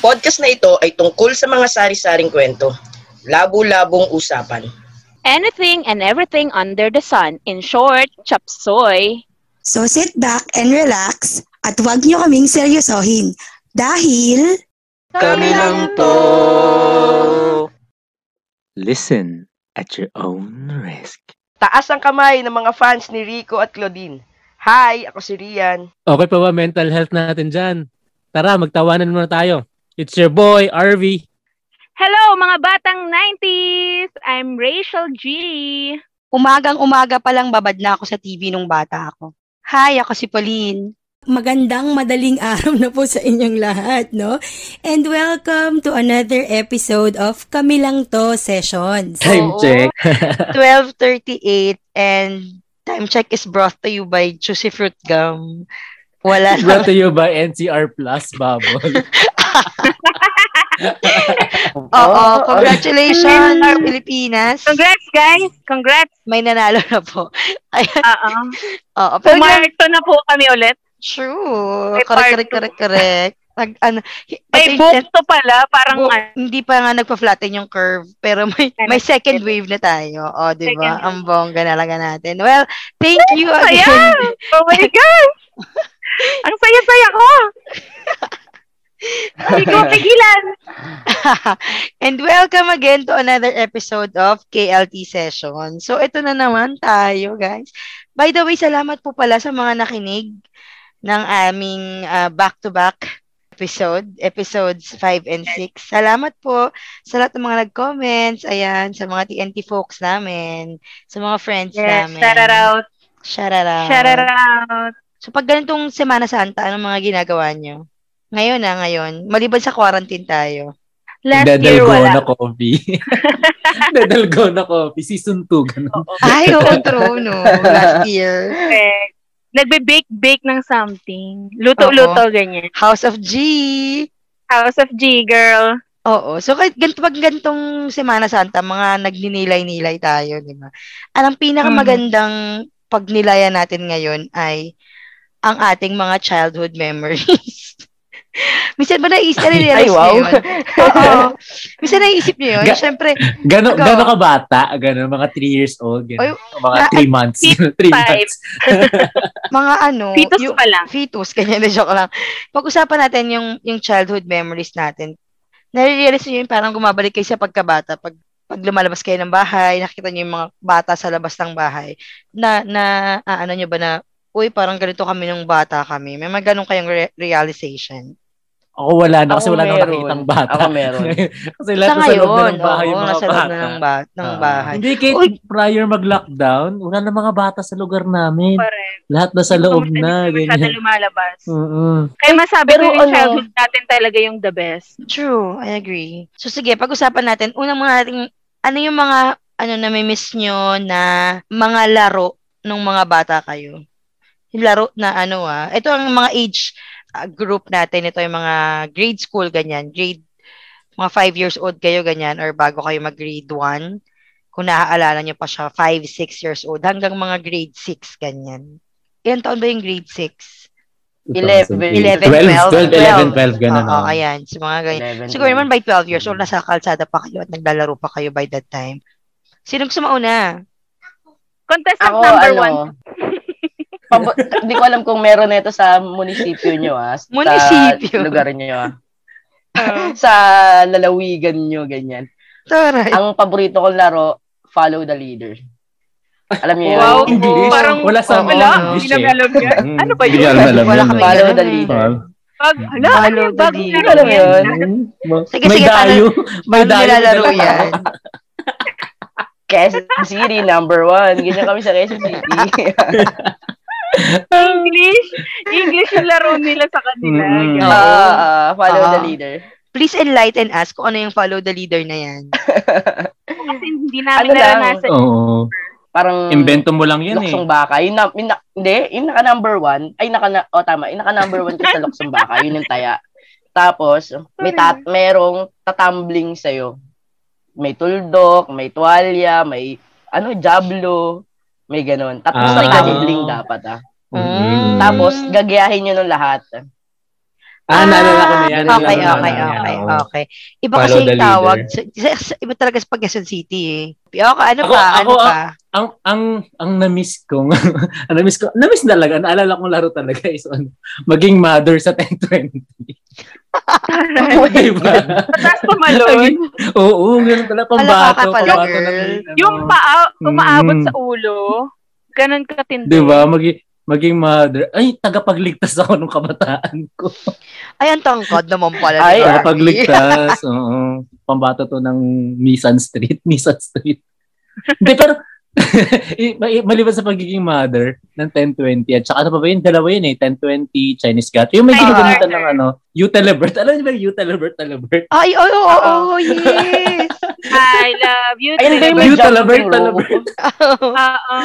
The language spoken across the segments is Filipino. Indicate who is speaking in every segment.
Speaker 1: podcast na ito ay tungkol sa mga sari-saring kwento, labo-labong usapan.
Speaker 2: Anything and everything under the sun. In short, chapsoy.
Speaker 3: So sit back and relax at huwag niyo kaming seryosohin dahil
Speaker 1: Kami lang to!
Speaker 4: Listen at your own risk.
Speaker 5: Taas ang kamay ng mga fans ni Rico at Claudine. Hi, ako si Rian.
Speaker 6: Okay pa ba mental health natin dyan? Tara, magtawanan muna tayo. It's your boy, RV.
Speaker 2: Hello, mga batang 90s! I'm Rachel G.
Speaker 7: Umagang-umaga pa lang babad na ako sa TV nung bata ako. Hi, ako si Pauline.
Speaker 8: Magandang madaling araw na po sa inyong lahat, no? And welcome to another episode of Kami Lang To Sessions.
Speaker 2: Time check.
Speaker 7: 12.38 and time check is brought to you by Juicy Fruit Gum. Wala
Speaker 6: Brought
Speaker 7: na.
Speaker 6: to you by NCR Plus, Bubble.
Speaker 7: Oo,
Speaker 2: Ah,
Speaker 7: congratulations Pilipinas.
Speaker 2: Congrats, guys! Congrats!
Speaker 7: May nanalo na po.
Speaker 2: Oo.
Speaker 7: Oo, pero gra-
Speaker 2: Pumarto na po kami ulit.
Speaker 7: true.
Speaker 2: May part
Speaker 7: Correct, correct,
Speaker 2: two.
Speaker 7: correct, correct. Nag, ano,
Speaker 2: May book to pala. Parang
Speaker 7: Bu-
Speaker 2: ano,
Speaker 7: hindi pa nga nagpa-flatten yung curve, pero may
Speaker 2: Ano?
Speaker 7: may second wave na tayo. O, di
Speaker 2: Second
Speaker 7: ba?
Speaker 2: wave.
Speaker 7: Ang bongga talaga natin. Well, thank you
Speaker 2: saya!
Speaker 7: again.
Speaker 2: Oh my gosh! Ang saya-saya ko! Hindi ko pigilan.
Speaker 7: And welcome again to another episode of KLT Session. So, ito na naman tayo, guys. By the way, salamat po pala sa mga nakinig ng aming ah, back-to-back episode, episodes 5 and 6. Salamat po sa lahat ng mga nag-comments, ayan, sa mga TNT folks namin, sa mga friends
Speaker 2: Yes,
Speaker 7: namin.
Speaker 2: shout out.
Speaker 7: Shout out.
Speaker 2: Shout out.
Speaker 7: So, pag ganitong Semana Santa, anong mga ginagawa nyo? Ngayon na, ngayon. Maliban sa quarantine tayo.
Speaker 2: Last year, wala.
Speaker 6: na coffee. Dadalgo na coffee. Season 2, ganun.
Speaker 7: Ay, oo, true, no. Last year.
Speaker 2: Correct. Nagbe-bake-bake ng something. Luto-luto, ganyan.
Speaker 7: House of G.
Speaker 2: House of G, girl.
Speaker 7: Oo. So, kahit ganito, pag ganitong Semana Santa, mga nagninilay-nilay tayo, di ba? Ang pinakamagandang
Speaker 1: Hmm.
Speaker 7: pagnilayan natin ngayon ay ang ating mga childhood memories. Minsan ba naisip na
Speaker 1: Ay, wow.
Speaker 7: yun? Oo. Minsan naisip niyo yun?
Speaker 6: Ga-
Speaker 7: Siyempre,
Speaker 6: Gano'n
Speaker 7: Ikaw.
Speaker 6: gano ka bata? Gano'n, mga 3 years old. Gano'n. Mga
Speaker 7: na-
Speaker 6: 3 months. 3
Speaker 2: five.
Speaker 6: months.
Speaker 7: mga ano,
Speaker 2: Fetus
Speaker 7: yung-
Speaker 2: pa lang.
Speaker 7: fetus, ganyan na joke lang. Pag-usapan natin yung, yung childhood memories natin. Nare-realize nyo yun, parang gumabalik kayo sa pagkabata. Pag, pag lumalabas kayo ng bahay, nakita nyo yung mga bata sa labas ng bahay, na, na ah, ano nyo ba na, uy, parang ganito kami nung bata kami. May mga ganun kayong re- realization.
Speaker 6: Ako wala na kasi
Speaker 5: Ako
Speaker 6: wala na
Speaker 5: meron.
Speaker 6: nakitang bata.
Speaker 5: Ako meron.
Speaker 6: kasi lahat
Speaker 7: sa
Speaker 6: nasa loob na
Speaker 7: ngayon,
Speaker 6: ng bahay
Speaker 7: oo,
Speaker 6: yung mga
Speaker 7: nasa loob
Speaker 6: bata.
Speaker 7: na ng, ba- ng
Speaker 6: Ah.
Speaker 7: bahay.
Speaker 6: Hindi, kahit
Speaker 7: Uy!
Speaker 6: prior mag-lockdown, wala na mga bata sa lugar namin.
Speaker 2: Correct.
Speaker 6: Lahat na sa loob
Speaker 2: Hindi ko
Speaker 6: na.
Speaker 2: masyado- hindi ko masyado
Speaker 6: Ganyan. Mm.
Speaker 2: lumalabas.
Speaker 6: Mm-mm.
Speaker 2: Kaya masabi
Speaker 7: Pero
Speaker 2: ko yung
Speaker 7: ano-
Speaker 2: childhood natin talaga yung the best.
Speaker 7: True, I agree. So sige, pag-usapan natin. Una muna natin, ano yung mga, ano, namimiss nyo na mga laro nung mga bata kayo? Yung laro na ano ah. Ito ang mga age ah, group natin. Ito yung mga grade school, ganyan. Grade, mga 5 years old kayo, ganyan. Or bago kayo mag-grade 1. Kung naaalala nyo pa siya, 5, 6 years old. Hanggang mga grade 6, ganyan. Ilan taon ba yung grade 6? 11, 12,
Speaker 6: 12, 11, 12, ganun.
Speaker 7: Oo,
Speaker 6: oh.
Speaker 7: ayan. So mga ganyan. Siguro
Speaker 5: Siguro
Speaker 7: naman by 12 years
Speaker 6: Mm.
Speaker 7: old, nasa kalsada pa kayo at naglalaro pa kayo by that time. Sino gusto mauna?
Speaker 2: Contestant
Speaker 5: Ako,
Speaker 2: number
Speaker 5: ano,
Speaker 2: one.
Speaker 5: pabo- Hindi ko alam kung meron nito sa munisipyo nyo, ah. Sa
Speaker 7: Munisipyo.
Speaker 5: lugar nyo, ah.
Speaker 2: Oo.
Speaker 5: Sa lalawigan nyo, ganyan.
Speaker 7: Tara.
Speaker 5: Ang paborito kong laro, follow the leader. Alam niyo yun?
Speaker 2: Wow.
Speaker 6: English.
Speaker 2: Parang- oh,
Speaker 6: wala sa amin
Speaker 7: Wala,
Speaker 6: English
Speaker 2: Hindi namin
Speaker 6: eh.
Speaker 2: alam yan. Ano ba
Speaker 4: Hindi
Speaker 2: yun?
Speaker 4: alam, alam yan,
Speaker 7: Wala kami
Speaker 4: no?
Speaker 5: Follow the
Speaker 7: ganun eh.
Speaker 5: leader.
Speaker 2: Pag, hala, ano
Speaker 7: Follow
Speaker 2: yung
Speaker 7: the
Speaker 2: bagong
Speaker 7: leader.
Speaker 2: laro
Speaker 5: Alam mo
Speaker 2: yan?
Speaker 5: yun?
Speaker 7: Sige,
Speaker 6: May
Speaker 7: sige,
Speaker 6: dayo. May
Speaker 7: Paano
Speaker 6: dayo.
Speaker 7: nilalaro yan?
Speaker 5: Quezon City, number one. Ganyan kami sa Quezon City.
Speaker 2: English? English yung laro nila sa kanila.
Speaker 6: Mm.
Speaker 2: Yun.
Speaker 5: Ah, ah, follow the
Speaker 7: Ah.
Speaker 5: leader.
Speaker 7: Please enlighten us kung ano yung follow the leader na yan.
Speaker 2: Kasi hindi namin
Speaker 5: Ano lang?
Speaker 2: naranasan.
Speaker 6: Oh. Oo.
Speaker 5: Parang
Speaker 6: Invento mo lang yan eh.
Speaker 5: Luksong baka. Yung, na, yung na- hindi, yung naka number one, ay naka, na, oh, tama, yung naka number one ko sa luksong baka, yun yung taya. Tapos, may tat, merong tatumbling sa'yo. May tuldok, may tuwalya, may, ano, jablo, may ganun. Tapos
Speaker 6: Ah.
Speaker 5: may tumbling dapat, ah.
Speaker 7: Mm.
Speaker 5: Tapos, gagayahin nyo ng lahat.
Speaker 6: Ah, naalala ko na yan.
Speaker 7: Okay, okay,
Speaker 6: naalala ko
Speaker 7: okay,
Speaker 6: na yan.
Speaker 7: okay,
Speaker 6: Oo.
Speaker 7: Iba
Speaker 6: Follow
Speaker 7: kasi
Speaker 6: the
Speaker 7: yung
Speaker 6: leader.
Speaker 7: tawag. Sa, sa- sa- iba talaga sa pag Quezon City eh. Ako, ano
Speaker 6: Ako- ah.
Speaker 7: pa? ano
Speaker 6: ako-
Speaker 7: pa?
Speaker 6: Ang, ang, ang na-miss kong, ang na-miss ko, na-miss talaga, naalala kong laro talaga is on, maging mother sa 1020. diba?
Speaker 9: Tapos tumalon.
Speaker 6: Oo, ganun talaga, pambato,
Speaker 7: Palakaka pala,
Speaker 6: pambato ng,
Speaker 7: girl.
Speaker 6: ano,
Speaker 9: yung paa, umaabot
Speaker 6: Mm.
Speaker 9: sa ulo. Ganun katindi.
Speaker 6: Diba? Maging, maging mother. Ay, tagapagligtas ako nung kabataan ko.
Speaker 7: Ay, ang tangkad naman pala.
Speaker 5: Ay,
Speaker 7: ni Rocky.
Speaker 6: Tagapagligtas. oo. Pambato to ng Misan Street. Misan Street. Hindi, pero i- ma- i- maliban sa pagiging mother ng 1020 at saka ano pa ba yun? Dalawa yun eh. 1020 Chinese Gato. Yung may
Speaker 9: Ay,
Speaker 6: ginagamitan
Speaker 9: mother.
Speaker 6: ng ano, you Telebert. Alam niyo ba yung you Telebert, Telebert?
Speaker 7: Ay, oo, oo, oo, yes.
Speaker 9: I love you.
Speaker 5: Ayun ba yung may
Speaker 6: You
Speaker 5: jumping
Speaker 6: Telebert,
Speaker 5: rope?
Speaker 6: Telebert.
Speaker 2: Ah,
Speaker 9: Oo.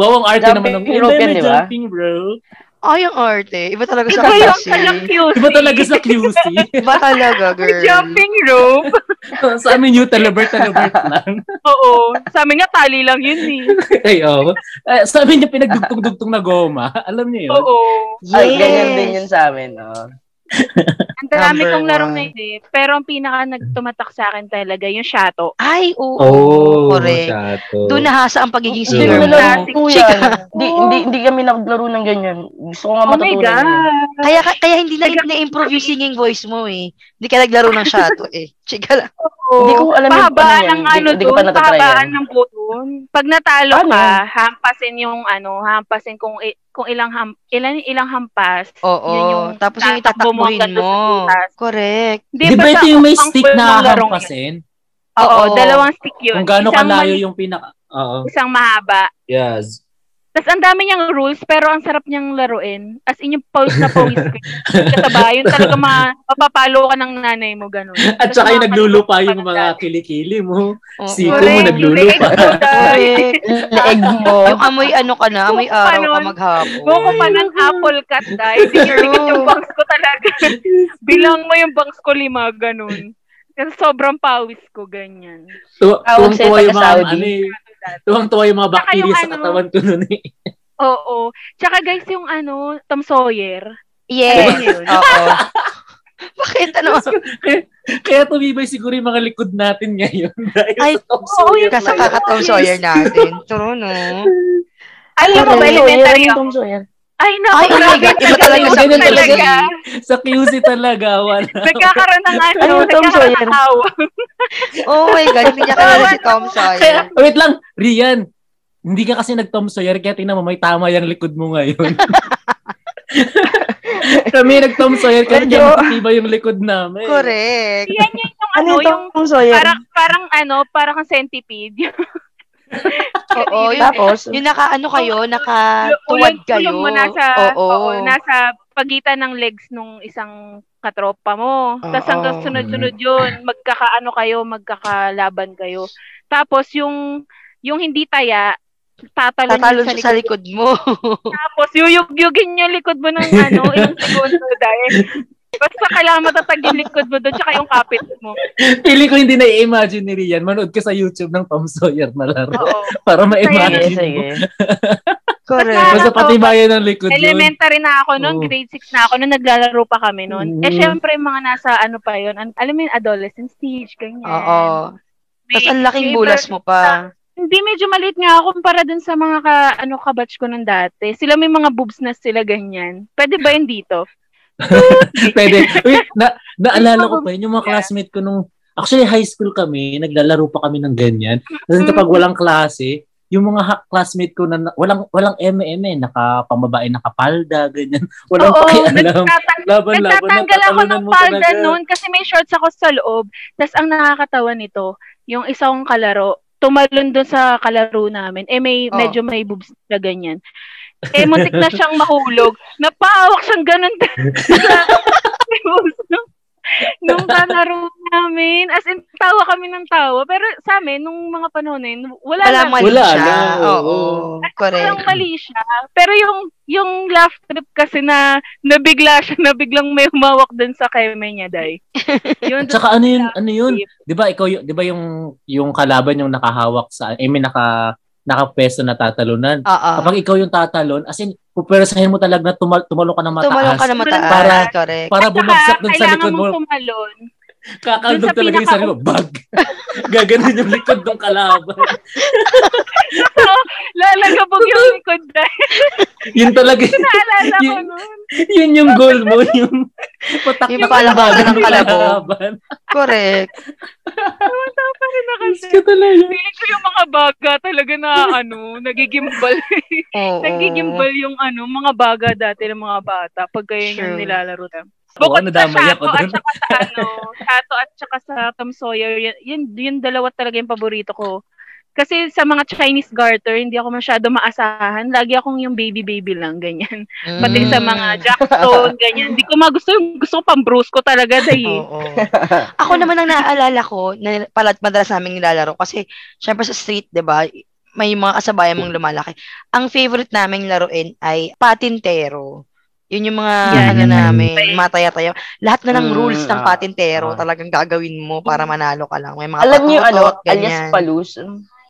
Speaker 6: Wow, ang arte
Speaker 5: Jumping
Speaker 6: naman ng
Speaker 5: rope yan,
Speaker 6: Hindi, may
Speaker 5: diba?
Speaker 6: jumping rope.
Speaker 7: Ay, ang arte. Iba talaga sa
Speaker 9: Ikaw yung
Speaker 7: kasi.
Speaker 9: talang QC.
Speaker 6: Iba talaga sa QC.
Speaker 7: Iba Diba talaga,
Speaker 9: May
Speaker 7: girl.
Speaker 9: jumping rope.
Speaker 6: Oh, sa amin, you Telebert, Telebert lang.
Speaker 9: Oo. Sa amin nga, tali lang yun eh.
Speaker 6: Ay, oo. Eh, sabi niya pinagdugtong-dugtong na goma. Alam niyo yun?
Speaker 9: Oo.
Speaker 5: Ay,
Speaker 7: Yes.
Speaker 5: ganyan din yun sa amin. Oh.
Speaker 9: Ang dami
Speaker 7: Number
Speaker 9: kong larong
Speaker 7: one.
Speaker 9: na yun eh. Pero ang pinaka nagtumatak sa akin talaga, yung shato.
Speaker 7: Ay, oo.
Speaker 6: Oh,
Speaker 7: correct.
Speaker 6: Sato.
Speaker 7: Doon nahasa ang pagiging
Speaker 5: Hindi ko
Speaker 9: Girl.
Speaker 7: singer mo.
Speaker 5: nalaro
Speaker 9: Classic
Speaker 5: po yan. Hindi,
Speaker 7: Oh.
Speaker 5: hindi, hindi kami naglaro ng ganyan. Gusto ko nga
Speaker 9: Oh my
Speaker 5: matutunan.
Speaker 9: God.
Speaker 5: yun.
Speaker 7: Kaya, kaya hindi na,
Speaker 9: Nag-
Speaker 7: na-improve yung singing voice mo eh. Hindi ka naglaro ng shato eh. Chika lang.
Speaker 5: Hindi ko alam yung ano
Speaker 9: pahabaan ng
Speaker 5: yan.
Speaker 9: ano
Speaker 5: Hindi- hindi ko pa
Speaker 9: doon,
Speaker 5: natatry
Speaker 9: pahabaan
Speaker 5: yan.
Speaker 9: ng buton. Pag natalo
Speaker 5: Ano?
Speaker 9: ka, hampasin yung ano, hampasin kung i- kung ilang ham, ilan ilang hampas.
Speaker 7: Oo.
Speaker 9: Yun yung
Speaker 7: Tapos yung
Speaker 9: tatakbo mo
Speaker 7: itatakbuhin
Speaker 9: hanggang doon sa
Speaker 7: mo.
Speaker 9: butas.
Speaker 7: Correct.
Speaker 6: Di ba ito yung may
Speaker 9: ang
Speaker 6: stick
Speaker 9: cool
Speaker 6: na
Speaker 9: ng larong
Speaker 6: hampasin?
Speaker 9: yun. Oo,
Speaker 7: Oo.
Speaker 9: dalawang stick yun.
Speaker 6: Kung gaano
Speaker 9: Isang
Speaker 6: kalayo
Speaker 9: mali-
Speaker 6: yung pinaka... Oo.
Speaker 9: Isang mahaba.
Speaker 6: Yes.
Speaker 9: Tapos ang dami niyang rules, pero ang sarap niyang laruin. As in, yung pawis na pawis ko. Kataba, yun talaga ma- mapapalo ka ng nanay mo, ganun.
Speaker 6: At saka yung naglulupa yung mga kilikili mo.
Speaker 7: Oo.
Speaker 6: Siko mo
Speaker 9: Correct.
Speaker 6: naglulupa.
Speaker 7: Correct.
Speaker 5: Leeg mo.
Speaker 7: Yung amoy ano ka na, amoy
Speaker 9: Kung
Speaker 7: araw ka
Speaker 9: panon.
Speaker 7: maghapon.
Speaker 9: Kung ko pa ng apple cut, dahil dikit-dikit yung bangs ko talaga. Bilang mo yung bangs ko lima, ganun. Kasi sobrang pawis ko, ganyan.
Speaker 6: Tu-
Speaker 5: Tawag sa'yo
Speaker 6: Tuwang-tuwa yung mga...
Speaker 5: taga-Saudi.
Speaker 6: Ano, eh, tuwang-tuwa yung mga
Speaker 9: Saka
Speaker 6: bacteria
Speaker 9: yung
Speaker 6: sa
Speaker 9: ano.
Speaker 6: katawan ko nun eh.
Speaker 9: Oo. Tsaka guys, yung ano, Tom Sawyer.
Speaker 7: Yes.
Speaker 9: Ano yun?
Speaker 7: Oo. Bakit ano?
Speaker 6: Kaya tumibay siguro yung mga likod natin ngayon. Dahil
Speaker 7: Ay,
Speaker 6: sa Tom
Speaker 9: oo,
Speaker 6: Sawyer na
Speaker 9: yun kasi
Speaker 6: yun.
Speaker 7: Kasakakatong Sawyer natin. True, no?
Speaker 9: Alam mo ba,
Speaker 7: Correct.
Speaker 9: elementary ako? Ay, no.
Speaker 7: Ay, oh my God, iba talaga
Speaker 6: sa
Speaker 9: Ganun
Speaker 6: talaga. Sa QC talaga, wala.
Speaker 9: Nagkakaroon ng ano,
Speaker 5: Ano, Tom
Speaker 9: nagkakaroon
Speaker 5: Sawyer?
Speaker 9: ng awa.
Speaker 7: Oh my God, hindi niya kilala si Tom
Speaker 6: Kaya,
Speaker 7: Sawyer.
Speaker 6: wait lang, Rian, hindi ka kasi nag-Tom Sawyer, kaya tingnan mo, may tama yung likod mo ngayon. Kami nag-Tom Sawyer, kaya
Speaker 5: Medyo-
Speaker 6: hindi makatiba yung likod namin.
Speaker 7: Correct.
Speaker 9: Yan yun yung ano,
Speaker 5: Ano
Speaker 9: yung
Speaker 5: yung Tom Sawyer?
Speaker 9: parang, parang ano, parang ang centipede.
Speaker 7: Oo, yun.
Speaker 5: Tapos,
Speaker 7: Yung naka, ano kayo, naka tuwad
Speaker 9: Ulan-
Speaker 7: kayo.
Speaker 9: Ulong mo nasa,
Speaker 7: Oo.
Speaker 9: oo, nasa pagitan ng legs nung isang katropa mo. Tapos
Speaker 7: Oo.
Speaker 9: hanggang sunod-sunod yun, magkakaano kayo, magkakalaban kayo. Tapos yung, yung hindi taya, tatalon
Speaker 7: Tatalon
Speaker 9: yun
Speaker 7: siya sa likod mo.
Speaker 9: Tapos yuyugyugin yung likod mo ng ano, ilang segundo dahil Basta kailangan matatag yung likod mo doon tsaka yung kapit mo.
Speaker 6: Pili ko hindi na-imagine ni Rian, manood ka sa YouTube ng Tom Sawyer na laro
Speaker 9: Oo.
Speaker 6: para
Speaker 5: sige,
Speaker 6: ma-imagine
Speaker 5: sige.
Speaker 6: mo.
Speaker 7: Correct.
Speaker 6: Basta patibayan ng likod yun.
Speaker 9: Elementary na ako noon,
Speaker 6: Oo.
Speaker 9: grade 6 na ako noon, naglalaro pa kami noon. Eh,
Speaker 6: Mhm.
Speaker 9: syempre, mga nasa ano pa yun, an- alam mo yung adolescent stage, ganyan.
Speaker 7: Oo.
Speaker 9: May-
Speaker 7: Tapos ang laking
Speaker 9: may
Speaker 7: bulas
Speaker 9: iba-
Speaker 7: mo pa.
Speaker 9: Hindi, medyo maliit nga ako para dun sa mga ka, ano, kabatch ko nung dati. Sila may mga boobs na sila ganyan. Pwede ba yun dito?
Speaker 6: Pwede. Uy, na, naalala ko pa yun, yung mga classmate ko nung, actually high school kami, naglalaro pa kami ng ganyan. Kasi kapag walang klase, yung mga ha- classmate ko na na- walang walang MM eh, nakapambabae, nakapalda, ganyan. Walang
Speaker 9: Oo,
Speaker 6: pakialam.
Speaker 9: nagtatang-
Speaker 6: Laban-laban,
Speaker 9: Nagtatanggal ako
Speaker 6: natatalunan
Speaker 9: ng
Speaker 6: mo
Speaker 9: palda
Speaker 6: talaga.
Speaker 9: noon kasi may shorts ako sa loob. Tapos ang nakakatawa nito, yung isa kong kalaro, tumalon doon sa kalaro namin. Eh may
Speaker 7: Oh.
Speaker 9: medyo may boobs na ganyan. Eh muntik na siyang mahulog. Napahawak siyang ganun. sa- may boobs nung, nung kalaro namin. As in, tawa kami ng tawa. Pero sa amin, nung mga panahon na yun, wala,
Speaker 7: Wala
Speaker 9: na.
Speaker 7: mali
Speaker 6: Wala,
Speaker 7: siya.
Speaker 6: no.
Speaker 7: Oo. Correct.
Speaker 9: Walang mali siya. Pero yung yung laugh trip kasi na nabigla siya, nabiglang may humawak dun sa keme niya, Day. Yun,
Speaker 6: Tsaka ano yun, ano yun?
Speaker 9: Trip.
Speaker 6: 'Di ba ikaw yung 'di ba yung yung kalaban yung nakahawak sa eh, may naka nakapeso na tatalunan.
Speaker 7: Oo.
Speaker 6: Kapag ikaw yung tatalon, as in, pupwersahin mo talaga na tumal- tumalon ka ng mataas.
Speaker 7: Tumalong ka na mataas.
Speaker 6: Para,
Speaker 7: Correct.
Speaker 6: para
Speaker 9: At saka,
Speaker 6: bumagsak dun sa
Speaker 9: kailangan
Speaker 6: likod mo.
Speaker 9: mong tumalon.
Speaker 6: Kakaldog
Speaker 9: dun sa
Speaker 6: talaga yung
Speaker 9: pinaka-
Speaker 6: sarili mo. Bag! Gaganon yung likod ng kalaban.
Speaker 9: Lalagabog yung likod dahil
Speaker 6: Yun talaga.
Speaker 9: naalala ko
Speaker 6: Yun-
Speaker 9: nun.
Speaker 6: Yun yung goal mo. Yung patak
Speaker 7: Yung palakpakan ng kalabog. Correct.
Speaker 9: Tumatawa pa rin ako
Speaker 6: Yes
Speaker 9: dun.
Speaker 6: ka talaga.
Speaker 9: Feeling ko yung mga baga talaga na ano, nagigimbal.
Speaker 7: Oo.
Speaker 9: nagigimbal yung ano, mga baga dati ng mga bata pag kaya
Speaker 7: Sure.
Speaker 9: yung nilalaro na.
Speaker 6: Oo,
Speaker 9: Bukod sa
Speaker 6: nadamay ako
Speaker 9: Shato at
Speaker 6: doon.
Speaker 9: saka sa ano, Shato at saka sa Tom Sawyer, yun, yun, yun dalawa talaga yung paborito ko. Kasi sa mga Chinese garter, hindi ako masyado maasahan. Lagi akong yung baby-baby lang, ganyan. Pati
Speaker 7: Mm.
Speaker 9: sa
Speaker 7: Hmm.
Speaker 9: mga jackstone, ganyan. Hindi ko magusto yung gusto ko pang bruce ko talaga dahil.
Speaker 7: Oo. Ako naman ang naaalala ko, na pala madalas namin nilalaro kasi syempre sa street, 'di ba? May mga kasabayan mong lumalaki. Ang favorite naming laruin ay patintero. Yun yung mga
Speaker 9: Yan.
Speaker 7: ano namin, mataya-taya. Lahat na
Speaker 5: Mm,
Speaker 7: ng rules ng
Speaker 5: ah, ah.
Speaker 7: patintero talagang gagawin mo para manalo ka lang. May mga
Speaker 5: Alam niyo yung ano,
Speaker 7: patutot,
Speaker 5: alias
Speaker 7: ganyan.
Speaker 5: palus.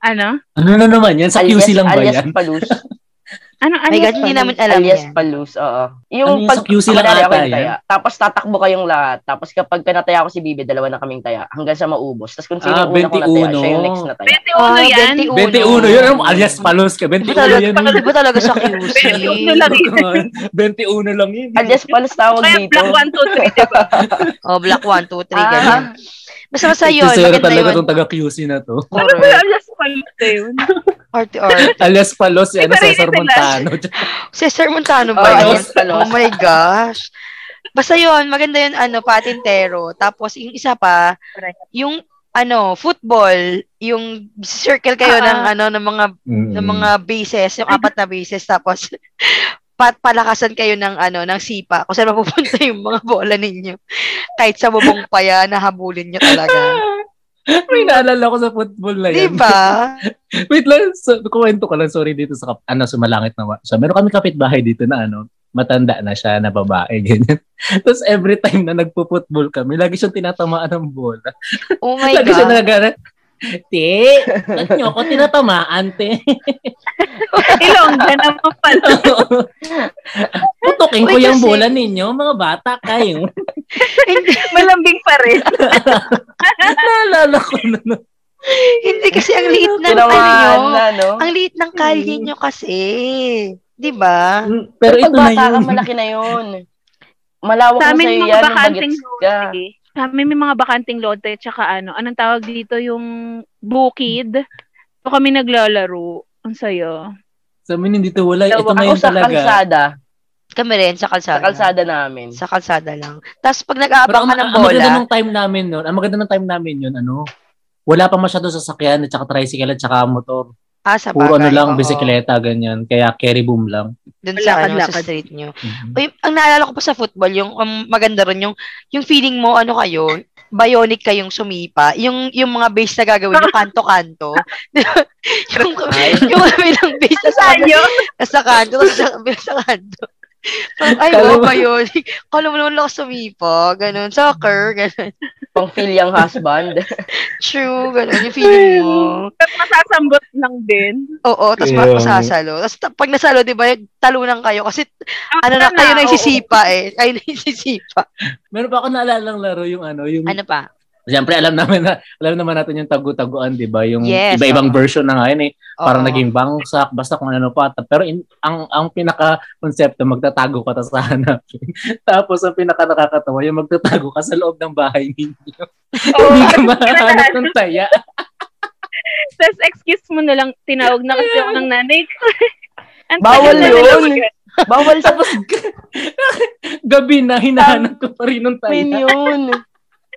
Speaker 9: Ano?
Speaker 6: Ano na naman yan? Sa
Speaker 5: alias,
Speaker 6: QC lang ba
Speaker 5: alias
Speaker 6: yan?
Speaker 5: palus.
Speaker 9: Ano? Ano?
Speaker 7: My God, hindi namin alam
Speaker 5: alias
Speaker 7: yan.
Speaker 5: palus, oo.
Speaker 6: Ano yung sa QC
Speaker 5: Kunwari
Speaker 6: lang ata
Speaker 5: ako yung
Speaker 6: yan?
Speaker 5: taya, Tapos tatakbo kayong lahat. Tapos kapag ka nataya ako si Bibi, dalawa na kaming taya. Hanggang sa maubos. Tapos kung sino
Speaker 6: Ah,
Speaker 5: yung una kong nataya,
Speaker 6: 21.
Speaker 5: siya yung next nataya.
Speaker 9: Bete uno
Speaker 7: Ah,
Speaker 9: Ano yan.
Speaker 7: 21.
Speaker 6: 21 yun. Ano, alias palos ka. 21
Speaker 7: Di ba talaga,
Speaker 6: yan.
Speaker 7: di ba talaga sa QC?
Speaker 9: 21 lang.
Speaker 6: 21 lang yun.
Speaker 5: Alias palus tawag
Speaker 9: Kaya
Speaker 5: dito.
Speaker 9: black 1, 2, 3, diba?
Speaker 7: oh, black 1, 2, 3,
Speaker 5: Ah.
Speaker 7: ganyan. Basta basta yun,
Speaker 6: Sisira
Speaker 7: maganda
Speaker 6: talaga
Speaker 7: yun.
Speaker 6: tong taga QC na to.
Speaker 9: Ano ba
Speaker 7: Correct.
Speaker 9: yung alias palit na yun?
Speaker 7: Arte arte.
Speaker 6: Alias palos si ano,
Speaker 9: Iba rin
Speaker 6: Cesar
Speaker 9: sila.
Speaker 6: Montano.
Speaker 7: Cesar Montano
Speaker 5: Oh,
Speaker 7: ba? yun?
Speaker 5: yes, hello.
Speaker 7: Oh my gosh. Basta yun, maganda yun, ano, patintero. Tapos, yung isa pa,
Speaker 9: Correct.
Speaker 7: yung, ano, football, yung circle kayo
Speaker 9: Ah,
Speaker 7: ng,
Speaker 9: ah.
Speaker 7: ano, ng mga, ng
Speaker 6: Hmm.
Speaker 7: mga bases, yung apat na bases, tapos, pat palakasan kayo ng ano ng sipa kung saan mapupunta yung mga bola ninyo kahit sa bubong pa yan nahabulin nyo talaga Diba?
Speaker 6: May naalala ko sa football na
Speaker 7: di
Speaker 6: yan.
Speaker 7: ba
Speaker 6: Wait lang, so, kuwento ko lang, sorry dito sa, kap- ano, sumalangit na. wa- So, meron kami kapitbahay dito na, ano, matanda na siya, na babae, ganyan. Tapos every time na nagpo-football kami, lagi siyang tinatamaan ng bola.
Speaker 7: oh my
Speaker 6: lagi siya
Speaker 7: god
Speaker 6: nagagana, Te, ba't niyo ako tinatamaan, te?
Speaker 9: Ilongga naman pala.
Speaker 6: Putukin ko
Speaker 7: Uy,
Speaker 6: yung
Speaker 7: kasi-
Speaker 6: bola ninyo, mga bata kayo.
Speaker 9: Malambing pa rin.
Speaker 6: Naalala ko na. nun.
Speaker 7: hindi kasi ang liit ng ano
Speaker 5: Tinamaan
Speaker 7: yun.
Speaker 5: na, no?
Speaker 7: Ang liit ng kalye nyo kasi. Di ba?
Speaker 6: Pero ito na
Speaker 5: Pagbata ka,
Speaker 6: yun.
Speaker 5: malaki na yun. Malawak
Speaker 9: Sa
Speaker 5: na
Speaker 9: amin,
Speaker 5: sa'yo
Speaker 9: mga
Speaker 5: yan. Nung
Speaker 9: bakanting
Speaker 5: bagets ka.
Speaker 9: lote. Sa amin, Ah, may mga bakanting lote. Tsaka ano, anong tawag dito? Yung bukid. So kami naglalaro. Ang saya.
Speaker 6: Sa amin, hindi to wala. Ito na
Speaker 5: Ako
Speaker 6: yun
Speaker 5: sa
Speaker 6: talaga.
Speaker 5: kalsada.
Speaker 7: Kami rin sa
Speaker 5: Sa
Speaker 7: kalsada.
Speaker 5: kalsada namin.
Speaker 7: Sa kalsada lang. Tapos pag
Speaker 6: Pero
Speaker 7: nag-aabang
Speaker 6: ang,
Speaker 7: ka ng
Speaker 6: ang
Speaker 7: bola,
Speaker 6: maganda ng time namin nun, ang maganda ng time namin yun, ano, wala pa masyado sasakyan at saka tricycle at saka motor.
Speaker 7: ah, sa bagay.
Speaker 6: Puro ano lang,
Speaker 7: oo.
Speaker 6: bisikleta, ganyan. Kaya carry boom lang.
Speaker 7: Doon sa, ano, sa
Speaker 9: Lakad-lakad.
Speaker 7: street nyo.
Speaker 6: Mhm.
Speaker 7: Uy, ang naalala ko pa sa football, yung ang maganda rin, yung, yung feeling mo, ano kayo, bionic kayong sumipa. Yung, yung mga base na gagawin nyo, kanto-kanto. yung, yung kabilang base na sa
Speaker 9: Tayo.
Speaker 7: Nasa kanto, tapos sa kabilang sa kanto. Parang, ay,
Speaker 6: Kala
Speaker 7: wow
Speaker 6: mo-
Speaker 7: ba yun? Kala mo naman lang ako sumipa. Ganun, soccer, ganun.
Speaker 5: Pang feel yung husband.
Speaker 7: True, ganun. Yung feeling mo.
Speaker 9: Tapos masasambot lang din.
Speaker 7: Oo, tapos
Speaker 6: Yeah.
Speaker 7: masasalo. Tapos ta- pag nasalo, di ba, talunan kayo. Kasi,
Speaker 9: Ako
Speaker 7: ano na, kayo na
Speaker 9: oo.
Speaker 7: isisipa eh. Kayo na isisipa.
Speaker 6: Meron pa ako naalalang laro yung ano, yung...
Speaker 7: Ano pa?
Speaker 6: Siyempre, alam naman na, alam naman natin yung tagu-taguan, di ba? Yung
Speaker 7: Yes,
Speaker 6: iba-ibang
Speaker 7: oo.
Speaker 6: version na nga yun eh. Parang
Speaker 7: Oo.
Speaker 6: naging bangsak, basta kung ano pa. Pero in- ang, ang pinaka-konsepto, magtatago ka tapos hahanapin. tapos ang pinaka-nakakatawa, yung magtatago ka sa loob ng bahay ninyo.
Speaker 9: Oo.
Speaker 6: Hindi ka mahanap ng taya.
Speaker 9: Tapos excuse mo na lang, tinawag na kasi ako ng nanay ko. Ang
Speaker 5: Bawal
Speaker 9: tagal na
Speaker 5: yun.
Speaker 9: nalaman.
Speaker 5: Bawal sa
Speaker 6: Tapos, gabi na, hinahanap ko pa rin ng
Speaker 5: amin
Speaker 6: taya.
Speaker 5: yun.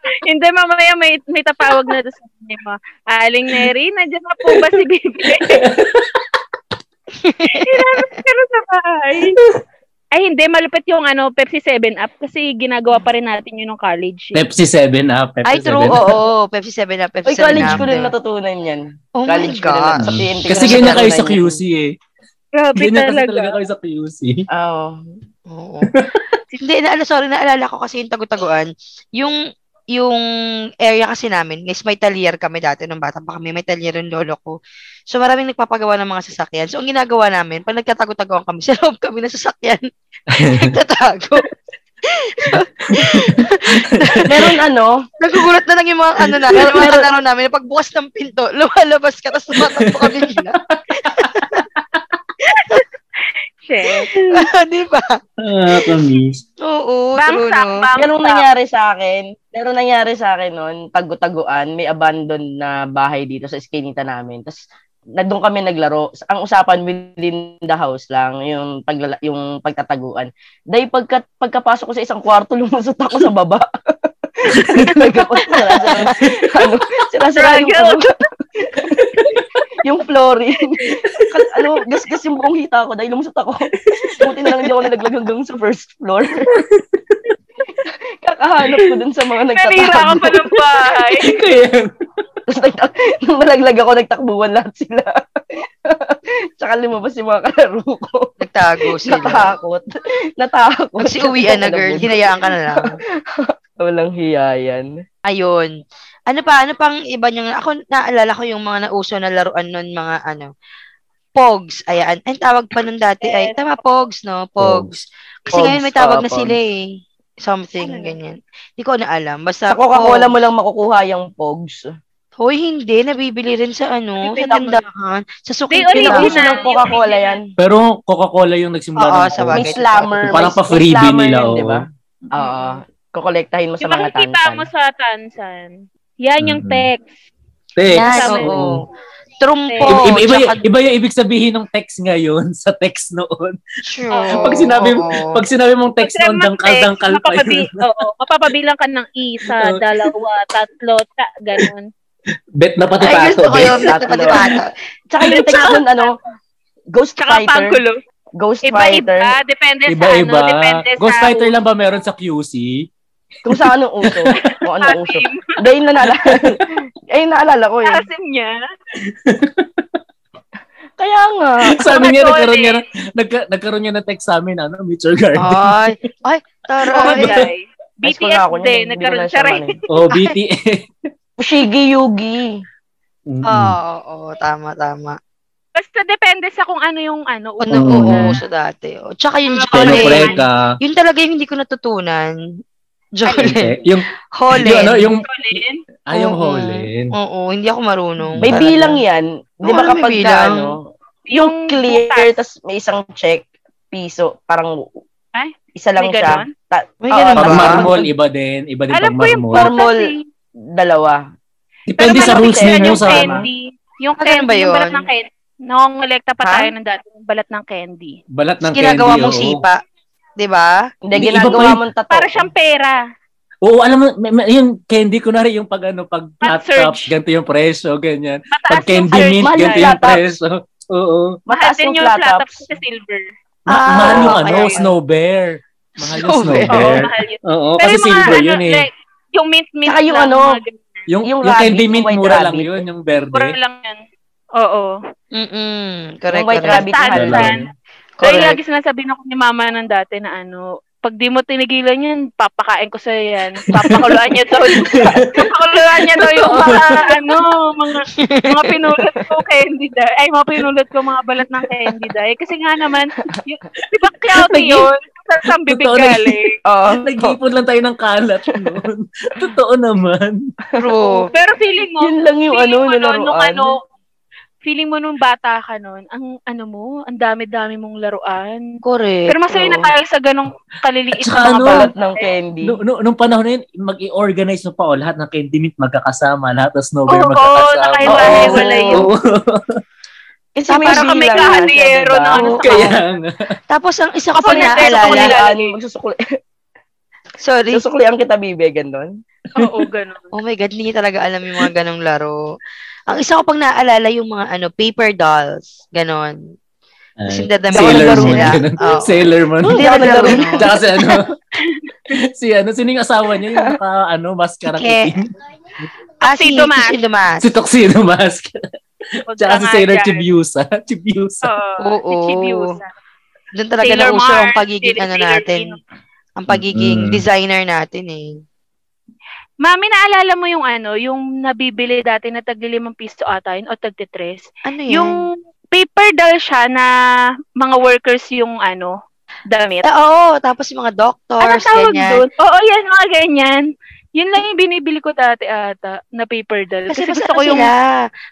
Speaker 9: Hindi, mamaya may, may tatawag na doon sa nanay mo. Aling Neri, nandiyan na po ba si Bibi? Hinanap ka na sa bahay. Ay, hindi. Malupit yung ano, Pepsi 7-Up kasi ginagawa pa rin natin yun ng college. eh.
Speaker 6: Pepsi 7 ah, Pepsi
Speaker 7: Ay,
Speaker 6: 7
Speaker 7: true,
Speaker 6: ah.
Speaker 7: oo. Pepsi 7 na, Pepsi
Speaker 5: Uy,
Speaker 7: 7
Speaker 5: college ko
Speaker 7: na.
Speaker 5: rin natutunan yan.
Speaker 7: Oh my
Speaker 5: college ko rin
Speaker 7: God.
Speaker 5: sa PNT.
Speaker 6: Kasi
Speaker 5: ko rin
Speaker 6: ganyan kayo sa
Speaker 5: natutunan yun.
Speaker 6: QC eh.
Speaker 9: Grabe
Speaker 6: Ganyan kasi
Speaker 9: talaga.
Speaker 6: talaga kayo sa QC.
Speaker 5: Oo.
Speaker 7: Oo. Hindi, na, ano, sorry, naalala ko kasi yung tagutaguan. Yung yung area kasi namin, guys, may talyer kami dati nung bata pa kami, may talyer yung lolo ko. So maraming nagpapagawa ng mga sasakyan. So ang ginagawa namin, pag nagtatago-tagoan kami, sa loob kami ng sasakyan, nagtatago.
Speaker 5: Meron ano,
Speaker 7: Nagugulat na lang yung mga ano namin, yung mga kalaro namin. Pag bukas ng pinto, lumalabas ka, tapos tumatakbo kami nila.
Speaker 9: Shit.
Speaker 7: Di ba?
Speaker 6: Ah, kamis.
Speaker 7: Oo, true,
Speaker 9: Bangsak,
Speaker 7: no?
Speaker 9: bangsak.
Speaker 5: Merong nangyari sa akin, merong nangyari sa akin noon, tago-taguan, may abandoned na bahay dito sa eskinita namin. Tapos na doon kami naglaro. Ang usapan within the house lang, yung, paglala, yung pagtataguan. Dahil pagka, pagkapasok ko sa isang kwarto, lumusot ako sa baba. Pagkapasok ko, sira-sira- ano, sira-sira yung, ano, yung flooring. Kasi, ano, gasgas yung buong hita ko dahil lumusot ako. Buti na lang hindi ako nalaglag hanggang sa first floor. Kakahanap ko dun sa mga
Speaker 9: Nanira ka pa
Speaker 5: nagtatakbo.
Speaker 9: ng bahay.
Speaker 6: Kaya,
Speaker 5: Tapos nagtak- nung malaglag ako, nagtakbuhan lahat sila. Tsaka lumabas yung mga kalaro ko.
Speaker 7: Nagtago sila.
Speaker 5: Natakot. Natakot.
Speaker 7: Pag si uwian na girl, hinayaan ka na lang.
Speaker 5: Walang hiyayan.
Speaker 7: Ayun. Ano pa? Ano pang iba niyang... Ako, naalala ko yung mga nauso na laruan nun, mga ano... Pogs. Ayan. Ang tawag pa nun dati
Speaker 6: Eh.
Speaker 7: ay... Tama, Pogs, no? Pogs. Kasi
Speaker 5: Pogs,
Speaker 7: ngayon may
Speaker 5: ah,
Speaker 7: tawag na sila
Speaker 5: Pogs.
Speaker 7: eh. Something,
Speaker 6: Ano?
Speaker 7: ganyan. Hindi ko na alam.
Speaker 5: Sa
Speaker 7: Basta
Speaker 5: Coca-Cola
Speaker 7: Pogs.
Speaker 5: mo lang makukuha yung pogs.
Speaker 7: Hoy, hindi. Nabibili rin sa ano, sa
Speaker 5: Hindi, tama.
Speaker 7: tindahan. Sa suking
Speaker 9: Hindi,
Speaker 7: tindahan.
Speaker 5: Nauso
Speaker 9: original.
Speaker 5: ng Coca-Cola yan.
Speaker 6: pero Coca-Cola yung nagsimula
Speaker 7: Oo,
Speaker 6: ng
Speaker 7: sa
Speaker 5: May
Speaker 7: bagay.
Speaker 5: slammer.
Speaker 6: Parang
Speaker 5: may- may
Speaker 6: pa-freebie
Speaker 5: slammer
Speaker 6: nila,
Speaker 5: yun,
Speaker 6: oo.
Speaker 5: di ba? Oo. Kukolektahin mo sa
Speaker 9: Yung
Speaker 5: mga
Speaker 9: makikita
Speaker 5: tansan.
Speaker 9: mo sa Tansan. Yan yung
Speaker 6: Mhm.
Speaker 9: text.
Speaker 6: Tex.
Speaker 7: Yan,
Speaker 9: Tama.
Speaker 7: oo.
Speaker 6: Oo.
Speaker 7: Trumpo.
Speaker 6: Iba, iba, iba,
Speaker 7: tsaka-
Speaker 6: iba yung ibig sabihin ng text ngayon sa text noon.
Speaker 7: True.
Speaker 9: Pag
Speaker 6: sinabi mo-
Speaker 7: Oo.
Speaker 6: Pag sinabi mong text noon, dangkal-dangkal pa
Speaker 9: mapapabi-
Speaker 6: yun.
Speaker 9: Oo, mapapabilang ka ng isa,
Speaker 6: Oo.
Speaker 9: dalawa, tatlo, ta, ganun.
Speaker 6: Bet na pati
Speaker 7: Ay, gusto
Speaker 6: tato.
Speaker 7: ko yun.
Speaker 5: Tatlo.
Speaker 7: Tatlo, pati bata.
Speaker 5: Tsaka yung text nun, ano, Ghost
Speaker 9: Tsaka
Speaker 5: Fighter.
Speaker 9: pangkulo.
Speaker 5: Ghost Fighter.
Speaker 9: Iba-iba, depende sa ano,
Speaker 6: Iba-iba.
Speaker 9: depende
Speaker 6: Ghost
Speaker 9: sa
Speaker 6: fighter lang ba meron sa QC?
Speaker 5: Kung sa anong uso. Kung anong uso.
Speaker 9: Asim.
Speaker 5: Dahil na naalala. Ayun, naalala ko eh. yun.
Speaker 9: Asim niya.
Speaker 5: Kaya nga.
Speaker 6: sa amin niya,
Speaker 9: Mga
Speaker 6: nagkaroon niya,
Speaker 9: toilet.
Speaker 6: nagka, nagkaroon niya ng text sa amin, ano, mutual garden.
Speaker 7: Ay, ay,
Speaker 9: Oh,
Speaker 7: taray.
Speaker 9: guy.
Speaker 5: High school na
Speaker 9: BTS
Speaker 5: ako niyan,
Speaker 9: din,
Speaker 5: hindi ko na
Speaker 9: nagkaroon
Speaker 5: siya
Speaker 9: siya rin.
Speaker 5: manin.
Speaker 6: Oh, BTS.
Speaker 5: Shigi Yugi.
Speaker 6: Mm-mm.
Speaker 7: Oo, oo, oo, tama, tama.
Speaker 9: Basta depende sa kung ano yung ano.
Speaker 7: Ano,
Speaker 6: Oo.
Speaker 7: oo, so dati. Oh. Tsaka yung
Speaker 6: Pelo
Speaker 7: Jolene.
Speaker 9: Correct.
Speaker 6: preka.
Speaker 7: Yun talaga yung hindi ko natutunan. Jolene.
Speaker 6: Yung,
Speaker 7: Holen.
Speaker 6: yung ano, yung,
Speaker 9: Colin.
Speaker 6: ah, yung
Speaker 7: Oo.
Speaker 6: holen.
Speaker 7: Oo, hindi ako marunong.
Speaker 5: May
Speaker 7: Talaga.
Speaker 5: bilang yan. Di ba
Speaker 7: Oo, may
Speaker 5: kapag na,
Speaker 7: bilang.
Speaker 5: ano, yung clear, tas may isang check, piso, parang
Speaker 9: Ay,
Speaker 5: isa lang
Speaker 9: may
Speaker 5: siya.
Speaker 9: ganon?
Speaker 5: Ta-
Speaker 7: May
Speaker 5: oo, tas
Speaker 6: Ah, Pag
Speaker 7: ganon Ano ba?
Speaker 5: parang
Speaker 6: marmol, iba din. Iba din
Speaker 9: Alam
Speaker 6: pag
Speaker 9: ko yung
Speaker 6: marmol.
Speaker 5: Marmol.
Speaker 9: marmol.
Speaker 5: Dalawa.
Speaker 6: Depende
Speaker 9: Pero
Speaker 6: sa rules
Speaker 9: malapit
Speaker 6: ninyo sa
Speaker 9: yan, yung
Speaker 6: ano.
Speaker 9: candy. Yung
Speaker 7: Ah, ganun
Speaker 9: candy,
Speaker 7: ba
Speaker 9: yung balat
Speaker 7: yun?
Speaker 9: ng candy. Nongolekta
Speaker 5: Ha?
Speaker 9: pa
Speaker 5: Oh.
Speaker 9: tayo ng dati, yung balat ng candy.
Speaker 6: Balat ng
Speaker 7: Tapos ginagawa
Speaker 6: candy,
Speaker 7: mong
Speaker 6: oo.
Speaker 7: sipa. Di ba?
Speaker 5: Hindi,
Speaker 6: Hindi, iba
Speaker 5: ginagawa
Speaker 6: pa yun.
Speaker 5: mo tato.
Speaker 9: Para siyang pera.
Speaker 6: Oo, alam mo, may- may- yung candy, kunwari yung pag ano, pag
Speaker 9: Pag
Speaker 6: flat tops,
Speaker 9: surge.
Speaker 6: ganito yung presyo, ganyan.
Speaker 9: Mataas
Speaker 6: Pag candy
Speaker 9: yung
Speaker 6: mint,
Speaker 5: mahal
Speaker 6: ganito
Speaker 5: yung
Speaker 6: yung
Speaker 5: flat tops.
Speaker 6: presyo. Oo.
Speaker 9: Mahal
Speaker 5: Mataas
Speaker 9: din
Speaker 5: yung
Speaker 9: yung flat
Speaker 5: flat
Speaker 9: top
Speaker 5: ups.
Speaker 9: sa silver.
Speaker 6: Ma-
Speaker 7: Ah,
Speaker 6: mahal yung
Speaker 7: okay,
Speaker 6: ano,
Speaker 7: okay.
Speaker 6: snow bear. Mahal yung
Speaker 7: Snow
Speaker 6: snow
Speaker 7: bear.
Speaker 9: Oo,
Speaker 6: bear.
Speaker 9: mahal yun.
Speaker 6: Oo,
Speaker 9: Pero
Speaker 6: kasi
Speaker 9: yung mga,
Speaker 6: silver
Speaker 9: ano,
Speaker 6: yun eh.
Speaker 9: like, yung mint-mint
Speaker 5: Tsaka yung
Speaker 9: lang,
Speaker 5: ano,
Speaker 9: mga ganun.
Speaker 6: Yung,
Speaker 5: Yung
Speaker 6: yung,
Speaker 5: rabbit,
Speaker 6: candy
Speaker 5: yung
Speaker 6: mint,
Speaker 5: white
Speaker 6: mura lang
Speaker 5: rabbit.
Speaker 6: yun, yung verde.
Speaker 9: Puro lang yan. Oo.
Speaker 7: Mm-mm.
Speaker 5: Yung
Speaker 7: Correct,
Speaker 5: white
Speaker 7: correct.
Speaker 5: rabbit.
Speaker 9: Tahan
Speaker 5: mahal
Speaker 6: lang.
Speaker 9: saan. Kaya
Speaker 7: Correct.
Speaker 9: lagi sinasabi ako ni mama ng dati na ano, pag di mo tinigilan yan, papakain ko sa'yo yan. Papakuluan niya daw. papakuluan niya daw yung mga, ano, mga, mga pinulot ko candy dahil. Ay, mga pinulot ko mga balat ng candy dahil. Kasi nga naman, y- di ba cloudy yun? Sa sambibig
Speaker 6: Totoo, nag-
Speaker 9: galing.
Speaker 5: Oo.
Speaker 6: Nag-ipon lang tayo ng kalat noon. Totoo naman.
Speaker 7: True.
Speaker 9: Pero feeling mo,
Speaker 5: Yun lang yung ano,
Speaker 9: feeling mo nun, nung
Speaker 5: nilaruan.
Speaker 9: ano, feeling mo nung bata ka nun, ang ano mo, ang dami-dami mong laruan.
Speaker 7: Correct.
Speaker 9: Pero masaya na
Speaker 7: oo.
Speaker 9: tayo sa ganong
Speaker 6: At
Speaker 9: kaliliit
Speaker 6: saka
Speaker 9: na mga
Speaker 6: ano,
Speaker 9: bata.
Speaker 5: Balat ng candy.
Speaker 6: No, no, nung panahon na yun, mag-i-organize mo pa o lahat ng candy mint magkakasama, lahat ng snow bear
Speaker 9: Oo,
Speaker 6: magkakasama.
Speaker 9: nakahiwa-hiwalay
Speaker 5: yun.
Speaker 6: Oo.
Speaker 5: Kasi
Speaker 7: Tama,
Speaker 9: parang kami
Speaker 5: bilang nga siya,
Speaker 9: kahadiyero
Speaker 5: diba?
Speaker 9: na ano sa
Speaker 6: Kaya nga.
Speaker 7: Tapos ang isa ko
Speaker 9: Ako
Speaker 7: pa
Speaker 9: na, pero ako
Speaker 7: naalala.
Speaker 9: nila-
Speaker 5: Kailangan, magsusukli,
Speaker 7: Sorry.
Speaker 5: susukli ang kita, bibe, ganun.
Speaker 9: Oo, ganun.
Speaker 7: Oh my God, hindi niya talaga alam yung mga ganong laro. Ang isa ko pang naaalala yung mga ano, paper dolls. Ganon. Tapos yung dadamihan
Speaker 6: Sailor
Speaker 5: Laro
Speaker 6: Moon.
Speaker 7: sila.
Speaker 6: ganun.
Speaker 7: Oo.
Speaker 6: Sailor Moon.
Speaker 7: Hindi ako
Speaker 5: Laro
Speaker 7: nalaro.
Speaker 5: nun.
Speaker 7: nun.
Speaker 6: Tsaka si ano, si ano, sino yung asawa niya yung naka, ano, maskara
Speaker 7: Ke-
Speaker 6: kiting?
Speaker 7: Ah, si
Speaker 9: Tuxedo Mask.
Speaker 7: Tuxedo Mask.
Speaker 6: Si Tuxedo Mask.
Speaker 9: Huwag
Speaker 6: Tsaka
Speaker 9: ka
Speaker 6: si
Speaker 9: nga
Speaker 6: Sailor
Speaker 9: dyan.
Speaker 6: Chibiusa. Chibiusa.
Speaker 9: Oo, si
Speaker 7: Oo.
Speaker 9: Chibiusa.
Speaker 7: Doon talaga
Speaker 9: Sailor
Speaker 7: nauso ang
Speaker 9: Mars,
Speaker 7: pagiging
Speaker 9: Sailor-
Speaker 7: ano
Speaker 9: Sailor
Speaker 7: natin.
Speaker 9: Venus.
Speaker 7: Ang pagiging
Speaker 6: Mm-mm.
Speaker 7: designer natin eh.
Speaker 9: Mami, naalala mo yung ano, yung nabibili dati na taglilimang piso ata yun o tagtitres?
Speaker 7: Ano yun?
Speaker 9: Yung paper doll siya na mga workers yung ano, damit.
Speaker 7: Ah, oo, tapos yung mga
Speaker 9: Ano
Speaker 7: doctors,
Speaker 9: tawag
Speaker 7: ganyan.
Speaker 9: doon? Oo, yan, mga ganyan. Yun lang yung binibili ko dati ata, na paper doll.
Speaker 7: Kasi,
Speaker 9: Kasi,
Speaker 7: mas
Speaker 9: gusto
Speaker 7: ano
Speaker 9: ko yung...
Speaker 7: sila,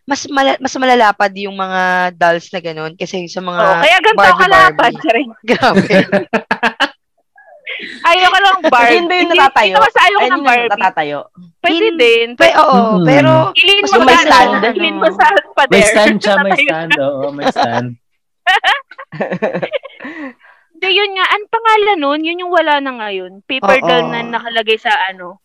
Speaker 7: mas, mala, mas malalapad yung mga dolls na ganun kasi
Speaker 6: Ah,
Speaker 7: sa mga
Speaker 9: Oo, kaya ganito ako
Speaker 7: Barbie,
Speaker 9: kalapad.
Speaker 7: Barbie.
Speaker 9: Charing.
Speaker 7: grabe.
Speaker 9: Ayoko lang Barbie.
Speaker 5: Hindi yung natatayo.
Speaker 9: Hindi ko kasi
Speaker 5: Ay,
Speaker 9: ayoko ng
Speaker 5: yun yung
Speaker 9: Barbie.
Speaker 5: natatayo.
Speaker 9: Pwede
Speaker 7: Hindi.
Speaker 9: din.
Speaker 7: Pe, oo,
Speaker 6: Mhm.
Speaker 7: pero
Speaker 9: Ilin
Speaker 7: Mas
Speaker 9: mo
Speaker 7: may
Speaker 9: sa
Speaker 7: stand.
Speaker 9: ano. Ilin mo sa pader.
Speaker 6: May stand siya, may
Speaker 9: Tatayo
Speaker 6: stand. Oo, may stand.
Speaker 9: Hindi, yun nga. Ang pangalan nun, yun yung wala na ngayon. Paper
Speaker 7: Oo.
Speaker 9: doll na nakalagay sa ano,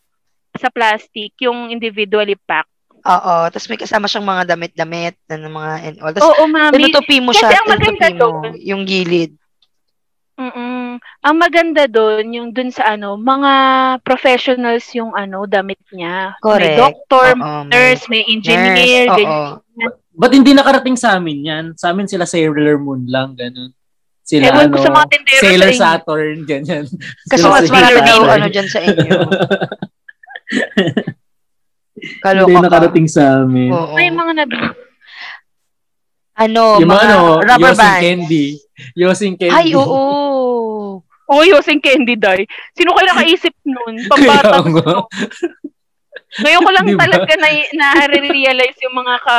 Speaker 9: sa plastic, yung individually packed.
Speaker 7: oo, tapos may kasama siyang mga damit-damit na ng mga and all. Tapos
Speaker 9: Oo, mami.
Speaker 7: tinutupi mo
Speaker 9: Kasi
Speaker 7: siya,
Speaker 9: ang maganda
Speaker 7: tinutupi mo
Speaker 9: doon.
Speaker 7: yung gilid.
Speaker 9: Mm-mm. Ang maganda doon, yung doon sa ano, mga professionals yung ano, damit niya. May
Speaker 7: Correct.
Speaker 9: doctor,
Speaker 7: Oo, may
Speaker 9: nurse, may engineer,
Speaker 7: nurse,
Speaker 9: ganyan.
Speaker 7: oo.
Speaker 6: Ba't hindi nakarating sa amin yan? Sa amin sila Sailor Moon lang, ganun. Sila,
Speaker 9: Ewan
Speaker 6: ano,
Speaker 9: ko sa mga tindero sa
Speaker 6: Sailor
Speaker 9: inyo.
Speaker 6: Saturn, ganyan.
Speaker 7: Kasi
Speaker 6: Sila
Speaker 7: mas
Speaker 6: Sailor
Speaker 7: marami daw
Speaker 6: Saturn.
Speaker 7: ano dyan sa inyo.
Speaker 6: Hindi
Speaker 7: Kaloka ka.
Speaker 6: nakarating sa amin.
Speaker 7: Oo.
Speaker 9: May mga nabili.
Speaker 7: Ano,
Speaker 6: yung mga, ano,
Speaker 7: rubber
Speaker 6: Yosing
Speaker 7: band.
Speaker 6: Candy. Yosing Candy.
Speaker 7: Ay, oo.
Speaker 9: Oh, Yosing Candy Day. Sino kayo nakaisip nun?
Speaker 6: Kaya
Speaker 9: Pambata
Speaker 6: nga.
Speaker 9: ko. Ngayon ko lang
Speaker 6: Di ba?
Speaker 9: talaga na, na-realize yung mga ka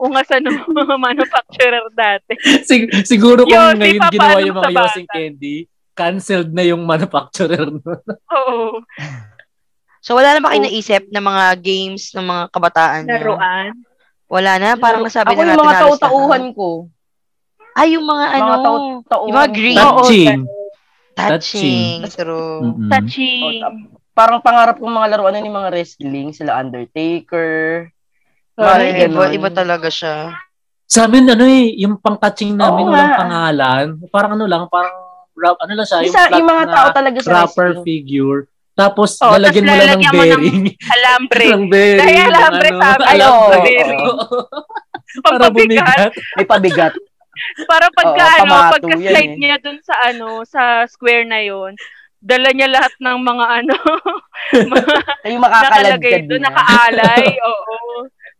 Speaker 9: ungasan ng mga manufacturer dati.
Speaker 6: Sig- siguro kung
Speaker 9: Yun, di
Speaker 6: ngayon
Speaker 9: pa
Speaker 6: ginawa
Speaker 9: paano
Speaker 6: yung mga
Speaker 9: sa bata.
Speaker 6: Yosing Candy, cancelled na yung manufacturer nun.
Speaker 9: Oo.
Speaker 7: So, wala na ba kayo naisip ng mga games ng mga kabataan nyo?
Speaker 9: Laruan.
Speaker 7: Wala na? Parang nasabi
Speaker 5: Ako
Speaker 7: na
Speaker 5: yung
Speaker 7: natin
Speaker 5: mga
Speaker 7: halos lahat.
Speaker 5: tau-tauhan ko.
Speaker 7: Ay, yung mga ano.
Speaker 5: Mga tau-tauhan.
Speaker 7: Yung mga green.
Speaker 5: ko.
Speaker 6: Touching.
Speaker 7: touching. True.
Speaker 6: Mm-mm.
Speaker 9: Touching.
Speaker 5: Oh, Parang pangarap kong mga laruan nun yung mga wrestling, sila Undertaker.
Speaker 7: Parang
Speaker 5: Ay,
Speaker 7: iba,
Speaker 5: ganun.
Speaker 7: iba talaga siya.
Speaker 6: Sa amin, ano eh, yung pang-touching namin,
Speaker 5: Oo
Speaker 6: walang
Speaker 5: nga.
Speaker 6: pangalan. Parang ano lang, parang, rap, ano lang siya,
Speaker 5: Yung, sa,
Speaker 6: flat
Speaker 5: yung mga
Speaker 6: na
Speaker 5: tao talaga sa
Speaker 6: wrapper
Speaker 5: wrestling.
Speaker 6: figure. Tapos,
Speaker 9: Oo,
Speaker 6: lalagyan mo
Speaker 9: tapos
Speaker 6: lang ng
Speaker 9: lalagyan mo ng-
Speaker 6: bearing.
Speaker 9: Alambre.
Speaker 6: ng bearing.
Speaker 9: Dahil
Speaker 6: ng
Speaker 9: alambre
Speaker 6: ano,
Speaker 9: sabi.
Speaker 5: Ay, oo.
Speaker 6: alambre.
Speaker 5: Oo.
Speaker 6: Para
Speaker 9: Pampabigat.
Speaker 6: bumigat.
Speaker 5: May pabigat.
Speaker 9: Para pagka,
Speaker 5: Oo,
Speaker 9: ano,
Speaker 5: pamato
Speaker 9: pagka-slide
Speaker 5: yan eh.
Speaker 9: niya dun sa, ano, sa square na yon dala niya lahat ng mga, ano, mga
Speaker 5: Yung
Speaker 9: nakalagay
Speaker 5: makakaladkad
Speaker 9: doon,
Speaker 5: niya.
Speaker 9: nakaalay. Oo.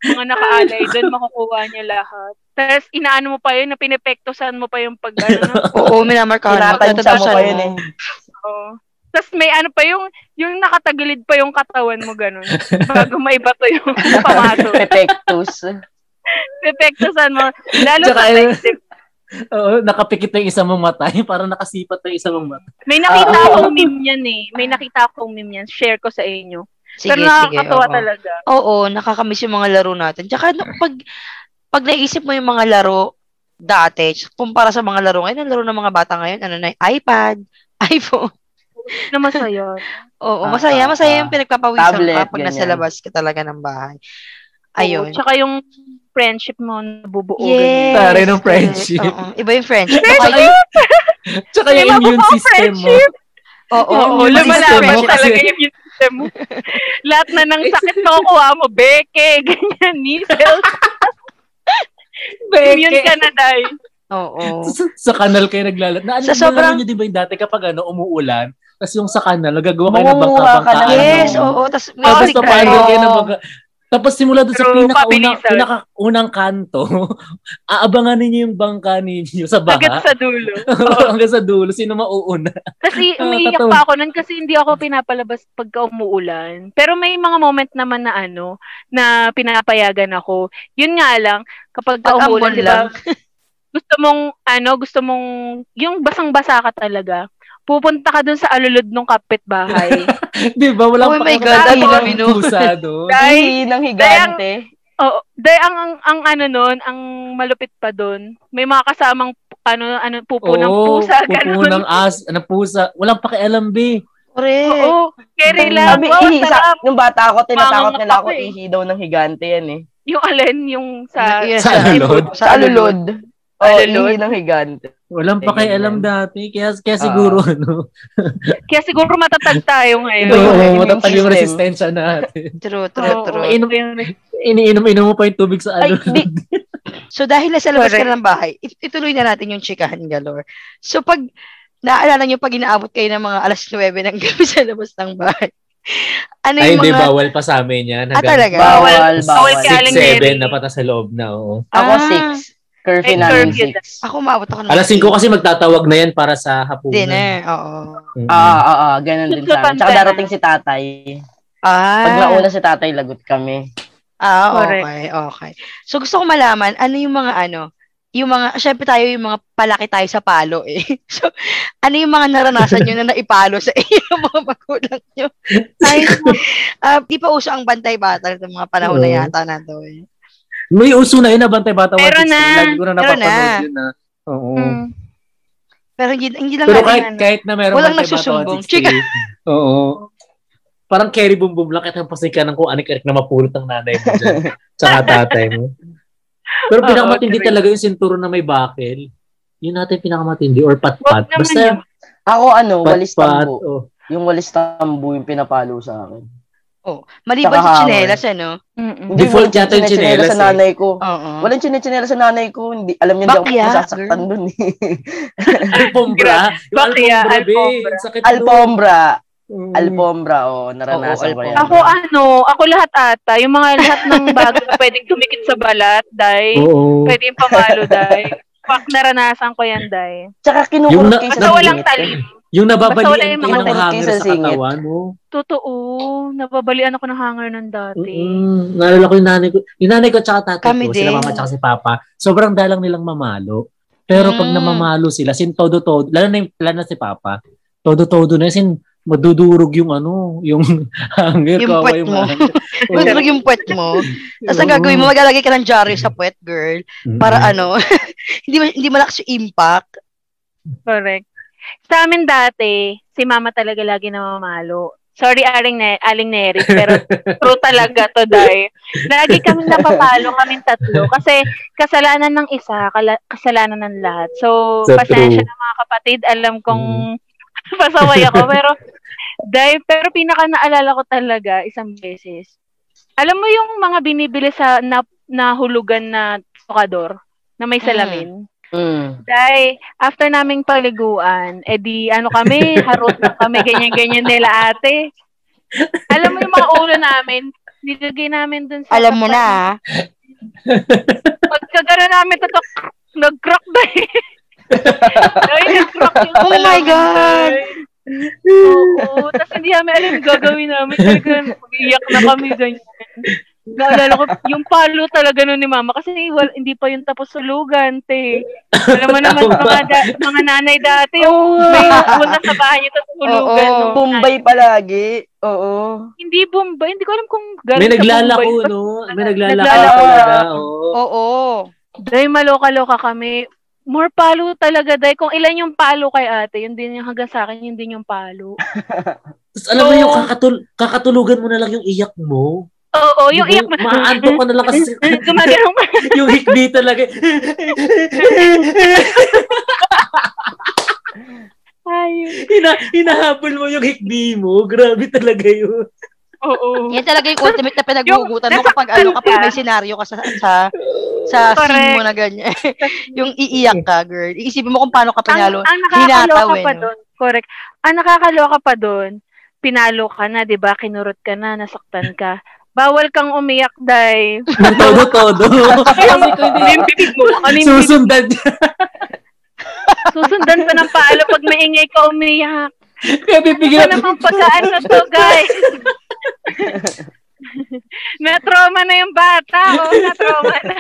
Speaker 9: Mga nakaalay doon, makukuha niya lahat. Tapos, inaano mo pa yun, na pinepektosan mo pa yung pag, ano,
Speaker 7: Oo, minamarkahan mo.
Speaker 5: Tinatansya mo
Speaker 7: Tatatasan
Speaker 5: pa yun eh.
Speaker 9: Oo. Tapos may ano pa yung, yung nakatagilid pa yung katawan mo ganun. Bago maibato yung pamato.
Speaker 5: Pepectus.
Speaker 9: Epektosan mo. Lalo
Speaker 6: Tsaka,
Speaker 9: sa
Speaker 6: eh,
Speaker 9: Texas.
Speaker 6: Oo, nakapikit na yung isang mong mata. Yung Parang nakasipat na yung isang mong mata.
Speaker 9: May nakita
Speaker 5: Oo.
Speaker 9: akong meme yan eh. May nakita akong meme yan. Share ko sa inyo.
Speaker 7: Sige,
Speaker 9: Pero
Speaker 7: sige.
Speaker 9: nakakatawa
Speaker 7: oo.
Speaker 9: talaga.
Speaker 7: Oo, nakakamiss yung mga laro natin. Tsaka no, pag, pag naisip mo yung mga laro dati, kumpara sa mga laro ngayon, ang laro ng mga bata ngayon, ano na, iPad, iPhone.
Speaker 9: Na Ano masaya.
Speaker 7: Oo,
Speaker 5: Ah,
Speaker 7: masaya,
Speaker 5: ah,
Speaker 7: masaya
Speaker 5: ah.
Speaker 7: yung pinagpapawisan
Speaker 5: Tablet,
Speaker 7: ka pag nasa
Speaker 5: ganyan.
Speaker 7: labas ka talaga ng bahay. Ayun.
Speaker 9: Ayun. Tsaka yung friendship mo nabubuo.
Speaker 7: Yes.
Speaker 6: Tara ng friendship.
Speaker 7: correct. Oo, iba yung friendship.
Speaker 6: Tsaka, tsaka yung
Speaker 9: May
Speaker 6: immune
Speaker 9: mabubuo
Speaker 6: system mo.
Speaker 9: friendship.
Speaker 7: Oo,
Speaker 9: Oo, oh,
Speaker 6: yung immune
Speaker 7: lumalaban
Speaker 6: system
Speaker 9: lumalaban
Speaker 6: mo
Speaker 9: talaga
Speaker 6: kasi-
Speaker 9: yung immune system mo. Lahat na ng sakit makukuha mo, beke, ganyan, measles. beke. Immune ka na, Day.
Speaker 7: Oo.
Speaker 6: Sa, sa kanal kayo naglalat. Na, ano,
Speaker 7: Sa
Speaker 6: sobrang...
Speaker 7: sobrang-
Speaker 6: nyo din ba yung dati kapag ano, umuulan, tapos yung sa kanal, nagagawa kayo ng
Speaker 5: Mangunguha ka
Speaker 6: bangka-bangka.
Speaker 5: ng-
Speaker 7: Yes,
Speaker 5: Ano?
Speaker 7: oo. Tapos,
Speaker 6: Tapos
Speaker 7: music
Speaker 6: papaano
Speaker 7: tayo.
Speaker 6: Ah, kayo ng mga... Tapos simula doon sa
Speaker 9: True,
Speaker 6: pinakaunang,
Speaker 9: pabilisan.
Speaker 6: pinakaunang kanto, aabangan ninyo yung bangka ninyo sa
Speaker 9: Hanggang
Speaker 6: baha.
Speaker 9: sa dulo.
Speaker 6: Hanggang sa dulo, sino mauuna?
Speaker 9: Kasi
Speaker 6: Oo,
Speaker 9: umiiyak
Speaker 6: Ah, totoo.
Speaker 9: pa ako nun kasi hindi ako pinapalabas pagka umuulan. Pero may mga moment naman na ano, na pinapayagan ako. Yun nga lang, kapag ka
Speaker 7: Pag
Speaker 9: umuulan,
Speaker 7: ambon
Speaker 9: di ba, gusto mong, ano, gusto mong, yung basang-basa ka talaga, pupunta ka dun sa alulod ng kapitbahay.
Speaker 6: Di ba? Wala
Speaker 7: Oh
Speaker 6: pa
Speaker 7: my
Speaker 6: ako
Speaker 7: God,
Speaker 9: ang
Speaker 6: nakakita
Speaker 7: dami
Speaker 6: ng
Speaker 7: nun.
Speaker 6: pusa doon.
Speaker 9: Dahil,
Speaker 5: Ay, ng higante.
Speaker 9: Oo. Dahil ang, ang, ang ano nun, ang malupit pa dun, may mga kasamang ano, ano, pupo ng
Speaker 7: Oh,
Speaker 9: pusa,
Speaker 6: pupo
Speaker 9: ganun.
Speaker 6: ng as, ng pusa. Walang pakialam, be.
Speaker 7: Correct.
Speaker 9: Oo. Carry lang.
Speaker 5: Sabi,
Speaker 9: Wow,
Speaker 5: ihi, sa,
Speaker 9: sarap.
Speaker 5: nung bata ako, tinatakot
Speaker 9: Mangangapak
Speaker 5: nila ako,
Speaker 9: ako eh.
Speaker 5: ihi daw ng higante yan eh.
Speaker 9: Yung alin, yung sa...
Speaker 7: Yes,
Speaker 6: Sa alulod?
Speaker 7: Sa
Speaker 5: Sa
Speaker 7: alulod.
Speaker 5: alulod. Oo,
Speaker 9: Alulod.
Speaker 5: ihi ng higante.
Speaker 6: Walang
Speaker 5: Eh, ganyan.
Speaker 6: pakialam dati. Kaya, kaya siguro, ano.
Speaker 9: Kaya siguro matatag tayo ngayon.
Speaker 5: Ito
Speaker 6: Oo,
Speaker 5: yung immune
Speaker 6: matatag yung
Speaker 5: system.
Speaker 6: resistensya natin.
Speaker 7: True, true,
Speaker 9: Oo,
Speaker 7: true.
Speaker 9: ito yung-
Speaker 6: Iniinom-inom mo pa yung tubig sa
Speaker 5: Ay,
Speaker 6: ano? alulod.
Speaker 5: di,
Speaker 7: So dahil nasa labas ka
Speaker 9: Correct.
Speaker 7: na ng bahay, it- ituloy na natin yung chikahan galore. So pag naalala nyo pag inaabot kayo ng mga alas 9 ng gabi sa labas ng bahay, Ano
Speaker 6: Ay,
Speaker 7: yung
Speaker 6: hindi,
Speaker 7: mga...
Speaker 6: bawal pa sa amin yan.
Speaker 7: Ah, talaga?
Speaker 5: Bawal, bawal.
Speaker 9: Bawal kay Aling Jerry.
Speaker 6: 6-7, napata sa loob na, oo.
Speaker 5: Ako
Speaker 7: Ah.
Speaker 5: six. Curfew
Speaker 9: Ay,
Speaker 5: namin
Speaker 9: curfew
Speaker 5: six.
Speaker 7: Ako maabot ako ng
Speaker 6: Alas 5 kasi magtatawag na yan para sa hapunan.
Speaker 7: Dinner, oo.
Speaker 6: Mm-mm.
Speaker 5: Ah, ah, ah, ganun din sa amin. Tsaka
Speaker 9: Tutupad
Speaker 5: darating si tatay.
Speaker 7: Ah.
Speaker 5: Pag nauna si tatay, lagot kami.
Speaker 7: Ah,
Speaker 9: Correct.
Speaker 7: okay, okay. So gusto ko malaman ano yung mga ano, yung mga syempre tayo yung mga palaki tayo sa palo eh. So ano yung mga naranasan niyo na naipalo sa inyo ng mga magulang niyo? Ay, ah, di pa uso ang bantay bata ng mga panahon na
Speaker 6: Oo.
Speaker 7: yata na to. Eh.
Speaker 6: May uso na yun, nabantay bata.
Speaker 9: Pero
Speaker 6: 163.
Speaker 9: na.
Speaker 6: Lagi ko na
Speaker 7: Pero
Speaker 6: napapanood
Speaker 7: na.
Speaker 6: yun na. Oo.
Speaker 2: Hmm.
Speaker 9: Mm.
Speaker 7: Pero hindi hindi lang
Speaker 6: Pero
Speaker 7: natin
Speaker 6: kahit,
Speaker 7: ano.
Speaker 6: kahit na meron
Speaker 7: Walang
Speaker 6: bantay bata
Speaker 7: nagsusumbong.
Speaker 6: 163, Oo. Parang carry boom boom lang kahit ang pasikan ng kung anik-anik na mapulot ang nanay mo dyan. tsaka tatay mo. Pero
Speaker 9: Oo,
Speaker 6: pinakamatindi
Speaker 9: correct.
Speaker 6: talaga yung sinturo na may bakil. Yun natin pinakamatindi or
Speaker 9: Wag
Speaker 6: patpat.
Speaker 9: naman yun.
Speaker 6: Basta
Speaker 5: Ako ano, walis
Speaker 6: patpat.
Speaker 5: tambo.
Speaker 6: oh.
Speaker 5: Yung walis tambo yung pinapalo sa akin.
Speaker 7: Maliban
Speaker 5: Tsaka
Speaker 7: sa
Speaker 5: hawak.
Speaker 7: tsinelas ano.
Speaker 9: Mm-mm.
Speaker 5: Hindi,
Speaker 6: Default
Speaker 5: walang
Speaker 6: yata yung
Speaker 5: chinelas
Speaker 6: tsinelas,
Speaker 5: sa nanay ko.
Speaker 7: Oo.
Speaker 5: Walang chinichinela sa nanay ko. Hindi, alam niya, hindi ako
Speaker 7: Bakya,
Speaker 5: masasaktan dun eh.
Speaker 6: Alpombra. oh. Yung
Speaker 9: Bakya,
Speaker 6: alpombra, be.
Speaker 9: alpombra.
Speaker 6: Sakit
Speaker 5: Alpombra.
Speaker 6: nun.
Speaker 5: Alpombra, oh. Naranasan
Speaker 7: Oo,
Speaker 5: ko yan.
Speaker 9: Ako ano, ako lahat ata, yung mga lahat ng bago na pwedeng dumikit sa balat,
Speaker 6: Mm.
Speaker 9: day.
Speaker 6: Oo.
Speaker 9: Pwede yung pamalo, day. Fuck, naranasan ko yan, day.
Speaker 5: Tsaka
Speaker 6: Yung
Speaker 5: kinukurot
Speaker 6: na-
Speaker 5: kayo
Speaker 9: Basta
Speaker 5: sa
Speaker 9: walang
Speaker 5: singit.
Speaker 9: talim.
Speaker 6: Yung
Speaker 9: Basta wala
Speaker 6: nababalian
Speaker 9: yung
Speaker 6: kayo
Speaker 9: mga
Speaker 6: ng
Speaker 5: tangkay
Speaker 6: hanger
Speaker 5: sa
Speaker 6: sa
Speaker 5: singit.
Speaker 6: katawan oh. mo.
Speaker 9: Totoo, nababalian ako ng hanger ng dati.
Speaker 6: Mm, naalala ko yung nanay ko. Yung nanay ko tsaka tatay
Speaker 7: Kami
Speaker 6: ko, sila
Speaker 7: din.
Speaker 6: mama tsaka si papa, sobrang dalang nilang mamalo. Pero pag
Speaker 7: Mm.
Speaker 6: namamalo sila, sin todo-todo, lalo na yung lalo na si papa, todo-todo na yun, sin madudurog yung ano, yung hanger
Speaker 7: Yung
Speaker 6: kawa,
Speaker 7: puwet mo.
Speaker 6: hanger. Oo.
Speaker 7: Tulog yung puwet mo. Tapos ang
Speaker 6: Oo.
Speaker 7: gagawin mo, maglalagay ka ng jari sa puwet, girl.
Speaker 6: Mm-mm.
Speaker 7: Para ano, hindi, ma- hindi malakas yung impact.
Speaker 9: Correct. Sa amin dati, si mama talaga lagi namamalo. Sorry, Aling, ne- Aling Neri, pero true talaga to, Day. Lagi kami napapalo, kaming tatlo. Kasi kasalanan ng isa, kala- kasalanan ng lahat. So,
Speaker 6: So
Speaker 9: pasensya
Speaker 6: true.
Speaker 9: na mga kapatid. Alam kong
Speaker 7: Mm.
Speaker 9: pasaway ako. Pero, Day, pero pinaka naalala ko talaga isang beses. Alam mo yung mga binibili sa na, nahulugan na tokador na may salamin?
Speaker 5: Mm.
Speaker 9: Day, after naming paliguan, edi ano kami, harot na kami, ganyan-ganyan nila ate. Alam mo yung mga ulo namin, nilagay namin dun sa...
Speaker 7: Alam mo na, ah.
Speaker 9: Pagka gano'n namin tutok, nag-crack na eh. Ay, nag-crack yung
Speaker 7: Oh my
Speaker 9: salamin,
Speaker 7: God!
Speaker 9: Day. Oo, tapos hindi namin alam yung gagawin namin. Talagang iyak na kami ganyan. Naalala ko, yung palo talaga nun ni mama kasi wal, hindi pa yung tapos sulugan, te. Alam mo naman sa mga, da- mga nanay dati, yung may una sa bahay niya tapos sulugan.
Speaker 7: Oo.
Speaker 9: no?
Speaker 5: Bombay palagi. Oo.
Speaker 9: Hindi Bombay, hindi ko alam kung galing
Speaker 6: May
Speaker 9: sa
Speaker 6: naglalako,
Speaker 9: Bombay.
Speaker 6: no? May naglalako
Speaker 9: Naglalako.
Speaker 6: talaga. oh. oo.
Speaker 7: Oo.
Speaker 9: Dahil maloka-loka kami, more palo talaga, dahil kung ilan yung palo kay ate, yun din yung hanggang sa akin, yun din yung palo.
Speaker 6: Tapos alam mo
Speaker 9: Oo.
Speaker 6: yung kakatul- kakatulugan mo na lang yung iyak mo.
Speaker 9: Oo, yung
Speaker 6: Di
Speaker 9: iyak
Speaker 6: ba? Maaantok ka na lang kasi
Speaker 9: Gumaganong
Speaker 6: yung hikbi talaga.
Speaker 9: Ay,
Speaker 6: Hina, hinahabol mo yung hikbi mo. Grabe talaga yun.
Speaker 9: oo.
Speaker 7: Yan talaga yung ultimate na pinagugutan mo
Speaker 9: Yung
Speaker 7: kapag ano,
Speaker 9: nasaktan
Speaker 7: kapag
Speaker 9: ka.
Speaker 7: may senaryo ka sa, sa, sa scene
Speaker 9: Correct.
Speaker 7: mo na ganyan. yung iiyak ka, girl. Iisipin mo kung paano ka pinalo.
Speaker 9: Ang, ang nakakaloka
Speaker 7: hinataw, eh,
Speaker 9: pa
Speaker 7: no?
Speaker 9: doon. Correct. Ang nakakaloka pa doon, pinalo ka na, di ba? Kinurot ka na, nasaktan ka. Bawal kang umiyak, day.
Speaker 6: Ng todo-todo. Kasi kung
Speaker 9: Ano yung bibig mo? Ano
Speaker 6: hindi
Speaker 9: yung bibig?
Speaker 6: susundan niya.
Speaker 9: Susundan pa ng paalo pag maingay ka umiyak.
Speaker 6: Kaya
Speaker 9: Ano
Speaker 6: pipigil
Speaker 9: naman pagkaan na to, guys? na-trauma na yung bata. Oo, na-trauma na.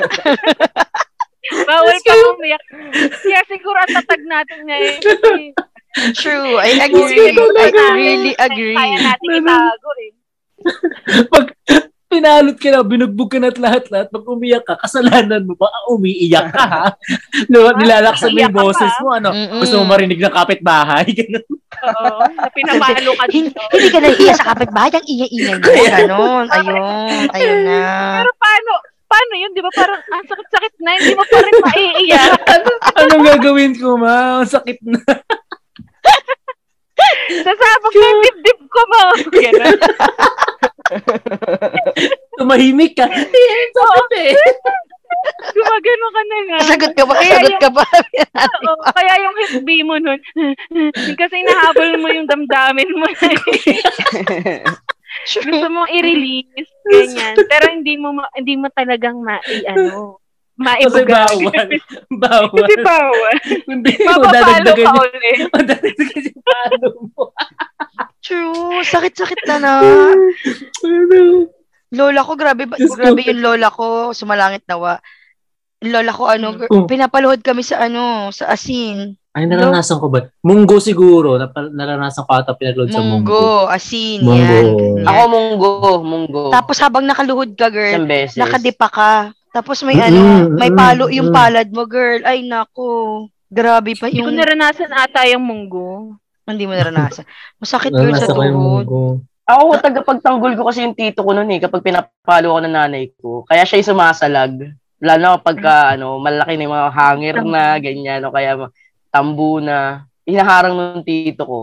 Speaker 9: Bawal pa umiyak. Kaya siguro ang tatag natin ngayon. kasi
Speaker 7: True. I agree.
Speaker 9: Isipin
Speaker 7: I
Speaker 9: ko talaga.
Speaker 7: really
Speaker 9: Kaya
Speaker 7: agree.
Speaker 9: natin itago eh.
Speaker 6: pag pinalot ka na, binugbog ka na at lahat-lahat. Pag umiyak ka, kasalanan mo pa, ah, umiiyak ka. ha? Diba, nilalaksan mo yung
Speaker 9: Iyak Ah, ka
Speaker 6: boses
Speaker 9: pa. Mm.
Speaker 6: mo. Ano?
Speaker 7: Mm-mm.
Speaker 6: Gusto mo marinig ng kapitbahay. Ganun.
Speaker 9: Oo, na pinamalo ka
Speaker 7: Hin-
Speaker 9: dito.
Speaker 7: Hindi ka nag-iya sa kapitbahay. Ang iya-ingay mo. Ganon. Ayun. Ayun na.
Speaker 9: Pero paano, paano yun, di ba? Parang ang sakit-sakit na, hindi mo pa rin maiiyak.
Speaker 6: Anong gagawin ko, ma? Ang sakit na.
Speaker 9: Sasabog na yung dibdib ko mo. Ganun.
Speaker 6: Tumahimik ka.
Speaker 9: Oo. Gumagano ka na nga.
Speaker 7: Sagot ka ba?
Speaker 9: Kaya
Speaker 7: Sagot
Speaker 9: yung-
Speaker 7: ka ba?
Speaker 9: Oo, kaya yung hikbi mo nun, kasi nahabol mo yung damdamin mo. Gusto mo i-release, ganyan. Pero hindi mo ma- hindi mo talagang ma ano,
Speaker 6: Kasi
Speaker 9: maibuga.
Speaker 6: bawal. Bawal.
Speaker 9: Kasi bawal.
Speaker 6: Hindi mo
Speaker 9: Mapapalo
Speaker 6: dadagdagan
Speaker 9: ka
Speaker 6: yung
Speaker 9: ulit.
Speaker 6: Madadagdagan yung palo mo.
Speaker 7: True. Sakit-sakit na na.
Speaker 9: Ah.
Speaker 6: Ano?
Speaker 7: Lola ko, grabe, ba-
Speaker 6: Diyos ko.
Speaker 7: grabe yung lola ko. Sumalangit nawa. Lola ko, ano, gr-
Speaker 6: Oh.
Speaker 7: pinapaluhod kami sa ano, sa asin.
Speaker 6: Ay, naranasan ko ba? Munggo siguro. Napa- Naranasan ko ata pinagload sa munggo.
Speaker 7: Munggo, asin,
Speaker 6: Munggo.
Speaker 7: yan. ganyan.
Speaker 5: Ako munggo, munggo.
Speaker 7: Tapos habang nakaluhod ka, girl,
Speaker 5: Isang beses.
Speaker 7: nakadipa ka. Tapos may
Speaker 6: Mm-mm,
Speaker 7: ano, may
Speaker 6: mm-mm,
Speaker 7: palo yung
Speaker 6: mm-mm.
Speaker 7: palad mo, girl. Ay, nako. Grabe pa
Speaker 9: Hindi ko
Speaker 7: yung...
Speaker 9: naranasan ata yung munggo.
Speaker 7: Hindi mo naranasan. Masakit, girl, sa
Speaker 6: Naranasan ko yung
Speaker 7: tuhod.
Speaker 6: munggo.
Speaker 5: Ako, tagapagtanggol ko kasi yung tito ko noon eh, kapag pinapalo ako ng nanay ko. Kaya siya yung sumasalag. Lalo na kapag ka, ano, malaki na yung mga hanger na, ganyan, o kaya ma- tambu na. Hinaharang nung tito ko.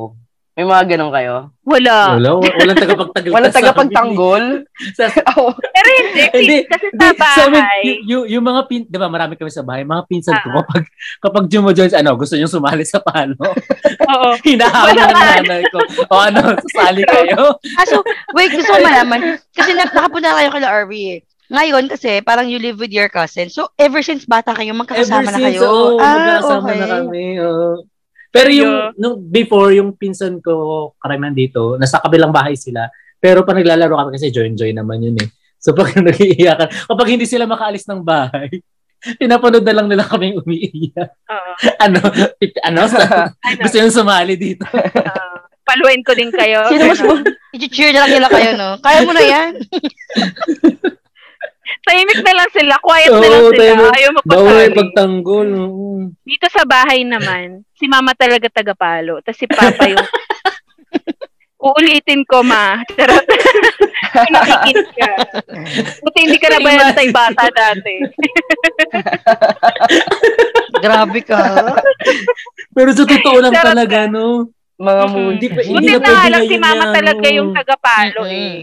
Speaker 5: May mga ganun kayo?
Speaker 9: Wala.
Speaker 6: Wala, wa- walang tagapagtagal.
Speaker 5: Walang
Speaker 6: sa amin.
Speaker 5: tagapagtanggol?
Speaker 6: Sa,
Speaker 5: Ako,
Speaker 9: Pero hindi,
Speaker 6: Hindi,
Speaker 9: kasi
Speaker 6: Hindi,
Speaker 9: sa
Speaker 6: sa amin,
Speaker 9: bahay. Ah,
Speaker 6: y- y- yung mga pin, di ba marami kami sa bahay, mga pinsan ko, kapag, kapag Jumo Jones, ano, gusto niyong sumali sa palo,
Speaker 9: Oo.
Speaker 6: hinahawa
Speaker 9: Wala
Speaker 6: ng
Speaker 9: nga.
Speaker 6: nanay ko. O ano, sasali kayo.
Speaker 7: Ah, so, wait, gusto ko malaman. Kasi na, nakapunta kayo kay RV eh. Ngayon kasi, parang you live with your cousin. So, ever since bata kayo,
Speaker 6: Ever
Speaker 7: magkakasama na
Speaker 6: since,
Speaker 7: kayo. Ah,
Speaker 6: oo, magkakasama na kami. oo. Pero yung,
Speaker 9: Yeah.
Speaker 6: nung, before, yung pinsan ko, karamihan dito, nasa kabilang bahay sila, pero pag naglalaro kami kasi join-join naman yun eh. So pag nagiiyakan, kapag hindi sila makaalis ng bahay, pinapanood na lang nila kaming umiiyak.
Speaker 9: Oo.
Speaker 6: Ano, pip- ano, sa-
Speaker 9: Ano,
Speaker 6: gusto yung sumali dito.
Speaker 9: ah, paluin ko din kayo.
Speaker 5: sino mas
Speaker 9: Ganon.
Speaker 7: I-cheer na lang nila kayo, no? Kaya mo na yan.
Speaker 9: Tahimik na lang sila. Quiet na
Speaker 6: Oo,
Speaker 9: lang sila.
Speaker 6: tahimik.
Speaker 9: Ayaw
Speaker 6: Bawal
Speaker 9: mapasali.
Speaker 6: pagtanggol. oo.
Speaker 9: Dito sa bahay naman, si mama talaga tagapalo. Tapos si papa yung... Uulitin ko, ma. Charot. Kung nakikinig ka. Buti hindi ka na bantay bata dati.
Speaker 7: Grabe ka.
Speaker 6: Pero sa totoo lang
Speaker 9: Sarap
Speaker 6: talaga, no?
Speaker 5: mga
Speaker 9: Mm-mm.
Speaker 5: mood.
Speaker 6: Hindi pa, hindi
Speaker 9: Buti na
Speaker 6: na pwede
Speaker 9: nga lang si
Speaker 6: ngayon
Speaker 9: mama
Speaker 6: yan,
Speaker 9: talaga
Speaker 6: oo.
Speaker 9: yung tagapalo
Speaker 7: Mm-mm.
Speaker 9: eh.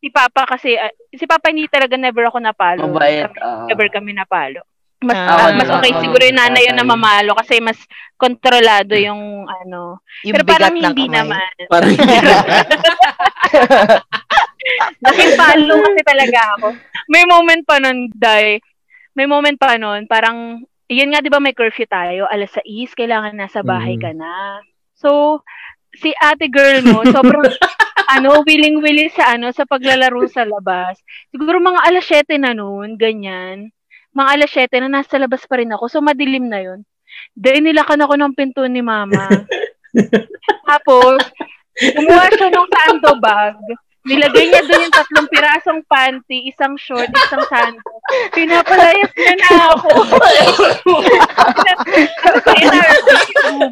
Speaker 9: Si papa kasi, ah, si papa hindi talaga never ako napalo.
Speaker 5: Mabait.
Speaker 9: Kami-
Speaker 5: ah.
Speaker 9: Never kami napalo. Mas,
Speaker 7: Ah,
Speaker 9: ah, mas
Speaker 7: wala,
Speaker 9: okay
Speaker 7: wala.
Speaker 9: siguro yung nanay yung
Speaker 5: Tatay.
Speaker 9: namamalo kasi mas kontrolado yung ano.
Speaker 7: Yung
Speaker 9: Pero
Speaker 7: bigat ng
Speaker 9: parang hindi
Speaker 7: kamay.
Speaker 9: naman.
Speaker 6: Parang
Speaker 9: Laking palo kasi talaga ako. May moment pa nun, Day. May moment pa nun, parang, yun nga, di ba may curfew tayo, alas 6, kailangan nasa bahay
Speaker 6: Mm.
Speaker 9: ka na. So, si ate girl mo, sobrang, ano, willing-willing sa, ano, sa paglalaro sa labas. Siguro mga alas 7 na nun, ganyan. Mga alas 7 na nasa labas pa rin ako, so madilim na yun. Dahil nilakan ako ng pinto ni mama. Tapos, kumuha siya ng sando bag. Nilagay niya doon yung tatlong pirasong panty, isang short, isang sando. Pinapalayas niya na ako. Sa NRB.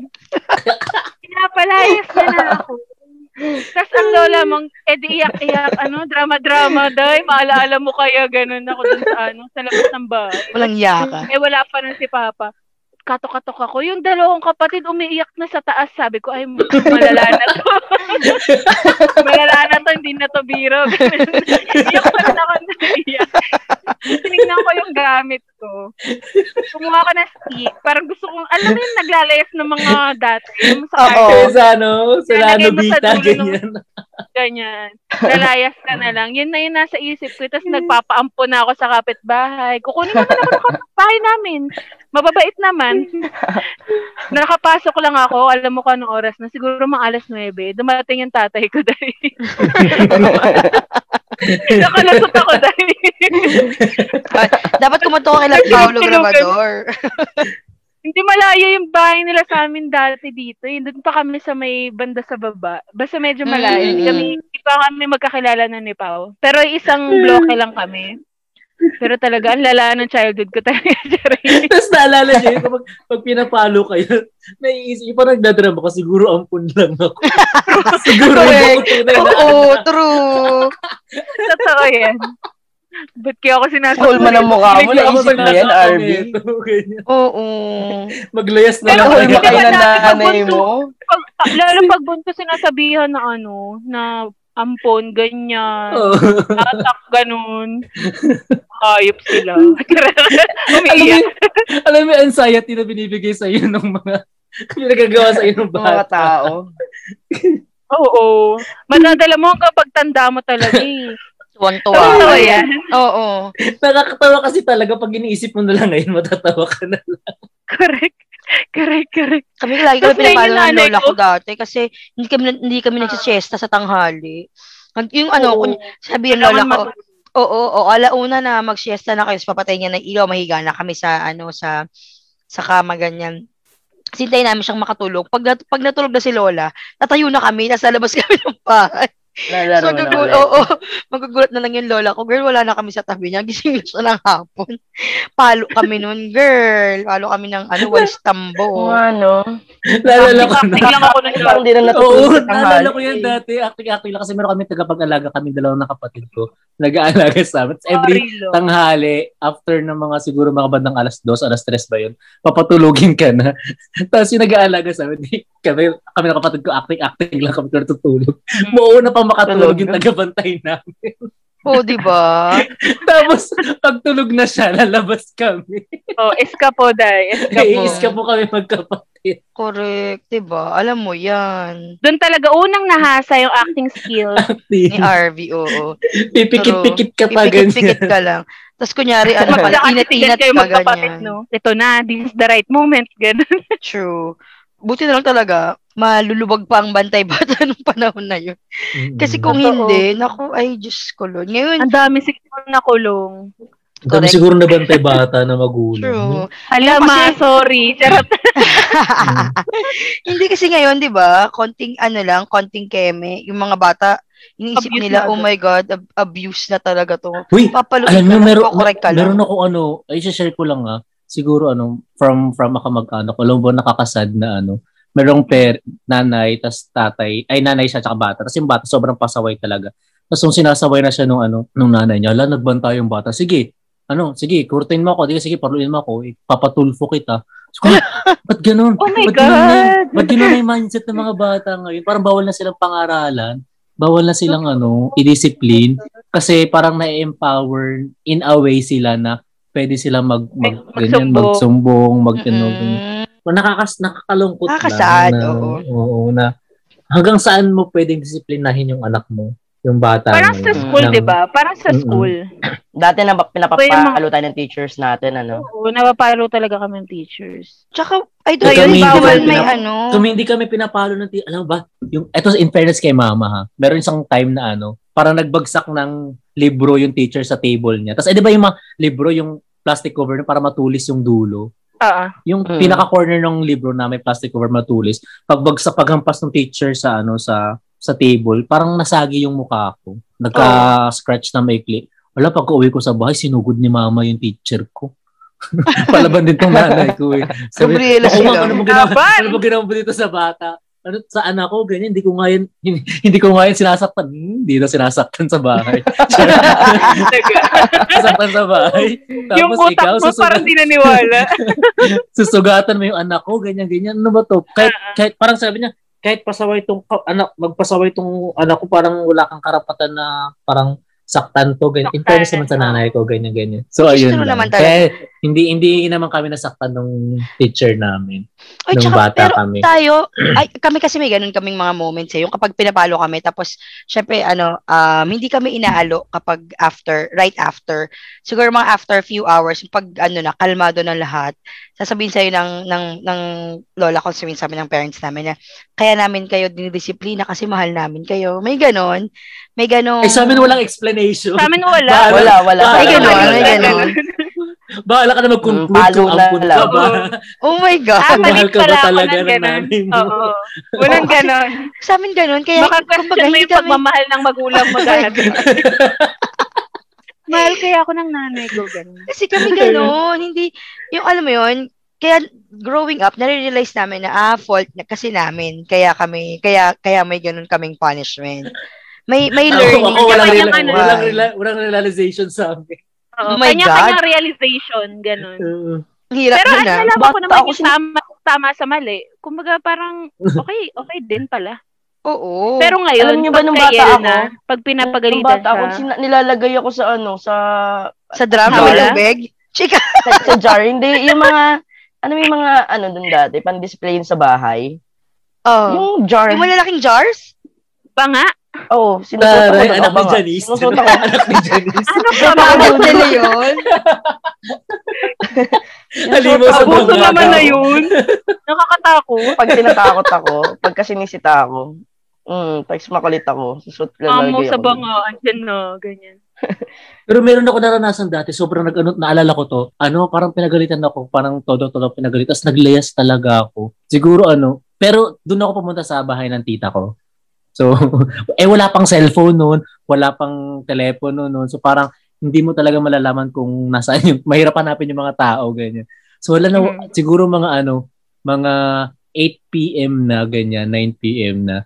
Speaker 9: Pinapalayas niya na ako. Tapos ang lola mong, edi iyak-iyak, ano, drama-drama, day, maalaala mo kaya, ganun ako dun sa, ano, sa labas ng bahay.
Speaker 7: Walang yaka.
Speaker 9: Eh, wala pa nun si Papa. Katok-katok ako. Yung dalawang kapatid umiiyak na sa taas. Sabi ko, ay, malala na to. malala na to, hindi na to biro. Iyak pa rin ako na iyak. Tinignan ko yung gamit ko. Kumuha ko ng stick. Parang gusto kong, alam mo yung naglalayas ng mga dati. Yung sa
Speaker 7: Oo.
Speaker 9: cartoon,
Speaker 6: sa ano, sa ano,
Speaker 9: Nalagay mo sa
Speaker 6: bita,
Speaker 9: dulo ng-
Speaker 6: ganyan.
Speaker 9: ganyan. Lalayas ka na lang. Yun na yun nasa isip ko. Tapos nagpapaampo na ako sa kapitbahay. Kukunin naman ako ng kapitbahay namin. Mababait naman. Nakapasok lang ako. Alam mo kung anong oras na. Siguro mga alas 9. Dumating yung tatay ko dahil. Nakalusot ako dahil.
Speaker 7: Dapat kumunta ko kay Lord Paolo Grabador.
Speaker 9: Hindi malayo yung bahay nila sa amin dati dito. Eh. Doon pa kami sa may banda sa baba. Basta medyo malayo. Hindi,
Speaker 7: Mm.
Speaker 9: kami, hindi pa kami magkakilala na ni Pao. Pero isang
Speaker 7: Mm.
Speaker 9: bloke lang kami. Pero talaga, ang lala ng childhood ko talaga. Charing.
Speaker 6: Tapos naalala niyo, yun, kapag pag pinapalo kayo, naiisip, parang nagdadrama ko, siguro ampun lang ako. siguro
Speaker 7: Correct.
Speaker 6: yung tunay na.
Speaker 7: Oo, true.
Speaker 9: Totoo yan. Ba't kaya ako sinasabi?
Speaker 5: Hold mo ng mukha mo.
Speaker 6: Bigla ako
Speaker 5: Naisip mo yan,
Speaker 6: nasa
Speaker 5: RB.
Speaker 6: komento, ganyan.
Speaker 7: Oo.
Speaker 6: Maglayas na
Speaker 9: Pero
Speaker 6: lang
Speaker 5: Hold mo
Speaker 9: hindi
Speaker 5: kayo
Speaker 9: ba
Speaker 5: ng
Speaker 9: natin
Speaker 5: nanay
Speaker 9: pagbunso?
Speaker 5: mo.
Speaker 9: Pag, ah, lalo pag bunto sinasabihan na ano, na ampon, ganyan,
Speaker 7: Oh.
Speaker 6: Oo.
Speaker 9: atak, ganun. Ayop sila.
Speaker 6: Alam mo,
Speaker 9: Umiiyak.
Speaker 6: yun- alam mo, yung anxiety na binibigay sa iyo ng mga nagagawa sa iyo ng
Speaker 5: Mga
Speaker 6: bata.
Speaker 5: tao.
Speaker 9: Oo. Madadala mo hanggang pagtanda mo talaga eh.
Speaker 7: Tuwan-tuwa.
Speaker 9: Totoo
Speaker 7: ako.
Speaker 9: yan.
Speaker 7: Oo.
Speaker 6: Nakakatawa kasi talaga pag iniisip mo na lang ngayon, matatawa ka na.
Speaker 9: Correct. Correct, correct.
Speaker 7: Kami lagi kami
Speaker 9: Tapos ngayon
Speaker 7: pinapalo
Speaker 9: yung
Speaker 7: ng
Speaker 9: nanay
Speaker 7: lola
Speaker 9: ko. Ah.
Speaker 7: ko dati kasi hindi kami, hindi kami nagsisiesta sa tanghali. Nag- Yung ano,
Speaker 9: Oo.
Speaker 7: kun, sabi ng lola
Speaker 9: Kailangan
Speaker 7: ko,
Speaker 9: mag-
Speaker 7: oo, oo, alauna na magsiesta na kayo, tapos papatayin niya ng ilaw, mahiga na kami sa, ano, sa, sa kama, ganyan. Sintayin namin siyang makatulog. Pag, nat- pag natulog na si Lola, tatayo na kami, nasa labas kami ng bahay.
Speaker 5: Nalaro
Speaker 7: So,
Speaker 5: na
Speaker 7: gugul-
Speaker 5: ulit.
Speaker 7: oo, magugulat na lang yung Lola ko. Girl, wala na kami sa tabi niya. Gising na siya ng hapon. Palo kami nun, girl. Palo kami ng, ano, walis
Speaker 5: Oo,
Speaker 7: tambo.
Speaker 5: ano?
Speaker 6: Naalala ko na.
Speaker 9: Acting lang ako nun.
Speaker 5: Parang di na natutulog
Speaker 6: Oo,
Speaker 5: sa tanghali.
Speaker 6: naalala ko
Speaker 7: eh.
Speaker 6: yan dati. Actually, lang kasi meron kami tagapag-alaga kami dalawang na kapatid ko. Nag-aalaga sa amin. Tapos Every
Speaker 9: Marilo.
Speaker 6: tanghali, after ng mga siguro mga bandang alas dos, alas tres ba yun, papatulogin ka na. Tapos yung nag-aalaga sa amin, di- kami, kami na kapatid ko, acting-acting lang kami natutulog.
Speaker 7: Mm-hmm.
Speaker 6: Mauna pa makatulog yung tagabantay namin.
Speaker 7: Oo, Oh, di ba?
Speaker 6: Tapos, pagtulog na siya, lalabas kami.
Speaker 9: Oh, iska po, Day. Iska po.
Speaker 6: Naiis ka po kami magkapatid.
Speaker 7: Correct, 'di ba? Alam mo 'yan.
Speaker 9: Doon talaga unang nahasa yung acting skills.
Speaker 7: Ni RV, oo.
Speaker 6: Pipikit-pikit ka pa
Speaker 7: Pipikit-pikit
Speaker 6: ganyan.
Speaker 7: ka lang. Tapos kunyari, ano pa,
Speaker 9: Magkakatitigan
Speaker 7: inat-inat
Speaker 9: kayo
Speaker 7: ka
Speaker 9: magkapatid,
Speaker 7: ganyan.
Speaker 9: no? Ito na, this is the right moment. Ganun.
Speaker 7: True. Buti na lang talaga, malulubog pa ang bantay-bata nung panahon na yun. Kasi kung
Speaker 9: Totoo.
Speaker 7: hindi, naku, ay, Diyos ko, Lord. Ngayon,
Speaker 9: Ang dami siguro nakulong.
Speaker 6: Ang dami
Speaker 7: correct.
Speaker 6: siguro nabantay bata na magulang.
Speaker 7: true.
Speaker 9: Alam
Speaker 7: Kasi-
Speaker 9: ma, sorry. Charot.
Speaker 7: Mm. Hindi kasi ngayon, 'di ba? Konting ano lang, konting keme, yung mga bata, iniisip
Speaker 9: Abuse
Speaker 7: nila,
Speaker 9: na
Speaker 7: "Oh my god, ab- abuse na talaga 'to."
Speaker 6: Uy,
Speaker 7: Papaluin
Speaker 6: alam
Speaker 7: ka
Speaker 6: mo,
Speaker 7: lang,
Speaker 6: meron,
Speaker 7: correct ka lang.
Speaker 6: meron ako ano, ay share ko lang ah, siguro ano, from from makamag-anak, alam mo ba nakakasad na ano, merong per, nanay, tas tatay, ay nanay siya tsaka bata, tas yung bata sobrang pasaway talaga. Tapos nung sinasaway na siya nung ano, nung nanay niya, ala, nagbanta yung bata, sige, ano, sige, kurtin mo ako, sige, sige, parluin mo ako, eh, papatulfo kita. So, ko, ba't ganun?
Speaker 9: Oh my
Speaker 6: ba't ganun na yun?
Speaker 9: God.
Speaker 6: Ba't ganun na yung mindset ng mga bata ngayon? Parang bawal na silang pangaralan, bawal na silang ano, i-discipline, kasi parang na-empower in a way sila na pwede sila mag, mag
Speaker 9: Mag-
Speaker 6: ganyan,
Speaker 9: magsumbong.
Speaker 6: magsumbong, mag ano, ganyan.
Speaker 7: Mm-mm.
Speaker 6: Nakakas, nakakalungkot
Speaker 7: Nakakasad,
Speaker 6: lang. na-
Speaker 7: oo.
Speaker 6: oo, na hanggang saan mo pwedeng disiplinahin yung anak mo, yung bata
Speaker 9: Parang
Speaker 6: mo,
Speaker 9: sa school,
Speaker 6: ng-
Speaker 9: di ba? Parang sa
Speaker 6: Mm-mm.
Speaker 9: school.
Speaker 5: Dati na
Speaker 9: Kaya yung mga-
Speaker 5: pinapapalo tayo ng teachers natin, ano?
Speaker 9: Oo, napapalo talaga kami ng teachers.
Speaker 7: Tsaka, I don't
Speaker 6: Ito, may-
Speaker 7: think bawal
Speaker 6: ito,
Speaker 7: may
Speaker 6: may-
Speaker 7: ano.
Speaker 6: Kung hindi kami pinapalo ng ti- alam mo ba, yung, eto in fairness kay mama ha, meron isang time na ano, parang nagbagsak ng libro yung teacher sa table niya. Tapos, eh, di ba yung mga libro, yung plastic cover na para matulis yung dulo?
Speaker 9: Oo.
Speaker 6: Yung
Speaker 5: Mm.
Speaker 6: pinaka-corner ng libro na may plastic cover matulis, pagbagsak paghampas ng teacher sa ano sa sa table, parang nasagi yung mukha ko. Nagka-scratch na maikli. Wala, pag uwi ko sa bahay, sinugod ni mama yung teacher ko. Palaban din tong nanay ko eh.
Speaker 7: Gabriela
Speaker 6: "Naku, ma'am,
Speaker 7: sila."
Speaker 6: ano mo ginawa?
Speaker 9: Laban!
Speaker 6: Ano ba ginawa mo dito sa bata? Ano, sa anak ko, ganyan, hindi ko nga yan, hindi, hindi ko nga yan sinasaktan. Hmm, Hindi na sinasaktan sa bahay. sinasaktan sa bahay. Tapos
Speaker 9: Yung utak
Speaker 6: ikaw,
Speaker 9: mo parang
Speaker 6: susugat-
Speaker 9: di naniwala.
Speaker 6: susugatan mo yung anak ko, ganyan, ganyan. Ano ba to? Kahit,
Speaker 9: Ah,
Speaker 6: kahit parang sabi niya, kahit pasaway tong ka- anak, magpasaway tong anak ko, parang wala kang karapatan na parang saktan to, ganyan. In
Speaker 9: Saktan,
Speaker 6: fairness naman sa
Speaker 9: oo.
Speaker 6: nanay ko, ganyan, ganyan. So,
Speaker 7: Which
Speaker 6: ayun
Speaker 7: is true
Speaker 6: lang.
Speaker 7: naman talaga.
Speaker 6: Kaya, hindi, hindi naman kami nasaktan nung teacher namin.
Speaker 7: Ay,
Speaker 6: nung
Speaker 7: tsaka,
Speaker 6: bata
Speaker 7: pero
Speaker 6: kami.
Speaker 7: tayo, ay, kami kasi may ganun kaming mga moments eh. Yung kapag pinapalo kami, tapos, syempre, ano, um, hindi kami inaalo kapag after, right after. Siguro mga after few hours, pag, ano na, kalmado na lahat, sasabihin sa'yo ng, ng, ng lola ko, sabihin sa amin ng parents namin na, kaya namin kayo dinidisiplina kasi mahal namin kayo. May ganun. May ganun.
Speaker 6: Ay, Eh, sa amin walang explanation.
Speaker 9: Sa amin wala.
Speaker 6: Bahala.
Speaker 5: Wala, wala.
Speaker 6: Ay,
Speaker 5: Wala,
Speaker 7: ganun,
Speaker 5: wala.
Speaker 7: ay, ganun.
Speaker 6: Bahala ka na mag-conclude
Speaker 5: Mm, palo
Speaker 6: kung
Speaker 5: na
Speaker 6: ampun ka
Speaker 5: lang.
Speaker 6: ba.
Speaker 7: Oh my God.
Speaker 9: Ah,
Speaker 6: Mahal
Speaker 9: mali
Speaker 6: ka ba
Speaker 9: pala ako
Speaker 6: talaga
Speaker 9: ng
Speaker 6: ng
Speaker 9: ganun.
Speaker 6: nanay mo?
Speaker 9: Oo. Walang
Speaker 7: Oo, kasi-
Speaker 9: ganon.
Speaker 7: Sa amin ganun. Kaya,
Speaker 9: Baka question mo yung pagmamahal ng magulang mo
Speaker 7: Oh my
Speaker 9: dahil.
Speaker 7: God.
Speaker 9: Mahal kaya ako ng nanay ko. Ganun.
Speaker 7: Kasi kami gano'n, hindi, yung alam mo yun, kaya growing up, nare-realize namin na, ah, fault na kasi namin, kaya kami, kaya, kaya may ganun kaming punishment. May, may learning.
Speaker 6: Ako, ako walang, rela-
Speaker 9: Kanya-kanya ano.
Speaker 6: walang, rela- walang realization sa amin.
Speaker 7: Oh
Speaker 9: Oo,
Speaker 7: my
Speaker 9: Kanya-kanya realization. Ganun.
Speaker 6: Uh,
Speaker 7: Hirap
Speaker 9: Pero
Speaker 7: yun,
Speaker 9: ano,
Speaker 7: ah.
Speaker 9: alam
Speaker 5: Bata
Speaker 9: ko naman
Speaker 5: ako
Speaker 9: yung tama, tama sa mali. Kumbaga parang, okay, okay din pala.
Speaker 7: Oo.
Speaker 9: Pero ngayon,
Speaker 5: Alam niyo ba
Speaker 9: pag
Speaker 5: nung
Speaker 9: kay
Speaker 5: bata
Speaker 9: Yel
Speaker 5: ako?
Speaker 9: na, pag pinapagalitan
Speaker 5: Nung bata ako,
Speaker 9: siya,
Speaker 5: sina- nilalagay ako sa ano, sa,
Speaker 7: sa drama,
Speaker 9: Wala?
Speaker 7: may tubig. Chika.
Speaker 5: sa, sa jar. Hindi, yung mga, ano may mga, ano dun dati, pang-display yun sa bahay.
Speaker 7: Oh.
Speaker 5: Yung jar.
Speaker 7: Yung malalaking jars?
Speaker 9: pa nga.
Speaker 5: Oo, sinusuot ako.
Speaker 6: Taray,
Speaker 5: ng
Speaker 6: anak ni
Speaker 5: abang, ah.
Speaker 6: Janice.
Speaker 5: Sinusuot ako.
Speaker 6: anak ni Janice.
Speaker 9: Ano pa ba?
Speaker 7: Pabagaw nila yun.
Speaker 6: Halimaw sa
Speaker 9: Abuso
Speaker 6: bangga.
Speaker 9: Ah, naman na yun. Nakakatakot.
Speaker 5: Pag tinatakot ako, pagka sinisita ako, mm, pag makulit ako, susuot
Speaker 9: Amo
Speaker 5: lalagay
Speaker 9: sa
Speaker 5: ako.
Speaker 9: bango. Andyan no. Ganyan.
Speaker 6: Pero meron ako naranasan dati, sobrang nag ano, naalala ko to. Ano, parang pinagalitan ako, parang todo-todo pinagalitan. Tapos naglayas talaga ako. Siguro ano, pero doon ako pumunta sa bahay ng tita ko. So, eh wala pang cellphone noon, wala pang telepono noon. So parang hindi mo talaga malalaman kung nasaan yung, mahirap hanapin yung mga tao, ganyan. So wala na,
Speaker 9: Mm.
Speaker 6: siguro mga ano, mga 8 p.m. na, ganyan, 9 p.m. na.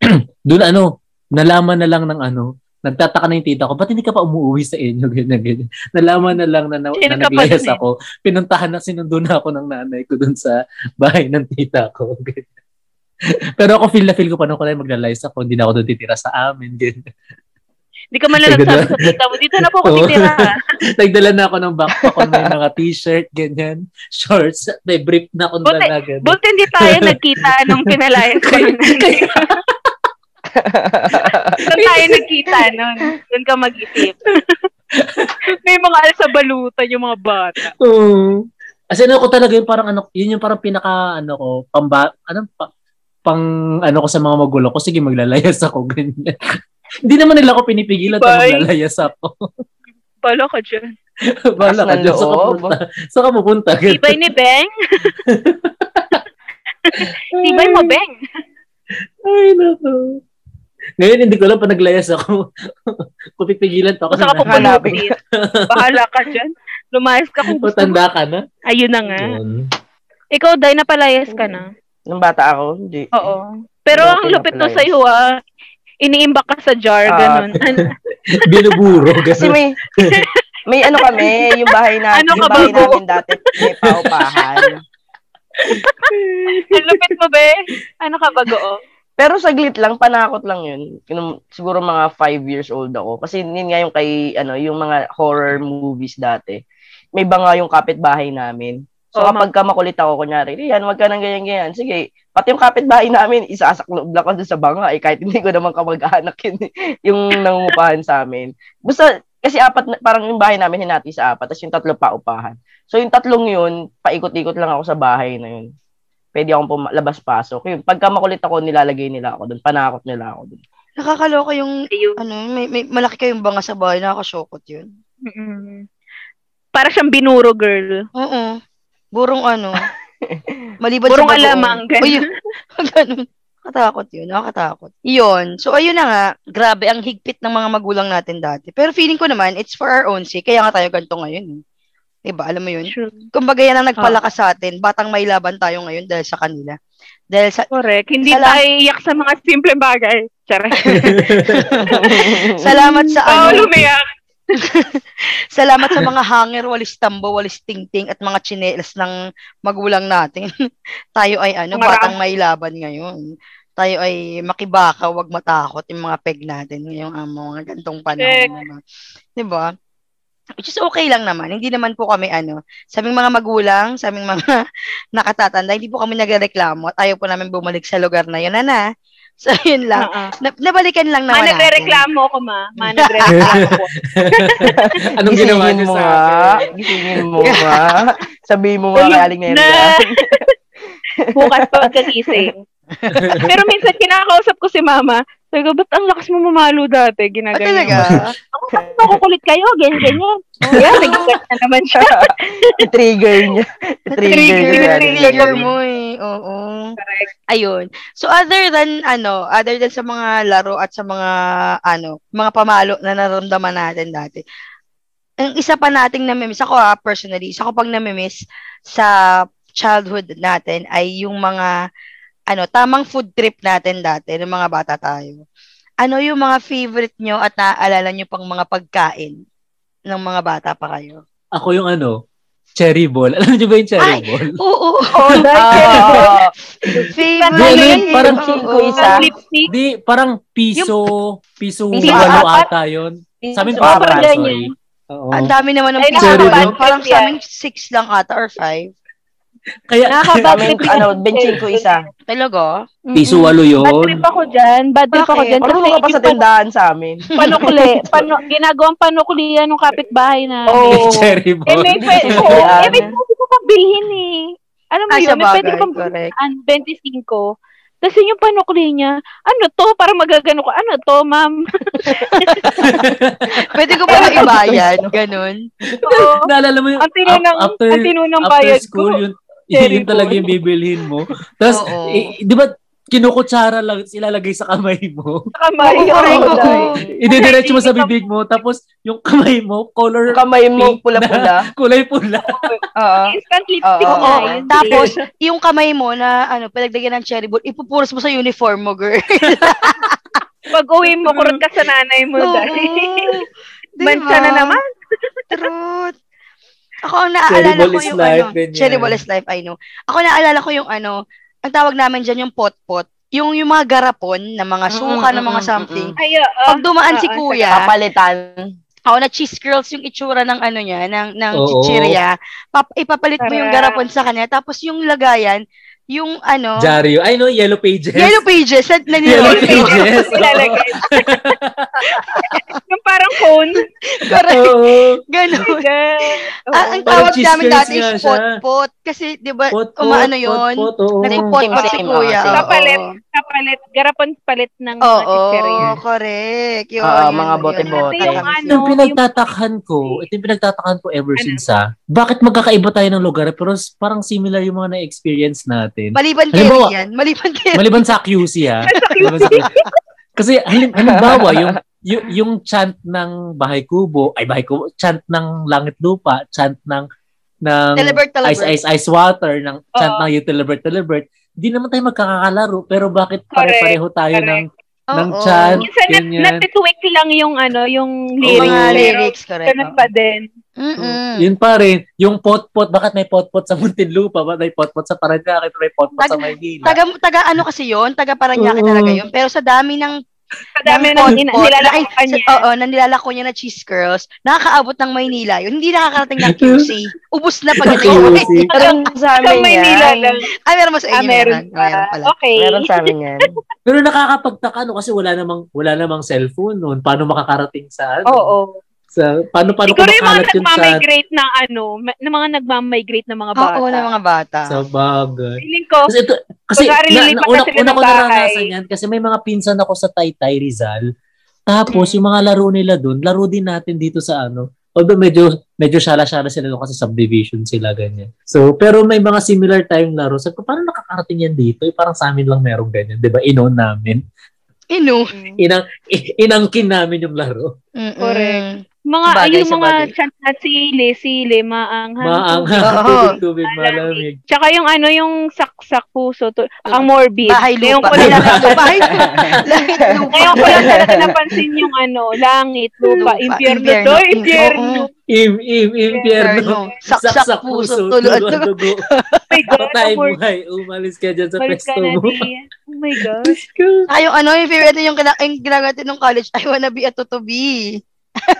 Speaker 6: doon ano, nalaman na lang ng ano, nagtataka na yung tita ko, ba't hindi ka pa umuwi sa inyo? Ganyan, ganyan. Nalaman na lang na, na, na
Speaker 9: Sino ka pa
Speaker 6: naglayas
Speaker 9: dun eh?
Speaker 6: ako. Pinuntahan na, sinundo na ako ng nanay ko dun sa bahay ng tita ko. Ganyan. Pero ako feel na feel ko pa nung kulay maglalayas ako, hindi na ako doon titira sa amin. Ganyan.
Speaker 9: Hindi ka man lang
Speaker 6: Sige na.
Speaker 9: nagsabi sa tita mo. Dito na po ako
Speaker 6: Oo.
Speaker 9: titira.
Speaker 6: Nagdala na ako ng backpack ko may mga t-shirt, ganyan, shorts, may brief na ako
Speaker 9: Buti-
Speaker 6: dala. ganyan.
Speaker 9: Buti hindi tayo nagkita nung pinalayan ko ng nanay. Doon tayo nagkita nun. Doon ka mag-isip. May mga al sa balutan yung mga bata.
Speaker 6: Oo. As in, ako talaga yung parang ano, yun yung parang pinaka ano ko, pamba, ano, pa, pang ano ko sa mga magulo ko, sige maglalayas ako, ganyan. Hindi naman nila ako pinipigilan na
Speaker 9: Bye.
Speaker 6: maglalayas ako.
Speaker 9: Balo ka dyan.
Speaker 6: Bala ka
Speaker 5: ng
Speaker 6: dyan, saan ka
Speaker 5: loob.
Speaker 6: pupunta? Saan ka pupunta?
Speaker 9: Tibay ni Beng? Tibay mo, Beng?
Speaker 6: Ay, naku. Ngayon, hindi ko lang pa naglayas ako. Kung pipigilan pa ako.
Speaker 9: Basta ka
Speaker 6: na-
Speaker 9: pang
Speaker 5: Hanapin.
Speaker 9: balutin. Bahala ka dyan. Lumayas ka kung gusto mo.
Speaker 6: Matanda ka na.
Speaker 9: Ayun na nga.
Speaker 6: Yun.
Speaker 9: Ikaw, Day, napalayas ka na.
Speaker 5: Nung bata ako, hindi.
Speaker 9: Oo. Pero
Speaker 5: Hindi ako
Speaker 9: ang lupit no
Speaker 5: pinapalayas.
Speaker 9: sa'yo, ah. Iniimbak ka sa jar,
Speaker 5: Ah.
Speaker 9: ganun. Ano? An-
Speaker 6: Binuburo.
Speaker 5: Kasi
Speaker 6: Ganun.
Speaker 5: may, may ano kami, yung bahay na,
Speaker 9: Ano
Speaker 5: yung
Speaker 9: ka,
Speaker 5: bahay
Speaker 9: bago?
Speaker 5: namin dati, may paupahan.
Speaker 9: Ang lupit mo, be. Ano ka ba, goo?
Speaker 5: Pero saglit lang, panakot lang yun. Kinum- Siguro mga five years old ako. Kasi yun nga yung kay, ano, yung mga horror movies dati. May banga yung kapitbahay namin. So
Speaker 9: Oo,
Speaker 5: kapag ka makulit ako, kunyari, yan, wag ka nang ganyan-ganyan. Sige, pati yung kapitbahay namin, isasaklob lang ako dun sa banga. Eh, kahit hindi ko naman kamag-anak yun, eh, yung nangungupahan sa amin. Basta, kasi apat, na- parang yung bahay namin hinati sa apat, tapos yung tatlo pa upahan. So yung tatlong yun, paikot-ikot lang ako sa bahay na yun pwede akong pum- labas-pasok. Yun, pagka makulit ako, nilalagay nila ako doon. Panakot nila ako doon.
Speaker 7: Nakakaloko yung,
Speaker 9: Ayun.
Speaker 7: ano, may, may malaki kayong banga sa bahay, nakakasukot yun.
Speaker 9: Mm-mm. Para siyang binuro, girl.
Speaker 7: Oo. Burong ano. Maliban
Speaker 9: Burong
Speaker 7: sa bagoong.
Speaker 9: alamang, ganun.
Speaker 7: Uy, ganun. Nakatakot yun, nakakatakot. Yun. So, ayun na nga, grabe ang higpit ng mga magulang natin dati. Pero feeling ko naman, it's for our own sake. Kaya nga tayo ganito ngayon. eh. Diba, alam mo yun?
Speaker 9: True.
Speaker 7: Kumbaga yan ang
Speaker 9: Ah.
Speaker 7: nagpalakas sa atin. Batang may laban tayo ngayon dahil sa kanila. Dahil sa,
Speaker 9: Correct. Hindi
Speaker 7: Salam-
Speaker 9: tayo iyak sa mga simpleng bagay. Tiyara.
Speaker 7: salamat sa
Speaker 9: Oo,
Speaker 7: ano,
Speaker 9: lumiyak.
Speaker 7: salamat sa mga hanger, walis tambo, walis tingting at mga tsinelas ng magulang natin. tayo ay ano,
Speaker 9: Mga
Speaker 7: batang may laban ngayon. Tayo ay makibaka, wag matakot yung mga peg natin ngayong ang mga gantong
Speaker 9: Peg.
Speaker 7: panahon. 'Di ba? Which is okay lang naman. Hindi naman po kami ano, sa aming mga magulang, sa aming mga nakatatanda, hindi po kami nagrereklamo at ayaw po namin bumalik sa lugar na yun, ana. So, yun lang.
Speaker 9: Oo.
Speaker 7: Na- nabalikan lang
Speaker 9: Ma,
Speaker 7: naman
Speaker 9: Ah. nagre-reklamo ako, ma. Ma, nagre-reklamo ako.
Speaker 6: Anong ginawa
Speaker 5: Gisingin mo ah.
Speaker 6: niyo sa
Speaker 5: nga.
Speaker 6: akin?
Speaker 5: Gisingin mo nga. Sabihin mo nga
Speaker 9: Ayun
Speaker 5: kay Aling
Speaker 9: na.
Speaker 5: Nelda.
Speaker 9: Bukas pagkagising. Pero minsan kinakausap ko si mama. Sabi ko, ba't ang lakas mo mamalo dati?
Speaker 7: Ah,
Speaker 9: Ginaganyan.
Speaker 7: talaga?
Speaker 9: mo. Ako, saan makukulit kayo? Ganyan, ganyan. Oh, yeah, nagigat na naman siya.
Speaker 5: I-trigger niya. I-trigger
Speaker 7: Trigger,
Speaker 5: niya.
Speaker 7: trigger mo eh. Oo. Ayun. So other than ano, other than sa mga laro at sa mga ano, mga pamalo na nararamdaman natin dati. Ang isa pa nating namimiss ako ah, personally, isa ko pang namimiss sa childhood natin ay yung mga ano, tamang food trip natin dati ng mga bata tayo. Ano yung mga favorite nyo at naaalala nyo pang mga pagkain ng mga bata pa kayo?
Speaker 6: Ako yung ano, cherry ball. Alam niyo ba yung cherry
Speaker 7: Ay!
Speaker 6: ball?
Speaker 7: Oo.
Speaker 5: Oh,
Speaker 7: Ah. favorite.
Speaker 6: Yun, parang-
Speaker 5: ko isa.
Speaker 9: Ang lipstick.
Speaker 6: Di, parang piso, piso,
Speaker 5: Piso
Speaker 6: walo
Speaker 5: apat.
Speaker 6: ata yun. Sa amin,
Speaker 5: Piso
Speaker 6: parang
Speaker 9: apat.
Speaker 6: aso
Speaker 9: Ganyan.
Speaker 6: eh. Oo.
Speaker 7: Ang dami naman ng
Speaker 9: Ay,
Speaker 7: pizza
Speaker 6: nakakabad
Speaker 7: ball.
Speaker 9: trip
Speaker 7: Parang
Speaker 9: yan.
Speaker 7: sa amin, six lang ata or five.
Speaker 6: Kaya,
Speaker 5: Bad
Speaker 9: Nakaka-bad trip ako.
Speaker 5: ano, benching ko isa.
Speaker 7: Talaga?
Speaker 9: Mm-mm.
Speaker 6: piso walo
Speaker 9: Bad
Speaker 6: yun.
Speaker 9: trip ako dyan. Bad trip ako
Speaker 7: Bakit?
Speaker 9: dyan.
Speaker 5: Marunong ka pa sa
Speaker 9: yung
Speaker 5: tindahan sa amin.
Speaker 9: Panukuli. Pano, ginagawang panukulian ng kapitbahay na.
Speaker 5: Oo.
Speaker 6: Cherry
Speaker 9: eh,
Speaker 6: bomb.
Speaker 9: may pwede ko.
Speaker 5: Yan.
Speaker 9: eh, may pwede ko pang bilhin eh. Alam mo
Speaker 7: Ah,
Speaker 9: yun,
Speaker 7: sa
Speaker 9: may pwede
Speaker 7: bagay.
Speaker 9: ko pang
Speaker 7: Correct.
Speaker 9: an 25. Kasi yung panukli niya, ano to? Para magagano ko, ano to, ma'am?
Speaker 7: Pwede ko pa ibayan. Ganun.
Speaker 9: Oo.
Speaker 6: Naalala mo yung
Speaker 9: Ano ang tino ng,
Speaker 6: ap- after,
Speaker 9: ang tino ng
Speaker 6: after
Speaker 9: bayad
Speaker 6: school,
Speaker 9: ko.
Speaker 6: yun,
Speaker 9: Cherry
Speaker 6: yun talaga
Speaker 9: bomb.
Speaker 6: yung bibilhin mo. Tapos,
Speaker 7: Oo.
Speaker 6: eh, di ba, kinukutsara lang, ilalagay sa kamay mo.
Speaker 9: Sa kamay.
Speaker 5: Oo,
Speaker 9: Oo,
Speaker 5: correct,
Speaker 9: dahil-
Speaker 5: oo.
Speaker 6: Idediretso mo sa bibig mo, tapos yung kamay mo, color,
Speaker 5: Yung kamay mo,
Speaker 6: Pink
Speaker 5: pula-pula.
Speaker 6: kulay pula.
Speaker 5: Oo.
Speaker 9: Instant lipstick
Speaker 5: Oo.
Speaker 9: na
Speaker 7: Oo.
Speaker 9: yun.
Speaker 7: Tapos, yung kamay mo na, ano, palagdagan ng cherry ball, ipupuros mo sa uniform mo, girl.
Speaker 9: Pag uwi mo, kurot ka sa nanay mo.
Speaker 7: Oo.
Speaker 9: dahil.
Speaker 7: Diba?
Speaker 9: Bansa na naman.
Speaker 7: Truth. Ako ang naaalala
Speaker 6: Cherry ball
Speaker 7: ko
Speaker 6: is
Speaker 7: yung
Speaker 6: life,
Speaker 7: ano.
Speaker 6: ganyan.
Speaker 7: Cherry ball is life, I know. Ako naaalala ko yung ano, ang tawag namin dyan yung pot-pot. Yung, yung mga garapon na mga suka,
Speaker 5: Mm,
Speaker 7: na
Speaker 5: mm,
Speaker 7: mga
Speaker 5: mm,
Speaker 7: something.
Speaker 5: mm.
Speaker 9: Ay, oo.
Speaker 7: Pag dumaan si
Speaker 9: Oo,
Speaker 7: kuya,
Speaker 5: Kapalitan.
Speaker 7: ako na cheese curls yung itsura ng ano niya, ng, ng
Speaker 6: Oo.
Speaker 7: chichirya, pap- ipapalit mo yung
Speaker 9: Sarap.
Speaker 7: garapon sa kanya, tapos yung lagayan, yung ano,
Speaker 6: Diario. Ay, no, yellow pages.
Speaker 7: yellow pages, na, na
Speaker 6: Yellow
Speaker 7: nilolong.
Speaker 6: pages.
Speaker 9: Ilalagay. yung parang cone.
Speaker 7: Correct.
Speaker 6: Oo.
Speaker 7: Ganun.
Speaker 9: Oo.
Speaker 7: Ah, ang
Speaker 6: Parang
Speaker 7: tawag
Speaker 6: cheese
Speaker 7: namin
Speaker 6: curls
Speaker 7: dati
Speaker 6: nga
Speaker 7: is
Speaker 6: siya.
Speaker 7: pot-pot. Kasi, di ba,
Speaker 6: Pot, pot,
Speaker 7: umaano yun?
Speaker 6: Pot, pot, oo.
Speaker 7: Nagpo-pot-pot si
Speaker 5: Same,
Speaker 7: kuya.
Speaker 5: same,
Speaker 7: oo.
Speaker 9: Kapalit. Kapalit. Garapon palit ng mga
Speaker 7: Oo,
Speaker 9: chichirya.
Speaker 7: correct. Yun,
Speaker 5: Oo,
Speaker 7: yun,
Speaker 5: mga
Speaker 7: yun.
Speaker 5: bote-bote.
Speaker 9: Kasi yung
Speaker 6: Ito yung Ano?
Speaker 9: ano,
Speaker 6: pinagtatakhan ko, ito yung pinagtatakhan ko ever since ha. Bakit magkakaiba tayo ng lugar pero s- parang similar yung mga na-experience natin.
Speaker 7: Maliban kay
Speaker 6: Halimbawa-
Speaker 7: yan. Maliban kay
Speaker 6: Maliban sa QC ha. Maliban sa QC. Kasi halim, halimbawa, yung, yung, yung chant ng Bahay Kubo, ay Bahay Kubo, chant ng Langit Lupa, chant ng, ng
Speaker 7: Talibert
Speaker 6: Ice
Speaker 7: Talibert.
Speaker 6: Ice Ice Water, ng chant
Speaker 9: Oo.
Speaker 6: ng You Talibert Talibert, di naman tayo magkakakalaro pero bakit pare-pareho tayo
Speaker 9: correct.
Speaker 6: ng,
Speaker 7: Oo.
Speaker 6: ng chant,
Speaker 9: Minsan nat-
Speaker 6: ganyan.
Speaker 9: natitweak lang yung ano, yung lyrics.
Speaker 7: Mga
Speaker 9: Pero
Speaker 7: lyrics, correct.
Speaker 9: Ganun pa din.
Speaker 7: Mm-mm.
Speaker 6: Yun pa rin, yung pot-pot, bakit may pot-pot sa Muntinlupa, bakit may pot-pot sa Paranaque, may pot-pot sa
Speaker 7: Tag-
Speaker 6: Maynila.
Speaker 7: Taga, taga ano kasi yun? Taga Paranaque
Speaker 6: Oo.
Speaker 7: talaga yun. Pero sa dami ng ng
Speaker 9: Kadami na
Speaker 7: pot-pot,
Speaker 9: nilalakapan
Speaker 7: nakik-
Speaker 9: niya.
Speaker 7: sa- Oo, na nilalako niya na cheese curls. Nakakaabot ng Maynila. Yun, hindi nakakarating ng QC. Ubus na pag
Speaker 6: Okay,
Speaker 7: ito.
Speaker 6: Lucy.
Speaker 5: Meron sa
Speaker 9: Sa
Speaker 5: amin
Speaker 9: Maynila
Speaker 5: yan.
Speaker 9: lang.
Speaker 7: Ay, meron mo sa inyo.
Speaker 9: Ah, meron
Speaker 7: meron. Meron pala.
Speaker 9: pa. Okay.
Speaker 5: Meron sa amin yan.
Speaker 6: Pero nakakapagtaka no kasi wala namang wala namang cellphone noon. Paano makakarating sa ano?
Speaker 9: Oo.
Speaker 6: Sa paano paano
Speaker 9: Siguro yung mga
Speaker 6: Ano kumakalat yun sa
Speaker 9: nagmamigrate na ano, ma- na mga nagmamigrate na mga bata.
Speaker 7: Ah, Oo, ng mga bata.
Speaker 6: sa bagay.
Speaker 9: Feeling ko,
Speaker 6: Kasi ito kasi
Speaker 9: Kunwari,
Speaker 6: na, na,
Speaker 9: lilipat
Speaker 6: una,
Speaker 9: na sila
Speaker 6: una
Speaker 9: ng
Speaker 6: ko
Speaker 9: bahay.
Speaker 6: naranasan yan kasi may mga pinsan ako sa Taytay Rizal. Tapos
Speaker 9: Mm.
Speaker 6: yung mga laro nila doon, laro din natin dito sa ano. Although medyo medyo shala-shala sila doon kasi subdivision sila ganyan. So, pero may mga similar tayong laro. Sabi ko, paano nakakarating yan dito? Eh, parang sa amin lang merong ganyan, 'di ba? Inon namin.
Speaker 7: Inu.
Speaker 9: Mm.
Speaker 6: Inang inangkin namin yung laro.
Speaker 7: Mm-mm.
Speaker 9: Correct. mga,
Speaker 7: Sabagay,
Speaker 9: yung mga
Speaker 7: sabagay.
Speaker 9: chant na sili, sili, maanghang.
Speaker 6: Maanghang
Speaker 7: Oo.
Speaker 6: tubig-tubig
Speaker 9: Malamig.
Speaker 6: malamig.
Speaker 9: Tsaka yung ano, yung saksak puso. To, ang morbid.
Speaker 7: Bahay
Speaker 9: Ngayon
Speaker 7: lupa.
Speaker 9: ko lang,
Speaker 7: Bahay lupa. Langit lupa.
Speaker 9: ngayon ko lang talaga napansin yung ano, langit, lupa,
Speaker 7: Lupa,
Speaker 9: impyerno.
Speaker 7: impyerno. Mm,
Speaker 9: To, impyerno.
Speaker 6: Im,
Speaker 9: Oh
Speaker 6: im,
Speaker 9: ano?
Speaker 6: impyerno.
Speaker 7: Impyerno. Saksak puso, tuloan dugo.
Speaker 6: dugo.
Speaker 9: Oh my God,
Speaker 6: Patay
Speaker 9: ang morbid.
Speaker 6: buhay. Umalis ka dyan sa
Speaker 9: Balik
Speaker 6: pesto
Speaker 9: ka na,
Speaker 6: mo.
Speaker 9: Dia. Oh my God.
Speaker 6: Diyos ko.
Speaker 7: Ay, yung ano, yung favorite yung, kina- yung ginagawa natin nung college, I wanna be a tutubi.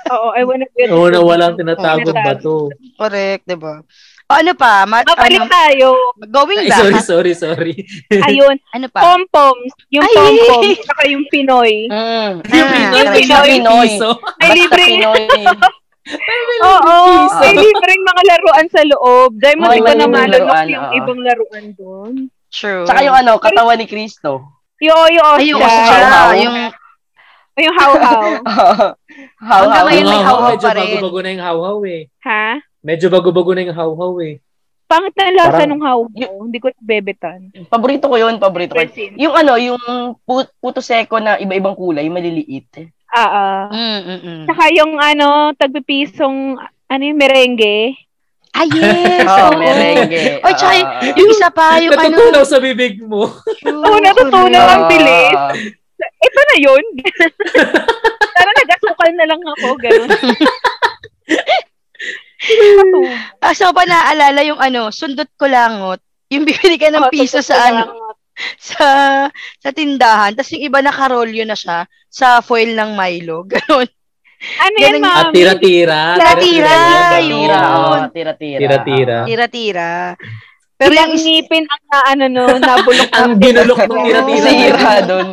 Speaker 9: Oo, I wanna get
Speaker 6: Oo na walang tinatagong
Speaker 7: Tinatagong.
Speaker 6: bato.
Speaker 7: Correct, di ba? O ano pa? Ma-
Speaker 9: Mabalik
Speaker 7: ano,
Speaker 9: tayo.
Speaker 7: going
Speaker 6: Ay,
Speaker 7: back.
Speaker 6: sorry, sorry, sorry.
Speaker 9: Ayun,
Speaker 7: Ano pa?
Speaker 9: pom-poms. Yung
Speaker 7: Ay!
Speaker 9: pom-poms, saka yung Pinoy.
Speaker 5: Mm.
Speaker 7: Yung
Speaker 9: Yung
Speaker 7: Pinoy.
Speaker 9: Pinoy.
Speaker 5: Pinoy.
Speaker 6: Piso.
Speaker 9: May
Speaker 5: Ah, Basta
Speaker 9: libreng
Speaker 5: Pinoy. Ah.
Speaker 9: Oo,
Speaker 6: piso.
Speaker 9: may libreng mga laruan sa loob. Dahil mas
Speaker 5: Oo, may
Speaker 9: iba na
Speaker 5: libreng
Speaker 9: malunok
Speaker 5: laruan,
Speaker 9: yung
Speaker 5: oo.
Speaker 9: ibang laruan doon. oh,
Speaker 7: True.
Speaker 5: Tsaka yung ano, katawan ni Cristo.
Speaker 9: Yo, yo,
Speaker 7: Ay, yung
Speaker 5: Yeah.
Speaker 7: ostra.
Speaker 9: Oh.
Speaker 5: Haw-haw.
Speaker 7: Yung,
Speaker 9: Yung how-how.
Speaker 5: How,
Speaker 7: Hanggang
Speaker 5: how,
Speaker 7: ngayon may
Speaker 6: Yung
Speaker 7: hawhaw
Speaker 6: Medyo
Speaker 7: pa rin.
Speaker 6: bago-bago na yung hawhaw eh.
Speaker 9: ha?
Speaker 6: Medyo bago-bago na yung hawhaw eh.
Speaker 9: Pangit na lasa
Speaker 6: Parang-
Speaker 9: nung how-how. Hindi ko bebetan.
Speaker 5: Paborito ko yun, paborito ko. yun.
Speaker 9: Resin.
Speaker 5: Yung ano, yung pu- puto seko na iba-ibang kulay, maliliit.
Speaker 9: Ah, ah.
Speaker 7: mm, mm, mm.
Speaker 9: Saka yung ano, tagpipisong, ano yung merengue.
Speaker 7: Ay, Ah, yes.
Speaker 5: Oh,
Speaker 7: oo.
Speaker 5: merengue.
Speaker 7: Ay, tsaka
Speaker 5: Ah, ah,
Speaker 7: Yung isa pa, yung ano.
Speaker 6: Natutunaw sa bibig mo.
Speaker 7: True,
Speaker 9: Oo, natutunaw
Speaker 5: ah.
Speaker 9: ang bilis.
Speaker 5: Ah,
Speaker 9: Ito Ano na yun. Sana nag-asukal na lang ako, ganun.
Speaker 7: correct. Ah, so pa naaalala yung ano, sundot ko langot. Yung bibili ka ng piso sa ano, sa sa tindahan. Tapos yung iba nakarolyo na siya sa foil ng Milo. Ganon.
Speaker 9: Ano yan,
Speaker 7: Galing-
Speaker 6: At
Speaker 9: ma'am?
Speaker 6: tira-tira.
Speaker 7: Ah, Tira-tira,
Speaker 6: Tira-tira.
Speaker 7: yun.
Speaker 5: Tira, oh, Ah, tira-tira.
Speaker 6: Tira-tira.
Speaker 7: Tira-tira. Pero yung
Speaker 9: Ilang ngipin ang naano nun, ano, nabulok na.
Speaker 6: Ang ginulok ng tira-tira.
Speaker 5: Sira doon.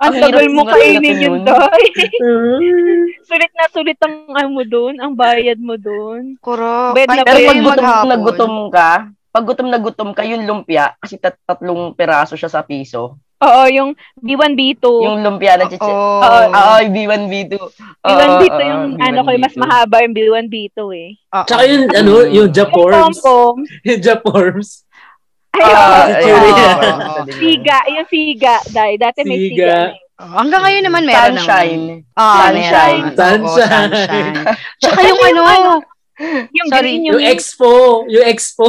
Speaker 9: Ang
Speaker 5: Ang
Speaker 9: tagal
Speaker 5: hirap
Speaker 9: mo
Speaker 5: ng mga
Speaker 9: kainin
Speaker 5: ganun.
Speaker 9: yun, Doy. sulit na sulit ang ano mo doon, ang bayad mo doon.
Speaker 7: Kuro.
Speaker 9: Bed na
Speaker 7: Kahit
Speaker 5: Pero
Speaker 9: Ayun,
Speaker 5: pag
Speaker 7: yung
Speaker 5: gutom
Speaker 7: maghapon.
Speaker 5: na gutom ka, pag gutom na gutom ka, yung lumpia, kasi tat- tatlong piraso siya sa piso.
Speaker 9: Oo, yung B1, B2.
Speaker 5: Yung lumpia na chiche. Oo,
Speaker 7: Oo.
Speaker 5: oh, B1, B2. Ah,
Speaker 9: B1, B2 yung ano ko, yung mas mahaba yung B1, B2 eh.
Speaker 7: Oo.
Speaker 6: Tsaka yung, ano, yung
Speaker 9: Yung
Speaker 6: Japorms.
Speaker 9: pom
Speaker 6: Yung Japorms.
Speaker 9: Ay,
Speaker 5: Ah,
Speaker 9: oo.
Speaker 5: ayun.
Speaker 7: Oo.
Speaker 9: Siga, yung siga, dahil dati may
Speaker 6: Siga.
Speaker 9: siga. eh.
Speaker 7: Oo, Hanggang ngayon naman meron
Speaker 5: Sunshine.
Speaker 7: naman. Ah,
Speaker 5: Sunshine.
Speaker 7: meron. Oo,
Speaker 6: Sunshine.
Speaker 7: sunshine. Tsaka yung ano,
Speaker 9: Yung
Speaker 7: Sorry,
Speaker 9: green,
Speaker 6: Yung
Speaker 9: yung,
Speaker 6: Expo. Yung Expo.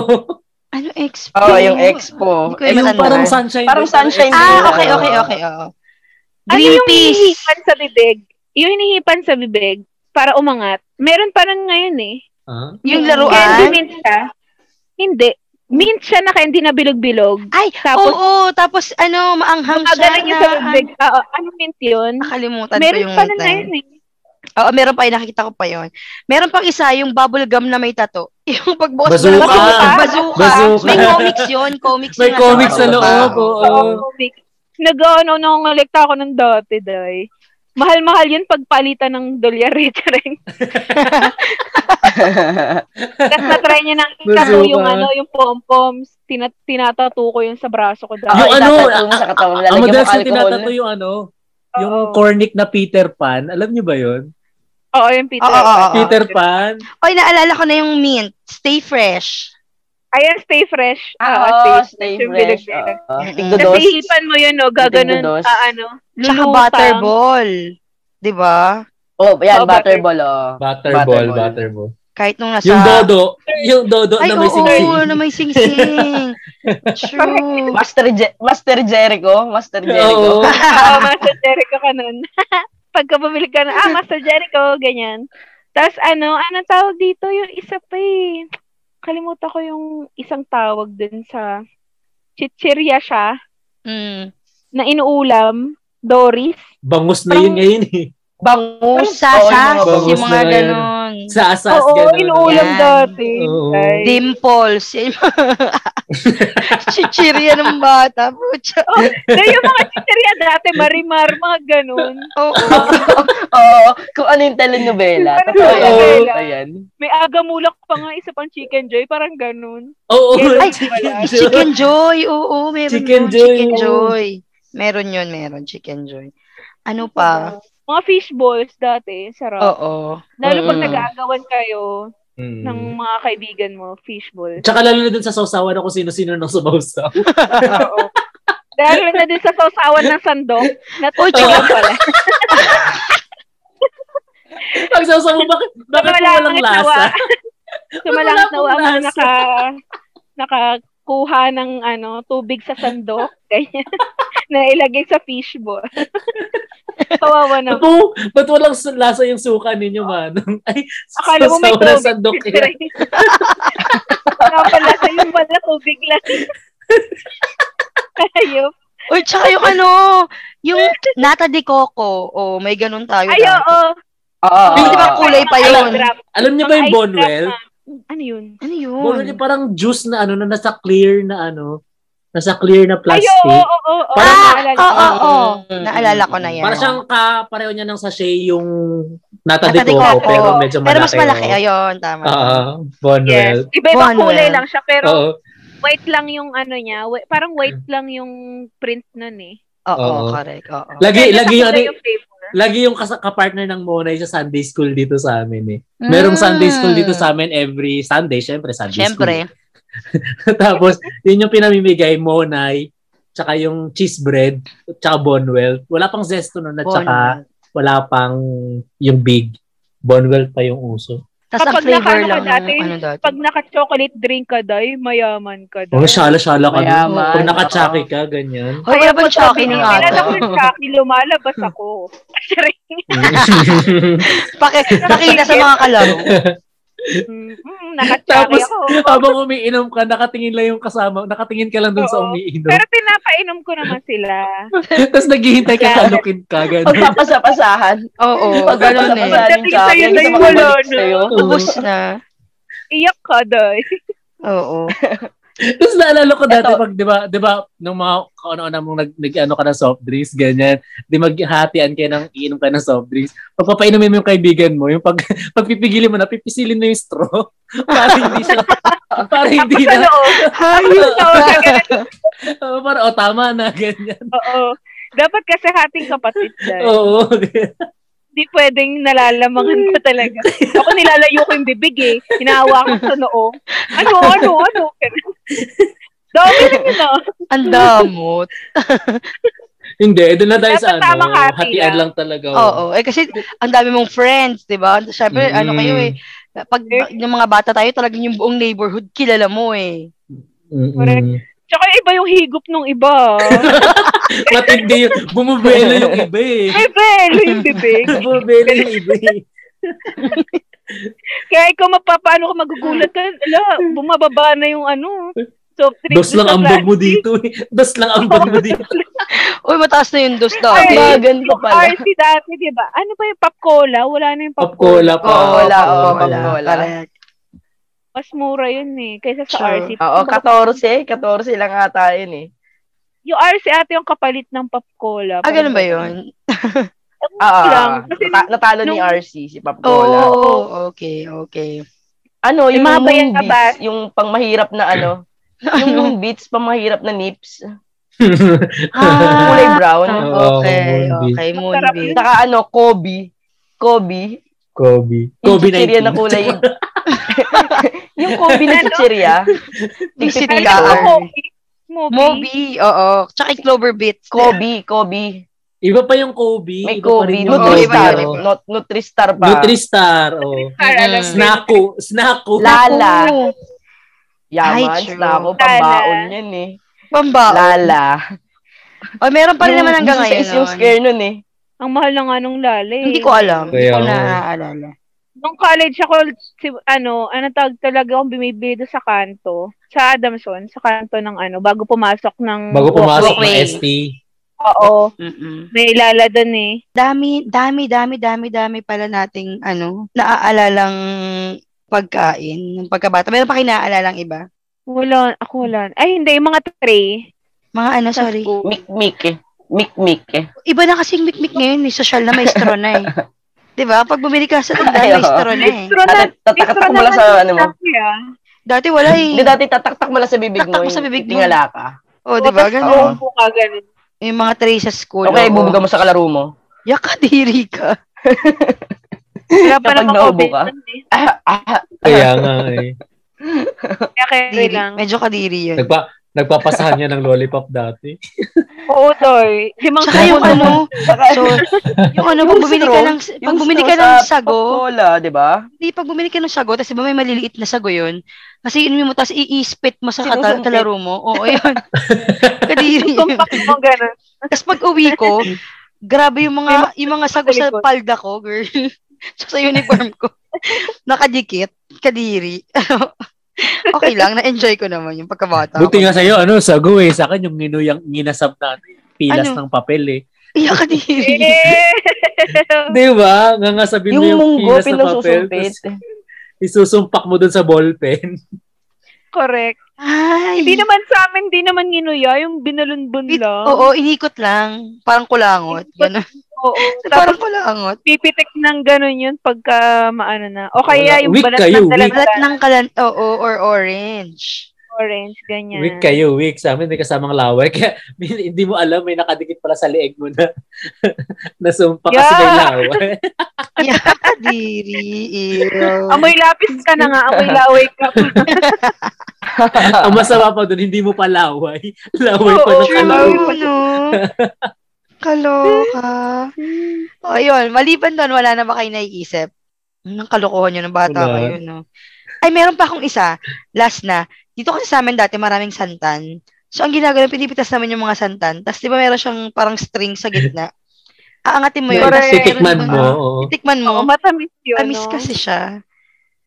Speaker 7: ano expo?
Speaker 5: Oo, yung expo.
Speaker 7: Hindi ko
Speaker 6: Ay, yung
Speaker 7: matandaan.
Speaker 6: parang sunshine.
Speaker 5: Parang
Speaker 6: din, parang
Speaker 5: sunshine
Speaker 6: Expo.
Speaker 7: Ah,
Speaker 5: Hindi ko
Speaker 7: okay,
Speaker 5: alam.
Speaker 7: okay, okay. oo.
Speaker 9: ano
Speaker 7: Green
Speaker 9: yung
Speaker 7: peas.
Speaker 9: hinihipan sa bibig? Yung hinihipan sa bibig para umangat. Meron pa rin ngayon eh.
Speaker 6: Ah?
Speaker 7: Yung
Speaker 9: Candy
Speaker 7: laruan.
Speaker 9: mint siya. Hindi. Mint siya na candy na bilog-bilog.
Speaker 7: Ay, Oo, tapos
Speaker 9: Tapos,
Speaker 7: ano, maanghang siya
Speaker 9: magaling
Speaker 7: na...
Speaker 9: yung sa bibig. Oo, ano mint yun?
Speaker 7: Nakalimutan ko
Speaker 9: Meron
Speaker 7: yung
Speaker 9: pa rin
Speaker 7: time.
Speaker 9: ngayon eh.
Speaker 7: Oo, meron pa yun. Nakikita ko pa yun. Meron pang isa, yung bubble gum na may tato. Yung pagbukas
Speaker 6: Bazooka.
Speaker 7: mo ng- Bazooka.
Speaker 6: Bazooka.
Speaker 7: May comics yun. Comics
Speaker 6: May
Speaker 7: yun.
Speaker 6: comics sa
Speaker 5: Ano ba?
Speaker 6: loob. oo.
Speaker 9: Oo, big. Nag-ano, nangongolekta ako ng dati, day. Mahal-mahal yun pagpalitan ng dolya rin. Tapos na-try niya nang itato
Speaker 6: Bazooka.
Speaker 9: yung ano, yung pom-poms. Tina- tinatato ko yun sa braso ko
Speaker 5: Oo,
Speaker 9: dati.
Speaker 6: Yung ano,
Speaker 5: itatattoo mo sa katawan,
Speaker 6: Ang
Speaker 5: lalagyan
Speaker 6: madalas
Speaker 5: mo
Speaker 6: na
Speaker 5: alcohol.
Speaker 6: tinatato yung ano, yung
Speaker 9: Oo.
Speaker 6: cornic na Peter Pan. Alam niyo ba yun?
Speaker 9: Oo, yung Peter.
Speaker 7: Oo, oo,
Speaker 5: Ah.
Speaker 7: oo.
Speaker 6: Peter Pan.
Speaker 7: Oy, naalala ko na yung mint. Stay fresh.
Speaker 9: Ayan, stay fresh.
Speaker 5: Ah,
Speaker 9: Oo,
Speaker 5: Oo,
Speaker 9: stay
Speaker 5: stay
Speaker 9: Yung
Speaker 5: fresh.
Speaker 9: bilog-bilog.
Speaker 5: Oo.
Speaker 7: Mm-mm.
Speaker 5: Tigdodos.
Speaker 9: Kasi hipan mo yun, no? Gaganon,
Speaker 5: Tindudos.
Speaker 9: ah, ano,
Speaker 7: Tsaka
Speaker 9: lulutang.
Speaker 7: butterball. 'Di ba?
Speaker 5: Oh, yan,
Speaker 9: Oh,
Speaker 5: butterball. oh.
Speaker 6: Butterball, butterball.
Speaker 7: Kahit nung nasa...
Speaker 6: Yung dodo. Yung dodo
Speaker 7: Ay,
Speaker 6: na
Speaker 7: oo,
Speaker 6: may sing-sing.
Speaker 7: na may sing-sing. True.
Speaker 5: Master, Je- Master Jericho. Master Jericho.
Speaker 6: Oo.
Speaker 9: Oo, Master Jericho ka nun. Pagka bumili ka na, ah, Master Jericho, ganyan. Tapos ano, anong tawag dito? Yung isa pa eh. Kalimutan ko yung isang tawag dun sa chichirya siya
Speaker 7: Mm.
Speaker 9: na inuulam. Doris.
Speaker 6: Bangus na yun ngayon eh.
Speaker 5: Bangus. Oo,
Speaker 7: Sasas,
Speaker 6: bangus
Speaker 7: yung mga
Speaker 6: na yun.
Speaker 7: ganon.
Speaker 6: Sa asas.
Speaker 9: Oo,
Speaker 6: ganun.
Speaker 9: inuulam
Speaker 7: Yan.
Speaker 9: dati.
Speaker 6: Oo.
Speaker 9: Ay.
Speaker 7: Dimples. Yan yung mga- Chichirya ng bata. Pucha.
Speaker 9: Oh, na yung mga chichirya dati, marimar, mga ganun.
Speaker 7: Oo.
Speaker 5: Oo, kung ano yung telenovela. Totoo yan.
Speaker 6: Oo.
Speaker 5: Totoo yan.
Speaker 9: May agamulak pa nga, isa pang chicken joy, parang ganun.
Speaker 6: Oo.
Speaker 9: Ay,
Speaker 6: Chicken Joy.
Speaker 7: Chicken Joy. Oo, meron
Speaker 6: Chicken
Speaker 7: yun.
Speaker 6: Joy,
Speaker 7: Chicken
Speaker 6: oo.
Speaker 7: Joy. Meron yun, meron. Chicken Joy. Ano pa?
Speaker 9: Mga fish balls
Speaker 6: Ah,
Speaker 9: dati, sarap.
Speaker 7: Oo.
Speaker 9: Lalo pag
Speaker 5: Mm.
Speaker 9: nag-aagawan kayo,
Speaker 6: Mm.
Speaker 9: ng mga kaibigan mo, fishball.
Speaker 6: Tsaka lalo na dun sa sausawan ako sino-sino nang sumaw-saw.
Speaker 9: Oo. Dahil na din sa sausawan ng sandok, natutunan pala.
Speaker 6: Ang sausaw mo, bakit, bakit
Speaker 9: Wala Ano?
Speaker 6: walang
Speaker 9: akong
Speaker 6: lasa?
Speaker 9: Tumalang
Speaker 6: Wala
Speaker 9: nawa
Speaker 6: akong
Speaker 9: ang
Speaker 6: lasa.
Speaker 9: naka, nakakuha ng ano, tubig sa sandok, ganyan, na ilagay sa fishball. Kawawa
Speaker 6: Ba't,
Speaker 9: na.
Speaker 6: po, ba't walang su- lasa yung suka ninyo, manong? Ay,
Speaker 9: Akala mo may
Speaker 6: sausaw na
Speaker 9: tubig.
Speaker 6: sandok yan.
Speaker 9: Kaya pala sa yung pala tubig lang. Ayop.
Speaker 7: Uy, tsaka yung ano, yung nata de coco. Oh, may ganun tayo.
Speaker 9: Ay,
Speaker 7: dati.
Speaker 9: oo.
Speaker 5: Oo.
Speaker 7: Yung di ba diba kulay pa
Speaker 9: Ice
Speaker 7: yun?
Speaker 9: drop.
Speaker 6: Alam niyo ba yung
Speaker 9: Ice drop
Speaker 6: Bonwell?
Speaker 9: na. Ano yun?
Speaker 7: Ano yun?
Speaker 6: Bonwell yung parang juice na ano, na nasa clear na ano, nasa clear na
Speaker 9: Ay,
Speaker 6: plastic.
Speaker 9: oo, oo, oo, oo.
Speaker 6: Parang-
Speaker 9: Naalala ko.
Speaker 7: Ah, Oo, oo, oo.
Speaker 5: Mm.
Speaker 7: Naalala ko na yan.
Speaker 6: Para siyang kapareho niya ng sachet yung nata de
Speaker 7: Nata de
Speaker 6: coco,
Speaker 7: coco.
Speaker 6: pero medyo malaki.
Speaker 7: Pero mas malaki.
Speaker 6: Oo, Ah,
Speaker 7: Ayun, tama.
Speaker 9: Yes.
Speaker 6: Bonwell.
Speaker 9: Iba-iba
Speaker 7: Bonwell.
Speaker 9: kulay lang siya, pero
Speaker 6: Oo. Oh.
Speaker 9: white lang yung ano niya. Whi- parang white lang yung print nun eh.
Speaker 6: Oo.
Speaker 7: Oo, correct. Oo.
Speaker 6: Lagi,
Speaker 9: Kaya
Speaker 6: lagi yung, ano,
Speaker 9: nasa kulay yung flavor.
Speaker 6: lagi yung kas- kapartner ng Monay sa Sunday school dito sa amin eh.
Speaker 7: Mm.
Speaker 6: Merong
Speaker 9: Hmm.
Speaker 6: Sunday school dito sa amin every Sunday, syempre Sunday school.
Speaker 7: Siyempre.
Speaker 6: Tapos, yun yung pinamimigay, Monay, tsaka yung cheese bread, tsaka Bonwell. Wala pang zesto nun at tsaka
Speaker 7: Bonwell.
Speaker 6: wala pang yung big. Bonwell pa yung uso.
Speaker 7: Tapos ang
Speaker 9: Kapag
Speaker 7: flavor
Speaker 9: nakaano ka
Speaker 7: lang.
Speaker 9: dati,
Speaker 7: ng ano dati.
Speaker 9: Pag naka-chocolate drink ka, day, mayaman ka, day.
Speaker 6: Oh, syala-syala ka dun.
Speaker 5: Mayaman.
Speaker 6: Pag nakatsaki ka, ganyan.
Speaker 7: Hoy, wala bang chocolate ng
Speaker 9: Kaya
Speaker 7: ato?
Speaker 9: ako ng Chucky, lumalabas ako. Sharing.
Speaker 7: Paki- Pakita sa mga kalaro.
Speaker 9: Mm, mm, naka-Chucky
Speaker 6: Tapos-
Speaker 9: ako.
Speaker 6: Habang umiinom ka, nakatingin lang yung kasama. Nakatingin ka lang dun sa
Speaker 9: Oo.
Speaker 6: umiinom.
Speaker 9: Pero pinapainom ko naman sila.
Speaker 6: Tapos naghihintay ka, kalukin ka, ganun.
Speaker 5: Pagpapasapasahan.
Speaker 7: Oo, ganun eh.
Speaker 5: Pagpapasapasahan yung
Speaker 9: Pagdating sa'yo,
Speaker 5: chubby. Hindi sa
Speaker 9: sa'yo,
Speaker 5: makabalik
Speaker 9: wala na.
Speaker 5: sa'yo.
Speaker 7: Ubus na.
Speaker 9: Iyak ka, day.
Speaker 7: Oo.
Speaker 6: Tapos naalala ko dati
Speaker 5: Eto.
Speaker 6: pag, di ba, di ba, nung mga kauna-una mong nag, nag-ano ka ng soft drinks, ganyan, di maghatian kayo ng, iinom ka ng soft drinks, pagpapainumin mo yung kaibigan mo, yung pag, pagpipigilin mo na, pipisilin mo yung straw, para hindi siya, para hindi
Speaker 9: Sa
Speaker 6: na,
Speaker 9: loob.
Speaker 6: Ayun.
Speaker 9: Oo, sa ganun.
Speaker 6: oh, para, oh, tama na, ganyan.
Speaker 9: Oo. Dapat kasi hating kapatid dahil.
Speaker 6: Oo.
Speaker 9: Hindi pwedeng nalalamangan ka talaga. Ako nilalayo ko yung bibig eh. Hinahawa ko sa noo. Ano, ano, ano. Dami na yun ah.
Speaker 7: Ang damot.
Speaker 6: hindi, doon na tayo
Speaker 9: Dapat
Speaker 6: sa ano,
Speaker 9: tamang hati
Speaker 6: hatian
Speaker 9: lang.
Speaker 6: lang talaga. oh.
Speaker 7: Oo. Eh, kasi ang dami mong friends, di ba? Siyempre,
Speaker 6: Mm.
Speaker 7: ano kayo eh. Pag yung mga bata tayo, talagang yung buong neighborhood kilala mo eh.
Speaker 6: Mm-mm.
Speaker 9: Correct. Tsaka iba yung higup nung iba.
Speaker 6: Matindi yun. Bumubelo yung iba eh.
Speaker 9: May belo yung bibig.
Speaker 6: Bumubelo yung iba eh.
Speaker 9: Kaya ikaw mapapano ka magugulat ka. Ala, bumababa na yung ano. So,
Speaker 6: Dos lang ang bag mo dito eh. Dos lang ang bag mo dito.
Speaker 7: Uy, mataas na yung dos daw.
Speaker 9: Ay,
Speaker 7: Ay,
Speaker 5: ko pala.
Speaker 9: RC dati, di ba? Ano ba yung pop cola? Wala na yung pop
Speaker 6: Pop
Speaker 9: cola.
Speaker 6: cola pa.
Speaker 7: Oo, wala, oo,
Speaker 5: Oo,
Speaker 7: wala.
Speaker 5: wala.
Speaker 7: Correct.
Speaker 9: Mas mura yun eh, kaysa sa
Speaker 7: Sure.
Speaker 9: RC.
Speaker 5: Oo, 14. 14 lang ata yun eh.
Speaker 9: Yung RC ate yung kapalit ng pop cola.
Speaker 7: Ah, ganun ba yun?
Speaker 5: Oo.
Speaker 9: Lang.
Speaker 5: Ah, nata- natalo ni
Speaker 9: nung-
Speaker 5: RC, si Pop
Speaker 7: Oo,
Speaker 5: Cola.
Speaker 7: okay, okay.
Speaker 5: Ano, yung
Speaker 9: mga
Speaker 5: moon
Speaker 9: bayang
Speaker 5: beats, yung pangmahirap na ano, yung moon beats, pangmahirap na nips, kulay
Speaker 7: Ah,
Speaker 5: brown.
Speaker 7: okay,
Speaker 6: Oo,
Speaker 7: okay,
Speaker 9: Masarap
Speaker 7: Moonbeam.
Speaker 9: yun.
Speaker 5: Saka ano, Kobe. Kobe.
Speaker 6: Kobe.
Speaker 5: Yung
Speaker 6: Kobe
Speaker 5: chichirya
Speaker 6: 19.
Speaker 5: na kulay. yung Kobe na chichirya.
Speaker 7: Dixit
Speaker 5: Ay,
Speaker 7: ka.
Speaker 5: ako,
Speaker 9: Mobi.
Speaker 7: Mobi, oo. Tsaka yung Clover Beats.
Speaker 5: Kobe, Kobe.
Speaker 6: Iba pa yung Kobe.
Speaker 5: May
Speaker 6: iba pa rin
Speaker 5: Kobe.
Speaker 6: yung
Speaker 5: Nutristar.
Speaker 6: ano,
Speaker 5: Nut- Nutristar pa.
Speaker 6: Nutristar. Oh.
Speaker 7: Mm.
Speaker 6: Snacko. Snacko.
Speaker 5: Lala.
Speaker 7: Oo. Ay,
Speaker 5: Yaman,
Speaker 7: true.
Speaker 5: na ako, pambaon
Speaker 9: Lala.
Speaker 5: yan eh.
Speaker 7: Pambao.
Speaker 5: Lala.
Speaker 7: Oh, meron pa
Speaker 5: Yung
Speaker 7: rin naman hanggang
Speaker 5: Jesus
Speaker 7: ngayon.
Speaker 5: is yung
Speaker 7: nun.
Speaker 5: scare nun eh.
Speaker 9: Ang mahal na nga nung lali.
Speaker 7: Hindi ko alam. Hindi
Speaker 6: Kaya,
Speaker 7: ko
Speaker 6: oo.
Speaker 7: naaalala.
Speaker 9: eh. Nung college ako, si, ano, ano tawag talaga akong bumibili doon sa kanto. Sa Adamson, sa kanto ng ano, bago pumasok ng...
Speaker 6: Bago pumasok ng
Speaker 7: Walkway.
Speaker 6: ST.
Speaker 9: Oo,
Speaker 7: Mm-mm.
Speaker 9: may lala doon eh.
Speaker 7: Dami, dami, dami, dami, dami pala nating ano, naaalalang pagkain ng pagkabata. Meron pa kayo naaalalang iba?
Speaker 9: Wala, ako wala. Eh, Ay, hindi, yung mga tray.
Speaker 7: Mga ano, sorry.
Speaker 5: Mik-mik eh. Mik-mik eh.
Speaker 7: Iba na kasing mikmik ngayon, eh. social na may straw na eh. 'Di ba? Pag bumili ka
Speaker 5: Ay,
Speaker 7: sa tindahan, may
Speaker 5: oo.
Speaker 7: straw na eh.
Speaker 9: Distro na,
Speaker 5: Tat- Tatakatak
Speaker 9: distro
Speaker 5: mo lang sa
Speaker 9: naman
Speaker 5: ano mo.
Speaker 9: yung dati, ah.
Speaker 7: Dati wala eh.
Speaker 5: Hindi dati tataktak mo lang sa bibig mo.
Speaker 7: Taktak mo
Speaker 5: yung
Speaker 7: sa bibig mo.
Speaker 5: Tingala ka.
Speaker 7: Oh, 'di ba?
Speaker 9: Tapos
Speaker 7: Ganun.
Speaker 9: nauupo ka, ganun.
Speaker 7: Yung mga tray sa school.
Speaker 5: eh. Okay,
Speaker 7: oo.
Speaker 5: ibubuga mo sa kalaro mo.
Speaker 7: Yakadiri ka.
Speaker 9: Kaya
Speaker 5: Kapag
Speaker 9: pala
Speaker 5: naubo ka.
Speaker 9: makaopen yun eh.
Speaker 5: Ah, ah,
Speaker 6: Kaya nga eh.
Speaker 9: Kaya carry
Speaker 7: Kadiri.
Speaker 9: lang.
Speaker 7: Medyo kadiri yun.
Speaker 6: Nagpa, nagpapasahan niya ng lollipop dati.
Speaker 9: Oo, Toy. Si Mang
Speaker 7: Saka yung
Speaker 9: Sapo,
Speaker 7: ano,
Speaker 5: Saka-
Speaker 7: so, yung ano, pag bumili ka ng, pag bumili ka ng sago,
Speaker 5: Cola, di ba?
Speaker 7: hindi, pag bumili ka ng sago, tapos di ba may maliliit na sago yun, kasi inumin mo, tapos iispit mo sa
Speaker 5: Sinusumpit.
Speaker 7: katal- talaro mo, oo, yun. Kadiri yun.
Speaker 9: tumpak mo ganun.
Speaker 7: Tapos pag uwi ko, grabe yung mga, yung mga sago sa
Speaker 9: Talikod.
Speaker 7: palda ko, girl. Tsaka sa uniform ko. Nakadikit, kadiri. okay lang, na-enjoy ko naman yung pagkabata. ko.
Speaker 6: Buti nga sa'yo, ano, sago eh. Sa akin, yung nginuyang nginasab natin. Pilas ng
Speaker 7: Ano?
Speaker 6: papel eh.
Speaker 7: Iya, kadiri.
Speaker 9: Eh!
Speaker 6: Di ba? Nga nga sabihin
Speaker 5: Yung
Speaker 6: mo yung
Speaker 5: munggo,
Speaker 6: pilas ng papel.
Speaker 5: pinasusumpit.
Speaker 6: tapos Isusumpak mo dun sa ballpen.
Speaker 9: Correct.
Speaker 7: Ay.
Speaker 9: Hindi naman sa amin, hindi naman ginuya. Yung binalunbon
Speaker 7: Bit-
Speaker 9: lang.
Speaker 7: Oo, inikot lang. Parang kulangot. Ganun.
Speaker 9: Oo.
Speaker 7: Parang
Speaker 9: Tapos
Speaker 7: kulangot.
Speaker 9: pipitik ng ganun yun pagka maano na. O kaya
Speaker 6: Wala.
Speaker 9: yung
Speaker 6: Weak
Speaker 9: balat
Speaker 6: kayo,
Speaker 9: ng
Speaker 6: weak.
Speaker 9: dalag
Speaker 7: Balat ng kalan... Oo, or orange.
Speaker 9: orange, ganyan.
Speaker 6: Weak kayo, weak. Sa amin, may kasamang laway. Kaya may- hindi mo alam, may nakadikit pala sa leeg mo na nasumpa kasi may
Speaker 9: Yeah.
Speaker 6: laway.
Speaker 7: Yakadiri. Ew.
Speaker 9: Amoy lapis ka na nga, amoy laway ka.
Speaker 6: Ang masama pa dun, hindi mo pa laway. Laway pa
Speaker 9: Oo,
Speaker 6: ng
Speaker 7: True,
Speaker 6: kalaro.
Speaker 7: no? Kaloka.
Speaker 9: Hmm.
Speaker 7: O, Oh, yun. Maliban doon, wala na ba kayo naiisip? Anong kalokohan yun ng bata
Speaker 6: Wala.
Speaker 7: kayo, no? Ay, meron pa akong isa. Last na. Dito kasi sa amin dati, maraming santan. So, ang ginagawa, pinipitas naman yung mga santan. Tapos, di ba, meron siyang parang string sa gitna. Aangatin mo yun. tapos
Speaker 9: Correct.
Speaker 7: meron
Speaker 6: Titikman
Speaker 7: dun-
Speaker 6: mo. oo.
Speaker 7: Titikman mo.
Speaker 9: Oo, matamis yun.
Speaker 7: Tamis
Speaker 9: no?
Speaker 7: kasi siya.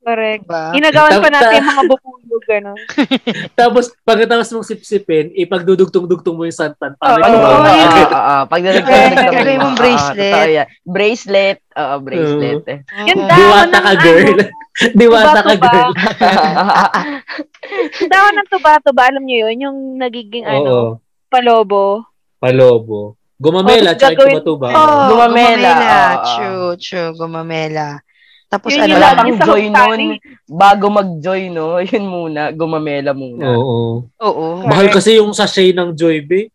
Speaker 9: Correct.
Speaker 7: Diba?
Speaker 9: Inagawan pa
Speaker 6: Tama.
Speaker 9: natin yung mga bukulog, gano'n.
Speaker 6: Tapos, pagkatapos mong sipsipin, ipagdudugtong-dugtong mo yung santan. Ah, Para
Speaker 5: Oo, oo,
Speaker 6: kumama
Speaker 5: oo,
Speaker 6: agad.
Speaker 5: oo. Ah, Pag
Speaker 7: Nilagay mong bracelet.
Speaker 5: Ah, Bracelet. Oo, bracelet. eh.
Speaker 9: Yun daw.
Speaker 6: Diwata
Speaker 9: ano?
Speaker 6: ka, girl.
Speaker 9: Diba
Speaker 6: Diwata ka,
Speaker 9: Tuba-tuba.
Speaker 6: girl.
Speaker 9: Yung daw ng tuba-tuba, alam niyo yun, yung nagiging
Speaker 6: Oo.
Speaker 9: ano, palobo.
Speaker 6: Palobo. Gumamela,
Speaker 9: Oo,
Speaker 6: tsaka
Speaker 9: gagawin-
Speaker 6: tumatuba.
Speaker 7: Oh,
Speaker 5: Gumamela,
Speaker 7: gumamela.
Speaker 5: oo, oo.
Speaker 7: True, true. Gumamela. Tapos
Speaker 9: Yun
Speaker 7: ano
Speaker 9: yung
Speaker 5: Wala
Speaker 7: lang.
Speaker 9: lagi
Speaker 5: pang
Speaker 9: sa
Speaker 5: joy
Speaker 9: hukbani.
Speaker 5: nun. Bago mag-joy, no? Yun muna. Gumamela muna.
Speaker 6: Oo.
Speaker 7: Oo.
Speaker 6: Mahal kasi yung sachet ng Joy Bay.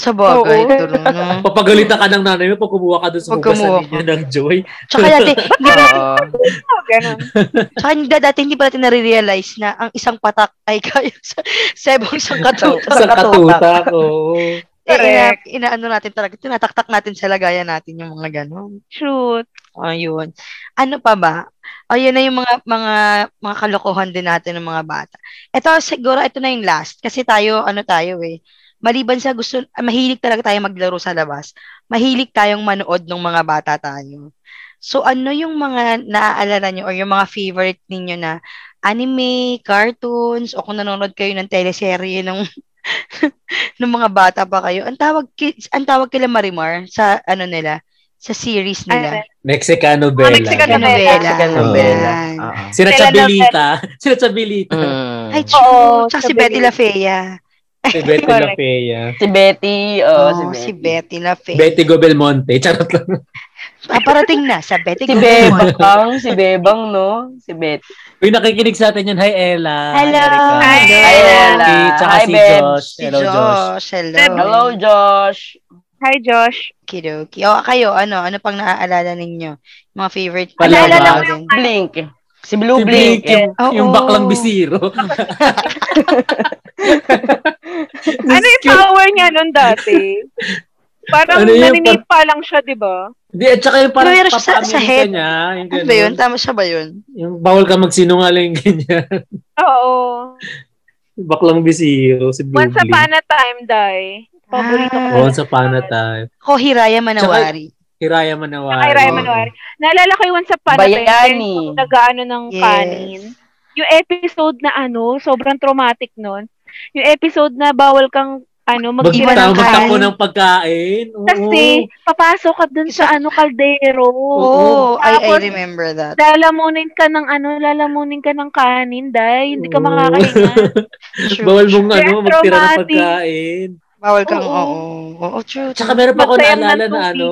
Speaker 7: Sa bagay.
Speaker 9: Oo.
Speaker 7: true, no?
Speaker 6: Papagalitan ka ng nanay mo pag kumuha ka dun sa
Speaker 7: Pag kumuha
Speaker 6: hugasan niya ng Joy.
Speaker 7: Tsaka dati, hindi ba,
Speaker 5: Oo.
Speaker 9: Oh, gano'n.
Speaker 7: tsaka hindi dati hindi pa natin nare-realize na ang isang patak ay kaya sa sebong isang katutak.
Speaker 6: Sa katutak. Oo.
Speaker 7: Eh, ina,
Speaker 9: Correct.
Speaker 7: inaano natin talaga, tinataktak natin sa lagayan natin yung mga ganon.
Speaker 9: Shoot.
Speaker 7: Ayun. Ano pa ba? Ayun na yung mga mga mga kalokohan din natin ng mga bata. Ito siguro ito na yung last kasi tayo ano tayo eh. Maliban sa gusto, ah, mahilig talaga tayo maglaro sa labas. Mahilig tayong manood ng mga bata tayo. So ano yung mga naaalala nyo or yung mga favorite ninyo na anime, cartoons, o kung nanonood kayo ng teleserye ng ng mga bata pa kayo. Ang tawag kids, ang tawag kila Marimar sa ano nila, sa series nila.
Speaker 9: Ano?
Speaker 6: Mexicano
Speaker 9: Ah,
Speaker 6: Bella.
Speaker 9: Mexicano
Speaker 6: Ganun.
Speaker 9: Bella.
Speaker 5: Mexican
Speaker 6: Oo.
Speaker 5: novela. Oo.
Speaker 6: Sila
Speaker 9: Bella
Speaker 6: Chabilita. Sila Chabilita.
Speaker 5: Mm.
Speaker 7: Ah. Ay,
Speaker 9: Oo,
Speaker 7: true. Tsaka si
Speaker 9: sabi
Speaker 7: Betty
Speaker 9: nila.
Speaker 7: La Fea.
Speaker 6: Si Betty
Speaker 9: Correct.
Speaker 6: Lafea.
Speaker 5: Si Betty. Oo,
Speaker 7: Oh,
Speaker 5: si
Speaker 7: si
Speaker 5: Betty.
Speaker 7: Betty La Fea.
Speaker 6: Betty Go Belmonte. Charot lang.
Speaker 7: Ah, parating na sa
Speaker 5: Si
Speaker 7: Betty Guzman.
Speaker 5: Bebang. si Bebang, no? Si Betty.
Speaker 6: Uy, nakikinig sa atin yun. Hi, Ella.
Speaker 7: Hello.
Speaker 6: Hi, Erica.
Speaker 5: Hi, Ella.
Speaker 6: Si, tsaka
Speaker 5: Hi,
Speaker 6: si
Speaker 5: Bebs.
Speaker 6: Josh.
Speaker 7: Si
Speaker 6: Hello, Josh.
Speaker 7: Hello.
Speaker 5: Hello, Josh.
Speaker 9: Hi, Josh.
Speaker 7: Kidoki. O, kayo, ano? Ano pang naaalala ninyo? Mga favorite?
Speaker 6: Palaban.
Speaker 7: Naalala ko yung...
Speaker 5: Blink. Si Blue
Speaker 6: Si
Speaker 5: Blink.
Speaker 6: Blink, yung,
Speaker 7: Oo.
Speaker 6: yung baklang bisiro.
Speaker 9: Ano yung power niya nun dati? Parang
Speaker 6: Ano yun?
Speaker 9: naninipa lang siya, di ba?
Speaker 6: Di, at saka yung parang
Speaker 7: Pero meron siya sa-
Speaker 6: papa
Speaker 7: sa head.
Speaker 6: niya. Yung,
Speaker 7: Ano
Speaker 6: ganun.
Speaker 7: ba yun? Tama siya ba yun?
Speaker 6: yung bawal ka magsinungaling ganyan.
Speaker 9: Oo.
Speaker 6: Baklang bisiro. Si Blue
Speaker 9: Once
Speaker 6: Blink.
Speaker 9: upon a time, Dai. Paborito ko.
Speaker 6: Once upon a time.
Speaker 7: Ako, Hiraya Manawari.
Speaker 6: Hiraya Manawari.
Speaker 9: Kay Ryan Manuari. Naalala ko yung once upon a time.
Speaker 5: Bayani.
Speaker 9: yung Nag-ano ng
Speaker 7: Yes.
Speaker 9: kanin. Yung episode na ano, sobrang traumatic nun. Yung episode na bawal kang ano, mag-iwan
Speaker 7: Magtama.
Speaker 9: ng
Speaker 7: kain.
Speaker 6: Magtapo ng pagkain. Oo.
Speaker 9: Kasi, papasok ka dun sa ano, kaldero.
Speaker 7: Oo. I, I
Speaker 9: Tapos,
Speaker 7: remember that.
Speaker 9: Lalamunin ka ng ano, lalamunin ka ng kanin, dahil hindi ka
Speaker 6: Oo.
Speaker 9: makakahinga.
Speaker 7: True.
Speaker 6: Bawal mong ano,
Speaker 9: Kaya
Speaker 6: magtira ng
Speaker 9: traumatic.
Speaker 6: pagkain.
Speaker 7: Bawal kang,
Speaker 9: Oo.
Speaker 7: oo. Oo, true.
Speaker 6: Tsaka meron pa ako
Speaker 9: Magsayang
Speaker 6: naalala
Speaker 9: ng
Speaker 6: na
Speaker 9: tubig.
Speaker 6: ano,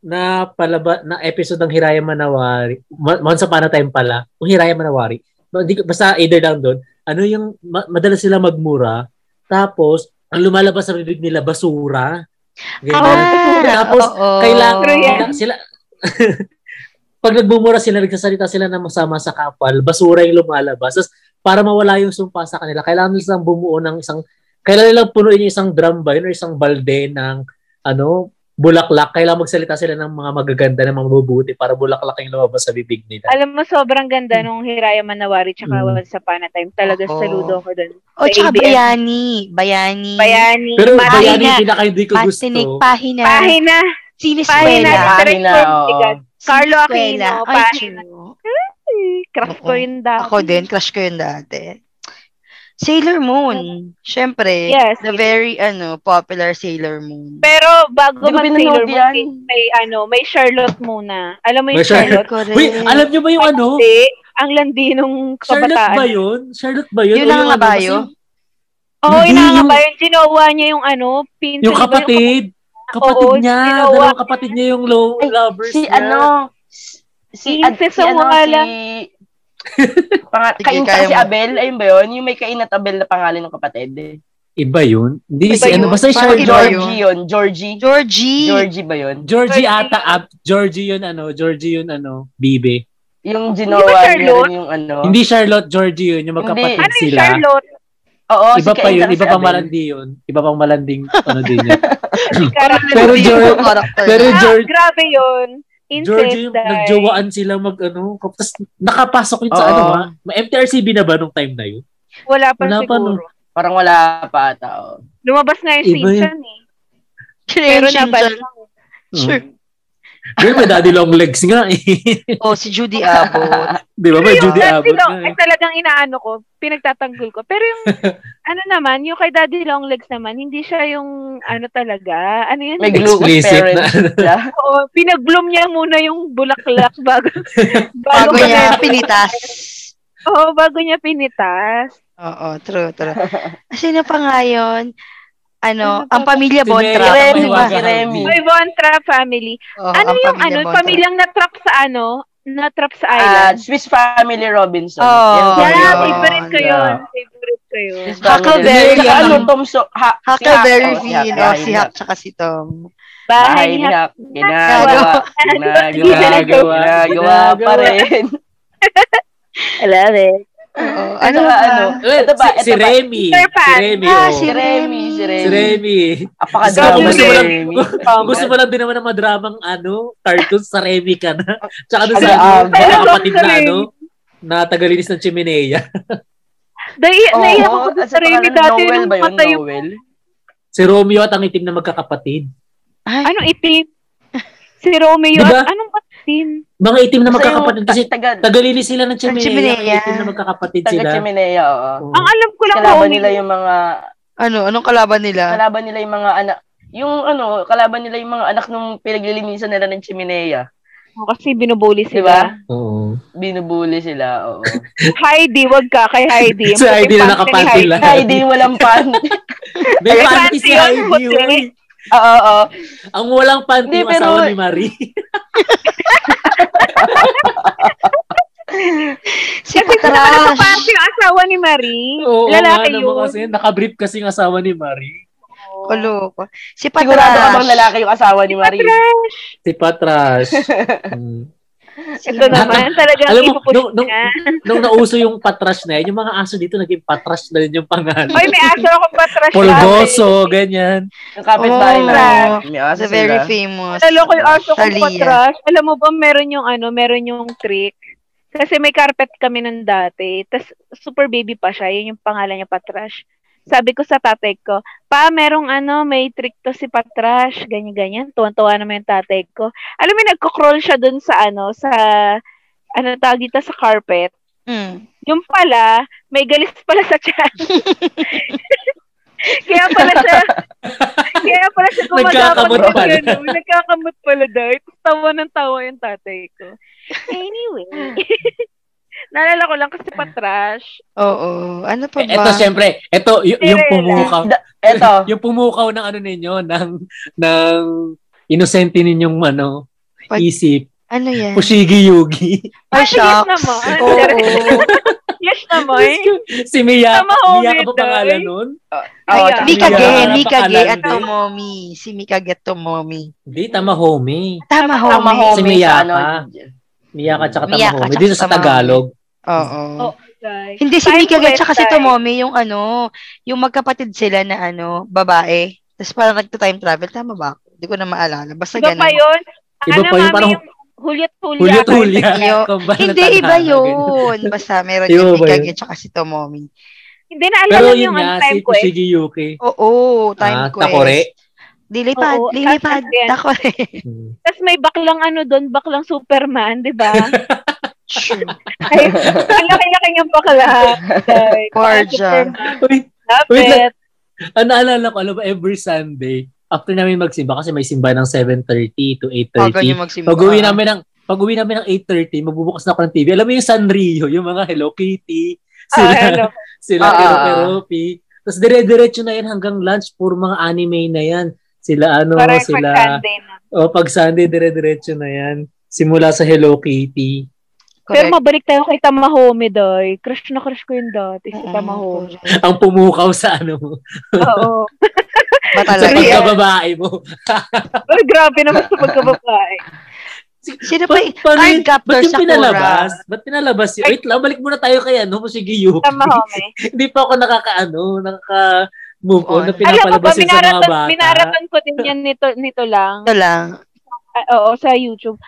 Speaker 6: na palaba, na episode ng Hiraya Manawari. Ma- Once upon a time pala. O Hiraya Manawari. Ba- Hindi, ko- basta either lang doon. Ano yung, ma- madalas sila magmura. Tapos, ang lumalabas sa bibig nila, basura.
Speaker 9: Ah!
Speaker 6: Ganyan. Tapos, kailangan
Speaker 9: True yan.
Speaker 6: na- sila, pag nagmumura sila, nagsasalita sila ng masama sa kapal, basura yung lumalabas. Tapos, para mawala yung sumpa sa kanila, kailangan nila silang bumuo ng isang, kailangan nilang punuin yung isang drum ba yun or isang balde ng, ano, bulaklak. Kailangan magsalita sila ng mga magaganda, ng mga mabubuti para bulaklak yung lumabas sa bibig nila.
Speaker 9: Alam mo, sobrang ganda nung Hiraya Manawari tsaka
Speaker 6: Mm.
Speaker 9: Once Upon a Time. Talaga,
Speaker 7: Oo.
Speaker 9: saludo ko dun.
Speaker 7: O,
Speaker 9: Sa
Speaker 7: tsaka
Speaker 9: ABS.
Speaker 7: Bayani. Bayani.
Speaker 9: Bayani,
Speaker 6: Pero
Speaker 9: Mahina.
Speaker 6: bayani yung pinaka hindi ko gusto.
Speaker 7: Patinig,
Speaker 9: ano,
Speaker 7: pahina.
Speaker 9: Pahina. Pahina.
Speaker 7: Siniswela.
Speaker 5: Pahina,
Speaker 9: Direct
Speaker 5: oo.
Speaker 9: Portigas. Carlo
Speaker 7: Siniswela.
Speaker 9: Aquino.
Speaker 7: Ay,
Speaker 9: Pahina.
Speaker 7: true.
Speaker 9: Crush ko
Speaker 7: Oo.
Speaker 9: yun dati.
Speaker 7: Ako din, crush ko yun dati. Sailor Moon. Siyempre.
Speaker 9: Yes.
Speaker 7: The very, ano, popular Sailor Moon.
Speaker 9: Pero bago
Speaker 5: Hindi ko
Speaker 9: mag-Sailor
Speaker 5: pinanood
Speaker 9: Moon,
Speaker 5: yan.
Speaker 9: may, may ano, may Charlotte muna. Alam mo
Speaker 6: May
Speaker 9: yung
Speaker 6: Charlotte.
Speaker 9: Charlotte?
Speaker 7: Correct.
Speaker 6: Wait, alam nyo ba yung ano?
Speaker 9: Hindi. Ang landi nung
Speaker 6: Charlotte ba
Speaker 9: kabataan.
Speaker 6: yun? Charlotte ba yun?
Speaker 7: Yun
Speaker 6: O
Speaker 7: lang ang
Speaker 6: ano,
Speaker 7: labayo?
Speaker 6: mas-
Speaker 9: Oo, oh,
Speaker 6: Hindi,
Speaker 9: inangaba yun. Ginawa niya yung ano, pinsan.
Speaker 6: Yung
Speaker 9: di ba
Speaker 6: kapatid. Kapatid
Speaker 9: Oo,
Speaker 6: niya.
Speaker 9: ginawa
Speaker 6: Dalawang kapatid niya yung low
Speaker 5: Ay,
Speaker 6: lovers
Speaker 5: si
Speaker 6: niya.
Speaker 5: ano, si, si,
Speaker 9: Yung
Speaker 5: ad- si,
Speaker 9: sa
Speaker 5: ano,
Speaker 9: wala.
Speaker 5: si, Panga-
Speaker 7: Sige,
Speaker 5: kain
Speaker 7: kaya
Speaker 5: si
Speaker 7: mo.
Speaker 5: Abel, ayun ba yun? Yung may kain at Abel na pangalan ng kapatid. Eh.
Speaker 6: Iba yun? Hindi,
Speaker 7: Iba
Speaker 6: si ano,
Speaker 7: yun.
Speaker 6: basta yung
Speaker 7: Parang
Speaker 6: Charlotte.
Speaker 7: iba
Speaker 6: Georgie,
Speaker 7: yun.
Speaker 5: Georgie yun. Georgie.
Speaker 7: Georgie.
Speaker 5: Georgie ba yun?
Speaker 6: Georgie
Speaker 9: Georgie.
Speaker 6: ata, ab, Georgie yun ano, Georgie yun ano, Bibe.
Speaker 5: Yung
Speaker 9: Hindi ba
Speaker 5: ginawa niya
Speaker 9: Charlotte?
Speaker 5: rin yung ano.
Speaker 6: Hindi Charlotte, Georgie yun, yung magkapatid
Speaker 5: Hindi.
Speaker 9: Ano yung
Speaker 6: sila.
Speaker 9: Charlotte?
Speaker 5: Oo, Oh,
Speaker 6: iba
Speaker 5: si
Speaker 6: pa
Speaker 5: Cain
Speaker 6: yun,
Speaker 5: tsaka
Speaker 6: iba
Speaker 5: si
Speaker 6: pang
Speaker 5: Abel.
Speaker 6: malandi yun. Iba pang malanding ano din yun.
Speaker 9: Charlotte.
Speaker 6: Pero
Speaker 7: Hindi
Speaker 6: George-
Speaker 7: yung character
Speaker 6: pero
Speaker 7: niya.
Speaker 9: Ah,
Speaker 6: George-
Speaker 9: grabe yun. Incest,
Speaker 6: Georgie, yung
Speaker 9: dahil.
Speaker 6: nagjowaan sila mag ano, tapos nakapasok yun sa
Speaker 5: Oo.
Speaker 6: ano ba? Ma- MTRCB na ba nung time na yun?
Speaker 9: Wala pa
Speaker 6: Wala pa
Speaker 9: siguro.
Speaker 5: Parang wala pa ata. oh.
Speaker 9: Lumabas nga
Speaker 6: Iba
Speaker 9: yung
Speaker 6: yun.
Speaker 9: Shinchan eh.
Speaker 7: Kaya
Speaker 9: Pero
Speaker 7: yung Shinchan.
Speaker 9: nabalik.
Speaker 6: Oo.
Speaker 7: Sure.
Speaker 6: Girl, may daddy long legs nga eh.
Speaker 7: Oh, si Judy Abbott.
Speaker 6: Di ba? May
Speaker 9: Pero yung
Speaker 6: Judy
Speaker 9: Daddy
Speaker 6: Abbott
Speaker 9: Long-
Speaker 6: na
Speaker 9: ay,
Speaker 6: eh.
Speaker 9: talagang inaano ko, pinagtatanggol ko. Pero yung, ano naman, yung kay Daddy Longlegs naman, hindi siya yung, ano talaga, ano yun?
Speaker 5: May glue
Speaker 6: Explicit na.
Speaker 5: parents siya.
Speaker 9: Oo, pinag-bloom niya muna yung bulaklak bago, bago,
Speaker 7: Bago niya pinitas.
Speaker 9: pinitas. Oo, bago niya pinitas.
Speaker 7: Oo, true, true. Sino pa nga yun? Ano,
Speaker 9: Ano pa
Speaker 7: ang
Speaker 9: ba?
Speaker 7: pamilya
Speaker 6: Si Mary
Speaker 7: Bontra. Ano ba?
Speaker 6: Pamahiwaga Harvey.
Speaker 9: May Bontra family.
Speaker 7: Oo,
Speaker 9: ano
Speaker 7: ang
Speaker 9: yung, ano,
Speaker 7: Bontra.
Speaker 9: pamilyang natrap sa, ano, natrap sa
Speaker 5: Ah,
Speaker 9: island?
Speaker 5: Swiss Family Robinson.
Speaker 7: Oh,
Speaker 5: Yan, yun.
Speaker 9: yeah,
Speaker 7: yun.
Speaker 9: favorite ko yun.
Speaker 6: Yeah.
Speaker 9: Favorite ko yun.
Speaker 5: Swiss Family
Speaker 7: Huckleberry
Speaker 5: Robinson. Saka
Speaker 7: Finn.
Speaker 5: Ano, Tom so, ha, si
Speaker 7: Huckleberry
Speaker 5: Huck. Oh,
Speaker 7: Finn.
Speaker 5: Huck,
Speaker 7: Oh, si Huck
Speaker 5: Huck.
Speaker 7: tsaka si Tom.
Speaker 5: Bahay
Speaker 9: Bahay
Speaker 5: ni
Speaker 9: ni
Speaker 5: Huck. Ginagawa. Ginagawa.
Speaker 6: Ginagawa.
Speaker 5: Ginagawa pa rin.
Speaker 9: I love it.
Speaker 7: Oo.
Speaker 5: Ano
Speaker 7: Ano
Speaker 5: ba?
Speaker 7: ba?
Speaker 5: Ano? Ito ba?
Speaker 6: Eh, Si, si
Speaker 5: Ito ba?
Speaker 6: Remy.
Speaker 9: Peter
Speaker 6: Si
Speaker 9: Pan.
Speaker 6: Remy.
Speaker 7: Ah,
Speaker 6: oh.
Speaker 7: si
Speaker 5: Si Remy. Si
Speaker 6: Si
Speaker 5: Remy.
Speaker 6: Remy.
Speaker 5: Apakadrama
Speaker 6: Gusto
Speaker 5: si
Speaker 6: mo lang-
Speaker 5: Remy.
Speaker 6: Gusto mo lang din naman ng madramang ano, cartoon sa Remy ka na. Tsaka doon sa
Speaker 5: Ano,
Speaker 6: ano,
Speaker 5: um,
Speaker 6: mga
Speaker 9: ano,
Speaker 6: kapatid na
Speaker 9: Remy?
Speaker 6: ano, na tagalinis ng chimenea.
Speaker 9: Dai-
Speaker 5: Oo,
Speaker 9: naiyak ako
Speaker 5: at
Speaker 9: sa
Speaker 5: saka
Speaker 9: Remy
Speaker 5: ano,
Speaker 9: dati
Speaker 5: Noel
Speaker 9: nung
Speaker 5: ba yun?
Speaker 9: patay yung
Speaker 5: Noel?
Speaker 6: Si Romeo at ang itim na magkakapatid.
Speaker 9: Anong itim? Ano, Si Romeo
Speaker 6: Diba?
Speaker 9: at anong patin?
Speaker 6: Mga itim na
Speaker 5: Kasi
Speaker 6: Ano, magkakapatid
Speaker 5: yung
Speaker 6: kasi
Speaker 5: taga,
Speaker 6: tagalinis sila ng chimenea.
Speaker 7: chimenea.
Speaker 6: Mga itim na magkakapatid
Speaker 5: taga
Speaker 6: sila.
Speaker 5: Chimenea, oo.
Speaker 6: Oo.
Speaker 9: Ang alam ko lang,
Speaker 5: Kalaban
Speaker 9: homie,
Speaker 5: nila yung mga,
Speaker 7: Ano? Anong kalaban nila?
Speaker 5: kalaban nila yung mga anak, yung ano, kalaban nila yung mga anak nung pinaglilinisan nila ng chimenea.
Speaker 9: ko kasi binubuli
Speaker 5: Di
Speaker 9: sila.
Speaker 6: Oo.
Speaker 5: Binubuli sila, oo.
Speaker 9: Heidi, wag ka kay Heidi.
Speaker 6: Si Heidi na nakapanty
Speaker 9: nakapantil
Speaker 6: lang.
Speaker 5: Heidi, walang pan.
Speaker 6: May
Speaker 9: Ay,
Speaker 6: panty si
Speaker 9: panty
Speaker 6: Heidi.
Speaker 9: yun, puti.
Speaker 6: uy.
Speaker 5: Oo, oo.
Speaker 6: Ang walang panty
Speaker 5: Hindi,
Speaker 6: yung
Speaker 5: pero-
Speaker 6: asawa ni Marie.
Speaker 7: Si
Speaker 9: Ano
Speaker 7: Patras.
Speaker 9: pa yung asawa ni Marie?
Speaker 6: Oo,
Speaker 9: Lalaki
Speaker 6: nga naman
Speaker 9: yun.
Speaker 6: kasi. Nakabrief kasi yung asawa ni Marie.
Speaker 7: Kaloko. Oh, Si
Speaker 5: Sigurado
Speaker 7: Patras.
Speaker 5: namang lalaki yung asawa ni Marie.
Speaker 9: Trash.
Speaker 6: Si Patrash. Mm.
Speaker 9: Ito naman, talagang
Speaker 6: Alam mo,
Speaker 9: ipupush
Speaker 6: nung- nung-
Speaker 9: niya.
Speaker 6: Nung nauso yung patrash na yun, yung mga aso dito naging patrash na rin yung pangalan.
Speaker 9: Oy, may aso akong patrash.
Speaker 6: Polgoso, ganyan.
Speaker 5: Yung kapitbahay
Speaker 7: Oo.
Speaker 5: na. May
Speaker 7: The
Speaker 5: aso
Speaker 7: very
Speaker 5: sila.
Speaker 7: famous.
Speaker 9: Lalo ko yung aso kong
Speaker 7: Talia.
Speaker 9: patrash. Alam mo ba, meron yung ano, meron yung trick. Kasi may carpet kami nun dati. Tapos, super baby pa siya. Yun yung pangalan niya, patrash. Sabi ko sa tatay ko, pa, merong ano, may trick to si patrash. Ganyan-ganyan. Tuwan-tuwa naman yung tatay ko. Alam mo, nagko-crawl siya dun sa ano, sa, ano tawag dito, sa carpet.
Speaker 7: Mm.
Speaker 9: Yung pala, may galis pala sa tiyan. kaya pala siya, kaya pala siya
Speaker 6: Nagkakamot
Speaker 9: kumadapot ng
Speaker 6: pala.
Speaker 9: ganun. Nagkakamot pala daw. Tapos tawa ng tawa yung tatay ko. Anyway. Naalala ko lang kasi patrash.
Speaker 7: Oo. Ano pa
Speaker 6: Eh,
Speaker 7: ba?
Speaker 6: Eto, syempre, eto, y- yung
Speaker 9: Cinderella.
Speaker 6: pumukaw.
Speaker 5: Da- Eto,
Speaker 6: yung pumukaw ng ano ninyo, ng, ng inosente ninyong ano,
Speaker 7: Pag-
Speaker 6: isip.
Speaker 7: Ano yan?
Speaker 6: Pushigi Yugi.
Speaker 7: Ay,
Speaker 9: Ay, yes
Speaker 7: shucks.
Speaker 9: naman.
Speaker 7: Oo.
Speaker 9: Yes naman.
Speaker 6: si Miyaka.
Speaker 9: Tama, oh,
Speaker 6: Miyaka ba
Speaker 9: Mitoy.
Speaker 6: pangalan nun?
Speaker 5: oh,
Speaker 9: Ayan.
Speaker 7: Mika
Speaker 6: Yeah,
Speaker 7: Ge,
Speaker 6: napakalan
Speaker 7: Mika Ge at
Speaker 6: din.
Speaker 7: Tomomi. Si Mika Ge at Tomomi.
Speaker 6: Hindi, tama homie.
Speaker 7: Tama,
Speaker 5: tama
Speaker 7: homie.
Speaker 6: Si
Speaker 5: homie
Speaker 6: Miyaka.
Speaker 5: sa ano.
Speaker 6: Miyaka tsaka tama
Speaker 7: Miyaka
Speaker 6: homie.
Speaker 7: tsaka
Speaker 6: Dito sa
Speaker 7: tama
Speaker 6: Tagalog.
Speaker 7: Oo.
Speaker 9: Oh, guys.
Speaker 7: Hindi si
Speaker 9: Time
Speaker 7: Mika
Speaker 9: to
Speaker 7: Ge tsaka si
Speaker 9: rest, guys.
Speaker 7: Tomomi yung ano, yung magkapatid sila na ano, babae. Tapos parang nagta-time travel. Tama ba ako? Hindi ko na maalala. Basta
Speaker 9: Iba
Speaker 7: ganun.
Speaker 9: pa yun.
Speaker 6: Iba
Speaker 9: ano,
Speaker 6: pa yun,
Speaker 9: mami,
Speaker 6: parang
Speaker 9: yung hulyat-hulya.
Speaker 6: Hulya-tulya.
Speaker 7: Tayo. Hindi, iba yun. Basta meron
Speaker 6: Iba
Speaker 7: yung
Speaker 6: ba
Speaker 7: Mika
Speaker 6: yun?
Speaker 7: Ge tsaka si Tomomi.
Speaker 9: Hindi
Speaker 6: Pero
Speaker 9: naalala niyo
Speaker 6: yun
Speaker 9: yung eh. ang
Speaker 6: nga, si
Speaker 9: time quest.
Speaker 6: Pushigi Yuki.
Speaker 7: Oo, time
Speaker 6: Ah,
Speaker 7: quest.
Speaker 6: takore.
Speaker 7: Lilipad,
Speaker 9: Oo,
Speaker 7: lilipad,
Speaker 9: tatlo yan.
Speaker 7: takore.
Speaker 6: Hmm.
Speaker 9: Tapos may baklang ano doon, baklang Superman, di ba? Ay, ang laki-laki niyang bakla. Like,
Speaker 7: Gorgeous.
Speaker 9: Superman.
Speaker 6: Wait,
Speaker 9: Love
Speaker 6: Wait
Speaker 9: it.
Speaker 6: Ang naalala ko, alam mo, every Sunday, after namin magsimba, kasi may simba ng 7.30 to
Speaker 7: Huwag niyo
Speaker 6: 8.30.
Speaker 7: magsimba.
Speaker 6: Pag-uwi namin ng, pag-uwi namin ng 8.30, magbubukas na ako ng TV. Alam mo yung Sanrio, yung mga Hello Kitty,
Speaker 9: Ah,
Speaker 6: sila,
Speaker 9: ano.
Speaker 6: sila
Speaker 5: Ah, ah,
Speaker 6: pero
Speaker 5: ah.
Speaker 6: Tapos dire-diretso na yan hanggang lunch, puro mga anime na yan. Sila ano,
Speaker 9: Parang
Speaker 6: sila,
Speaker 9: Sunday na.
Speaker 6: o pag Sunday, dire-diretso na yan. Simula sa Hello Kitty.
Speaker 9: Pero mabalik tayo kay Tamahome, doy. Crush na crush ko yun dati, si Tamahome.
Speaker 6: Ang pumukaw sa ano mo,
Speaker 9: Oo.
Speaker 7: Ba
Speaker 6: sa
Speaker 7: talaga?
Speaker 9: ah.
Speaker 6: pagkababae mo.
Speaker 9: Pero grabe naman sa pagkababae.
Speaker 7: Sino pa?
Speaker 6: Pa- paano
Speaker 7: Ay,
Speaker 6: yun?
Speaker 7: Captor
Speaker 6: Ba't yung
Speaker 7: Sakura.
Speaker 6: pinalabas? Ba't pinalabas yun?
Speaker 9: Ay.
Speaker 6: Wait lang, balik muna tayo kay ano, Musigi Yuki.
Speaker 9: Tamahome.
Speaker 6: Hindi pa ako nakakaano, nakaka-move on,
Speaker 7: Oo.
Speaker 6: na
Speaker 9: Alam mo ba,
Speaker 6: pinapalabas yun sa mga
Speaker 9: minaraton,
Speaker 6: bata.
Speaker 9: minaraton ko din yan nito, nito lang.
Speaker 7: Ito Ano lang.
Speaker 9: Ah, oo, sa YouTube.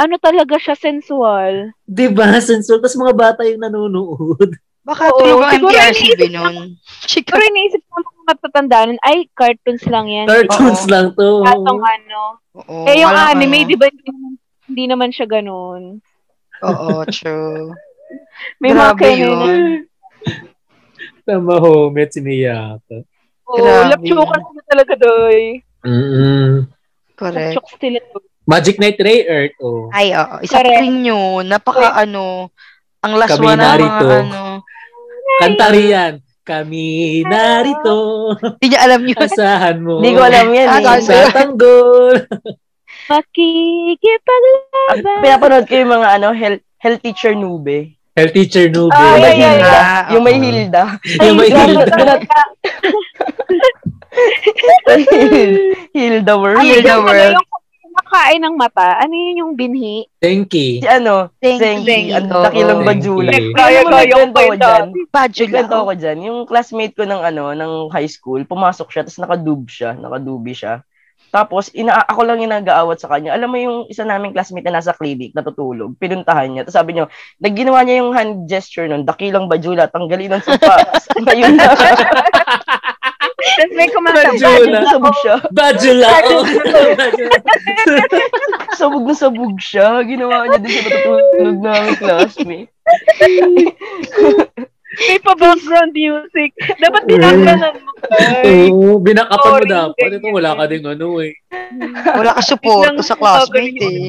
Speaker 9: Ano talaga siya sensual.
Speaker 6: Diba, sensual? Tapos mga bata yung nanonood.
Speaker 7: Baka
Speaker 9: Oo,
Speaker 7: tulog ang
Speaker 9: siguro
Speaker 7: MTRCB
Speaker 9: iniisip
Speaker 7: noon. Chika.
Speaker 9: Pero iniisip ko nung matatandaan, ay, cartoons lang yan.
Speaker 6: Cartoons lang to.
Speaker 9: Katong ano.
Speaker 7: Oo,
Speaker 9: eh, yung
Speaker 7: wala ka
Speaker 9: anime,
Speaker 7: na.
Speaker 9: di ba, hindi naman- hindi naman siya ganun.
Speaker 7: Oo, true.
Speaker 9: May mga
Speaker 7: Grabe
Speaker 9: kaya na.
Speaker 7: yun.
Speaker 6: Tama ho, met si Mia.
Speaker 9: Oo,
Speaker 7: Grabe
Speaker 9: lapchukan sila talaga doy.
Speaker 6: Mm-mm.
Speaker 7: Correct.
Speaker 9: Lapchuk sila doy.
Speaker 6: Magic Knight Ray Earth. Oh.
Speaker 7: Ay, oo. Isa
Speaker 9: Correct.
Speaker 7: rin yun. Napaka, ano, ang last
Speaker 6: Kami
Speaker 7: one na mga,
Speaker 6: narito.
Speaker 7: ano.
Speaker 6: Kanta rin yan. Kami narito.
Speaker 7: Hindi niya alam yun.
Speaker 6: Asahan mo.
Speaker 5: Hindi ko alam yan.
Speaker 7: Ah,
Speaker 5: eh.
Speaker 7: sorry.
Speaker 6: Sa tanggol.
Speaker 9: Makikipaglaban.
Speaker 5: Pinapanood ko yung mga ano, health, health teacher nube.
Speaker 6: Health teacher newbie.
Speaker 9: Ay,
Speaker 5: Yung may
Speaker 9: ay,
Speaker 5: Hilda.
Speaker 7: Ah,
Speaker 5: Yung may Hilda.
Speaker 6: oo. Yung may hilda.
Speaker 5: Hilda
Speaker 9: Ano
Speaker 5: World.
Speaker 7: Hilda
Speaker 9: yung ano
Speaker 7: World.
Speaker 9: yung kumakain ng mata? Ano yun yung binhi?
Speaker 6: Denki.
Speaker 5: Si ano,
Speaker 7: Thank
Speaker 5: Zenki.
Speaker 7: you.
Speaker 5: Ang dakilang
Speaker 6: Oo,
Speaker 5: bajula.
Speaker 6: Zenki.
Speaker 5: Kaya ko yung ko
Speaker 9: kwento.
Speaker 5: dyan.
Speaker 7: Badula.
Speaker 5: Nagkwento ako dyan. Yung classmate ko ng ano, ng high school, pumasok siya, tapos nakadub siya, nakadubi siya. Tapos, ina ako lang yung nag-aawat sa kanya. Alam mo yung isa naming classmate na nasa clinic, natutulog, pinuntahan niya. Tapos sabi niyo, nagginawa niya yung hand gesture nun, dakilang bajula, tanggalin ng sumpa. Ngayon na,
Speaker 9: Tapos may kumakanta.
Speaker 6: Badula.
Speaker 5: sabog siya.
Speaker 6: Badula. Oh. Badula.
Speaker 5: Sabog na sabog siya. Ginawa niya din sa natutulog namin classmate.
Speaker 9: May pa-background music. Dapat tinanggalan mo. Ay,
Speaker 6: Oo, Oh, binakapan mo
Speaker 9: Sorry,
Speaker 6: dapat.
Speaker 9: Denki.
Speaker 6: Ito wala ka ding ano eh.
Speaker 7: Wala ka support
Speaker 9: Biglang
Speaker 7: sa classmate eh.
Speaker 9: gagawin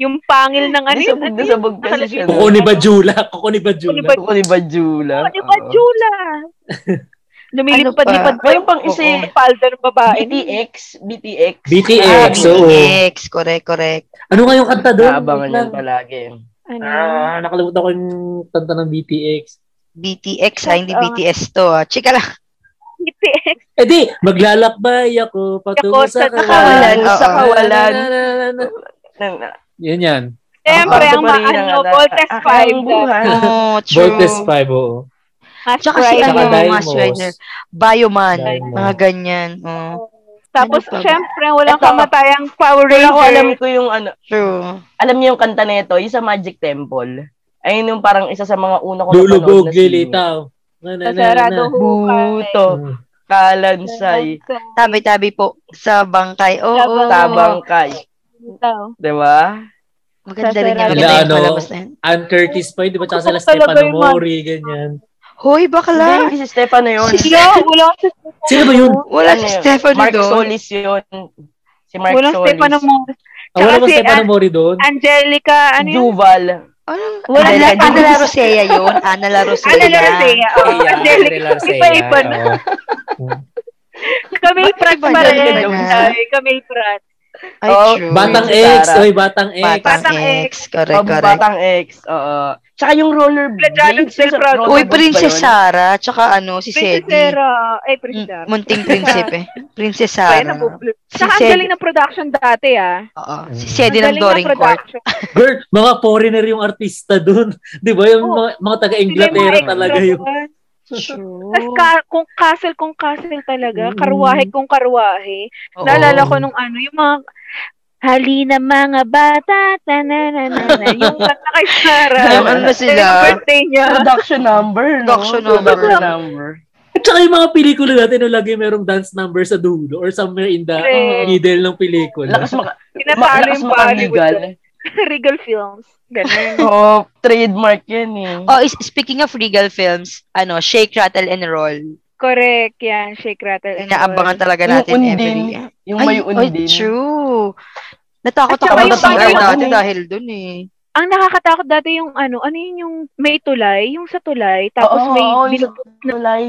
Speaker 9: Yung pangil ng ano yun?
Speaker 5: Sabog na sabog kasi siya.
Speaker 6: Kuko ni Badula. Kuko ni Badula.
Speaker 9: Kuko
Speaker 5: Ako ni Bajula.
Speaker 9: Ano ba, Jula? Lumilipad-lipad
Speaker 7: Ano
Speaker 9: pa
Speaker 5: Meron pang isa eh.
Speaker 9: yung palda ng
Speaker 7: eh.
Speaker 9: babae.
Speaker 5: BTX, BTX.
Speaker 7: Ah,
Speaker 6: BTX. oo.
Speaker 7: BTX. Correct, correct.
Speaker 6: Ano nga yung kanta doon?
Speaker 5: Naabangan yan
Speaker 6: Wait lang.
Speaker 5: palagi.
Speaker 9: Ano?
Speaker 6: Ah, nakalimutan ko yung kanta ng BTX.
Speaker 7: BTX ha, ah, hindi
Speaker 9: Oo.
Speaker 7: BTS to ha. Chika lang.
Speaker 9: BTS.
Speaker 6: Eh di, maglalakbay ako patungo
Speaker 9: Ako
Speaker 6: sa
Speaker 9: sa kawalan,
Speaker 6: kawalan.
Speaker 5: oo. Sa kawalan.
Speaker 6: Na, na, na, na, na.
Speaker 5: Nang- na-
Speaker 6: Yan yan.
Speaker 9: Siyempre,
Speaker 5: Parang
Speaker 9: ang
Speaker 5: pa Ah, rin ang
Speaker 9: maano,
Speaker 5: ano,
Speaker 9: Voltes
Speaker 5: ah, ah,
Speaker 9: 5.
Speaker 5: ang buhay.
Speaker 7: Oo, true.
Speaker 6: Voltes 5, oo.
Speaker 9: Mas
Speaker 7: Tsaka si
Speaker 9: Rider.
Speaker 7: ano,
Speaker 6: Saka
Speaker 7: mas rider.
Speaker 6: Dimos.
Speaker 7: Bioman.
Speaker 6: Diamond.
Speaker 7: Mga ganyan. Oo.
Speaker 9: Tapos,
Speaker 7: Ano pa ba?
Speaker 9: syempre, walang
Speaker 5: Ito.
Speaker 9: kamatayang Power
Speaker 5: Pero ako alam
Speaker 9: Ranger.
Speaker 5: ko yung ano,
Speaker 7: True.
Speaker 5: alam niyo yung kanta na ito, yung sa Magic Temple. Ayun yung parang isa sa mga una ko
Speaker 6: Lulubog, lilitaw. Na, na, na, na. Hmm.
Speaker 9: Sarado hukay.
Speaker 5: Buto, kalansay,
Speaker 7: Tabi-tabi po sa bangkay. Oo.
Speaker 9: Sa bangkay.
Speaker 5: tabangkay. Di ba?
Speaker 7: Maganda rin yan.
Speaker 9: Sasarado.
Speaker 7: Maganda yung
Speaker 6: Ano?
Speaker 7: malabas na yan.
Speaker 6: Ann Curtis pa yun, di ba? Tsaka sila
Speaker 9: Gusto ko talaga
Speaker 6: Stefano
Speaker 9: yung
Speaker 6: Mori, ganyan.
Speaker 7: Hoy, bakla.
Speaker 5: Hindi, si Stefano yun.
Speaker 9: Siya, wala sa
Speaker 6: Sino ba yun?
Speaker 7: Wala
Speaker 5: Ano
Speaker 7: si
Speaker 5: yun?
Speaker 7: Stefano
Speaker 5: Mark
Speaker 7: doon.
Speaker 5: Solis yun. Si Mark
Speaker 9: Walang
Speaker 5: Solis.
Speaker 9: Stefano Mori.
Speaker 6: Ah, wala
Speaker 9: Tsaka
Speaker 6: ba
Speaker 9: si
Speaker 6: Stefano
Speaker 9: Ann-
Speaker 6: Mori doon?
Speaker 9: Angelica, ano yun?
Speaker 5: Duval.
Speaker 7: Anong,
Speaker 5: Wala
Speaker 7: Ana,
Speaker 5: talaga.
Speaker 7: Ana La Rosea yun. Ana La Rosea.
Speaker 9: Ana Larcea. Oh,
Speaker 6: Ay, ah,
Speaker 9: Angelica.
Speaker 6: Andrea Larcea,
Speaker 9: Iba-iba na.
Speaker 6: oo.
Speaker 9: Kami
Speaker 7: Ba't
Speaker 9: prat
Speaker 7: iba
Speaker 9: pa
Speaker 7: yun?
Speaker 9: rin.
Speaker 7: Ganun.
Speaker 9: Ay, Kami prat.
Speaker 7: Ay,
Speaker 5: Oh,
Speaker 7: true.
Speaker 6: Batang
Speaker 5: Si
Speaker 6: X,
Speaker 5: Sarah.
Speaker 6: oy, Batang X.
Speaker 7: Batang
Speaker 9: Batang
Speaker 7: X.
Speaker 5: Oh,
Speaker 7: Correct, correct.
Speaker 5: Batang X. Oo. Tsaka yung roller
Speaker 9: Plagiarism
Speaker 5: blades. yung sa-
Speaker 9: Proud.
Speaker 5: roller blades
Speaker 7: Uy,
Speaker 5: ba
Speaker 7: Princess
Speaker 5: yun?
Speaker 7: Sarah. Tsaka ano, si Sedi.
Speaker 9: Prinsesera. Ay, prinsesera.
Speaker 7: Mm, Munting prinsipe. Princess
Speaker 9: Ay,
Speaker 7: Sarah.
Speaker 9: nabublo.
Speaker 7: Si
Speaker 9: Saka ang
Speaker 7: Sed-
Speaker 9: galing na production dati, ah.
Speaker 7: Oo. Si
Speaker 6: Mm.
Speaker 9: Ang
Speaker 7: Sedi ng
Speaker 9: galing na
Speaker 7: Doring Court.
Speaker 9: production.
Speaker 6: Girl, mga foreigner yung artista doon. Di ba? Yung
Speaker 9: Oo.
Speaker 6: mga, mga
Speaker 9: Sila yung
Speaker 6: taga-Inglaterra
Speaker 9: mga
Speaker 6: talaga
Speaker 9: extra
Speaker 6: yun.
Speaker 9: doon.
Speaker 7: True.
Speaker 9: Tas ka- kung castle kung castle talaga,
Speaker 6: Mm.
Speaker 9: karwahe kung karwahe.
Speaker 7: Oo.
Speaker 9: Naalala ko nung ano, yung mga Halina mga bata, tananana, yung kanta kay Sarah.
Speaker 7: Yung ano sila?
Speaker 9: Yung birthday niya.
Speaker 5: Production number, no?
Speaker 7: Production number.
Speaker 5: number.
Speaker 6: At saka yung mga pelikula natin, no, lagi merong dance number sa dulo or somewhere in the
Speaker 9: Correct.
Speaker 6: middle ng pelikula.
Speaker 5: Lakas maka... ma-
Speaker 9: Pinatalo
Speaker 5: lakas
Speaker 9: yung
Speaker 5: makaligal.
Speaker 9: Bollywood. eh. Regal Films. Ganun.
Speaker 5: Oo, trademark yan eh.
Speaker 7: Oh, is, speaking of regal films, ano, Shake, Rattle, and Roll.
Speaker 9: Correct yan, Shake Rattle. and
Speaker 7: Inaabangan
Speaker 9: Roll.
Speaker 7: talaga
Speaker 5: Yung
Speaker 7: natin
Speaker 5: Undin.
Speaker 7: every year.
Speaker 5: Yung may
Speaker 7: oy,
Speaker 5: undin.
Speaker 7: true. Natakot ako
Speaker 9: At saka
Speaker 7: ng
Speaker 9: yung
Speaker 7: summer
Speaker 9: ano,
Speaker 7: dati
Speaker 5: yung-
Speaker 7: dahil dun eh.
Speaker 9: Ang nakakatakot dati yung ano, ano yun yung may tulay, yung sa tulay, tapos
Speaker 5: Oo,
Speaker 9: may
Speaker 5: oo,
Speaker 9: bilog.
Speaker 5: yung tulay.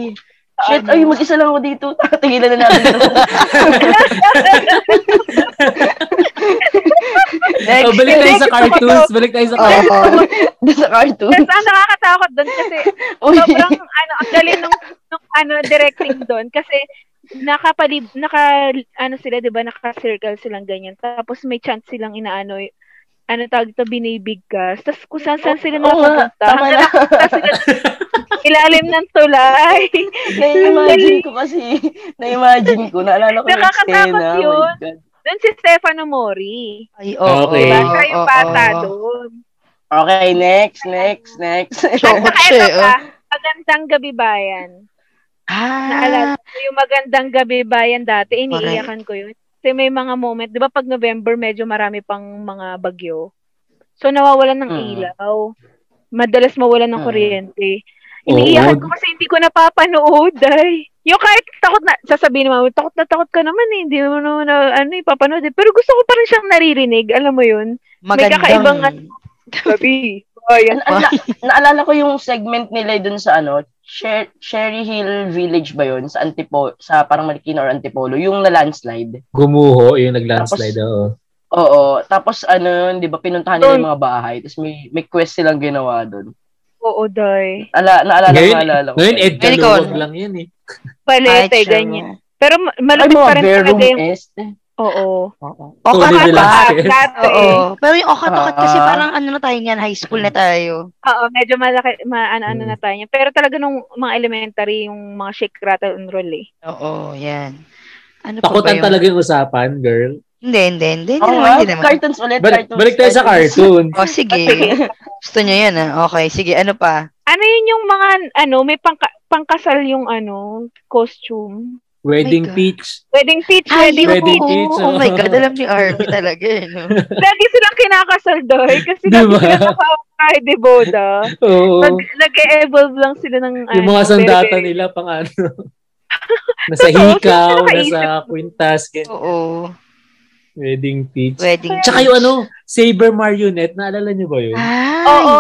Speaker 5: Shit, ay, mag-isa lang ako dito. Tigilan na natin. ito. Next.
Speaker 6: Oh, balik tayo sa cartoons. Balik tayo sa cartoons.
Speaker 5: Doon sa cartoon.
Speaker 9: Tapos ang nakakatakot doon kasi
Speaker 5: Uy,
Speaker 9: sobrang ano, ang galing nung, nung ano directing doon kasi nakapalib naka ano sila 'di ba naka-circle silang ganyan tapos may chance silang inaano y- ano tawag ito, binibigkas. Tapos kung saan saan sila
Speaker 5: Oo nga,
Speaker 9: nakapunta.
Speaker 5: tama
Speaker 9: Hanggang
Speaker 5: na.
Speaker 9: nakapunta sila ilalim ng tulay.
Speaker 5: Na-imagine ko kasi. Na-imagine ko. Naalala ko yung
Speaker 9: Nakakatakot
Speaker 5: eksena. Oh
Speaker 9: yun.
Speaker 5: my God.
Speaker 9: Doon si Stefano Mori.
Speaker 7: Ay, oo.
Speaker 6: Okay.
Speaker 7: oo,
Speaker 9: Bata yung
Speaker 7: oo,
Speaker 9: bata
Speaker 7: oo.
Speaker 9: doon.
Speaker 5: Okay, next, next, next.
Speaker 7: Choco
Speaker 9: Saka
Speaker 7: siya eh,
Speaker 9: ito pa, Magandang gabi bayan.
Speaker 7: Ah,
Speaker 5: Ah.
Speaker 9: Naalala ko yung magandang gabi bayan dati. Iniiyakan ko yun. Kasi may mga moment, di ba pag November, medyo marami pang mga bagyo. So, nawawalan ng
Speaker 5: Mm.
Speaker 9: ilaw. Madalas mawalan ng
Speaker 5: Mm.
Speaker 9: kuryente.
Speaker 6: Oo.
Speaker 9: Iniiyakan ko kasi hindi ko napapanood, ay. Yung kahit takot na, sasabihin naman, takot na takot ka naman eh, hindi mo naman na, ano, ipapanood eh. Pero gusto ko pa rin siyang naririnig, alam mo yun?
Speaker 7: magandang.
Speaker 9: kakaibang ano. Gabi. Ayan.
Speaker 5: An- an- naalala ko yung segment nila dun sa ano, Sher- Sherry Hill Village ba yun? Sa Antipo, sa parang Marikina or Antipolo, yung na landslide.
Speaker 6: Gumuho, yung nag-landslide. oo.
Speaker 5: Oo, tapos ano, yun, 'di ba pinuntahan nila yung mga bahay, tapos may may quest silang ginawa doon.
Speaker 9: Oo, day.
Speaker 5: Ala naalala ko,
Speaker 6: Ngayon,
Speaker 5: naalala ko.
Speaker 6: ngayon Ed
Speaker 7: Very cool.
Speaker 6: Galuwag lang yun eh.
Speaker 9: Palete,
Speaker 7: Ay, true.
Speaker 9: ganyan. Pero ma-
Speaker 5: Ay,
Speaker 9: malupit
Speaker 5: mga
Speaker 9: pa rin
Speaker 5: Verum
Speaker 9: talaga yung...
Speaker 5: Est.
Speaker 9: Oo. Oh,
Speaker 7: O,
Speaker 6: Tony
Speaker 7: kakatak.
Speaker 6: Velasquez.
Speaker 9: Dati.
Speaker 7: Oo. Pero yung okatokat kasi
Speaker 5: Ah.
Speaker 7: parang ano na tayo niyan, high school na tayo.
Speaker 9: Oo, medyo malaki, ma, ano, ano
Speaker 6: Mm.
Speaker 9: na tayo. niyan. Pero talaga nung mga elementary, yung mga shake, rattle, and roll eh.
Speaker 7: Oo, yan. Ano pa ba
Speaker 6: Takutan
Speaker 7: yun?
Speaker 6: talaga yung usapan, girl.
Speaker 7: Hindi, hindi, hindi. Hindi
Speaker 5: Oo,
Speaker 7: naman,
Speaker 5: ah,
Speaker 7: hindi naman.
Speaker 5: cartoons ulit,
Speaker 6: Balik,
Speaker 5: cartoons.
Speaker 6: balik tayo sa cartoon.
Speaker 9: Oh
Speaker 7: O, sige. Gusto nyo yan, ah. Okay, sige. Ano pa?
Speaker 9: Ano yun yung mga, ano, may pangka, pangkasal yung, ano, costume.
Speaker 6: Wedding
Speaker 7: God.
Speaker 6: Peach.
Speaker 9: Wedding peach,
Speaker 7: Ay,
Speaker 9: wedding
Speaker 7: yun,
Speaker 6: Pwede
Speaker 9: peach.
Speaker 7: oo.
Speaker 6: teach,
Speaker 7: Oh,
Speaker 6: oh.
Speaker 7: my God, alam ni Arby talaga eh, no?
Speaker 9: Lagi silang kinakasal doy. Kasi
Speaker 6: Diba?
Speaker 9: lagi silang nakawag kahit di boda.
Speaker 6: Oo.
Speaker 9: Nag, nag-evolve lang sila ng,
Speaker 6: yung mga
Speaker 9: ano,
Speaker 6: sandata
Speaker 9: very-
Speaker 6: nila pang ano. nasa
Speaker 9: Totoo,
Speaker 6: hikaw,
Speaker 9: sino nakaisip?
Speaker 6: nasa quintas, ganyan.
Speaker 7: Oo.
Speaker 6: Wedding Peach.
Speaker 7: Wedding.
Speaker 6: Tsaka yung ano, Saber Marionette. Naalala niyo ba yun?
Speaker 9: Ah.
Speaker 7: Ay,
Speaker 9: Oo.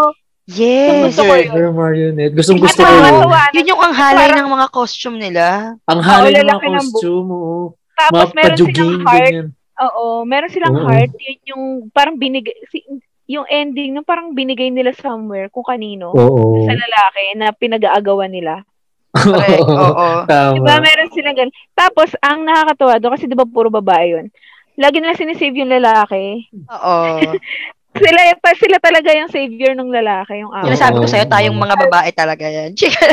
Speaker 7: yes.
Speaker 9: gusto ko yun.
Speaker 6: Saber Marionette. Gustong gusto
Speaker 9: At
Speaker 6: ko
Speaker 9: mga
Speaker 6: yun.
Speaker 9: katuwa na-
Speaker 7: Yun yung ang halay
Speaker 9: Parang-
Speaker 7: ng mga costume nila.
Speaker 6: Ang halo
Speaker 9: Oo,
Speaker 6: ng mga
Speaker 9: lalaki ng bu-
Speaker 6: costume. Oo. Mga
Speaker 9: Tapos meron silang
Speaker 6: pajuging,
Speaker 9: heart.
Speaker 6: ganyan.
Speaker 9: Oo, meron silang
Speaker 6: Oo.
Speaker 9: heart. Yun yung parang binigay, si- yung ending nung parang binigay nila somewhere kung kanino.
Speaker 6: Oo.
Speaker 9: Sa lalaki na Diba, pinag-aagawan nila.
Speaker 7: Correct. Oo.
Speaker 6: Tama.
Speaker 9: Diba meron silang ganun. Tapos ang nakakatawa doon kasi diba puro babae yun. Lagi nila sinisave yung lalaki.
Speaker 7: Oo.
Speaker 9: Sila, pa, sila talaga yung savior ng lalaki, yung
Speaker 6: Oo.
Speaker 9: amo.
Speaker 7: Sinasabi ko sa'yo, tayong mga babae talaga yan. Chika.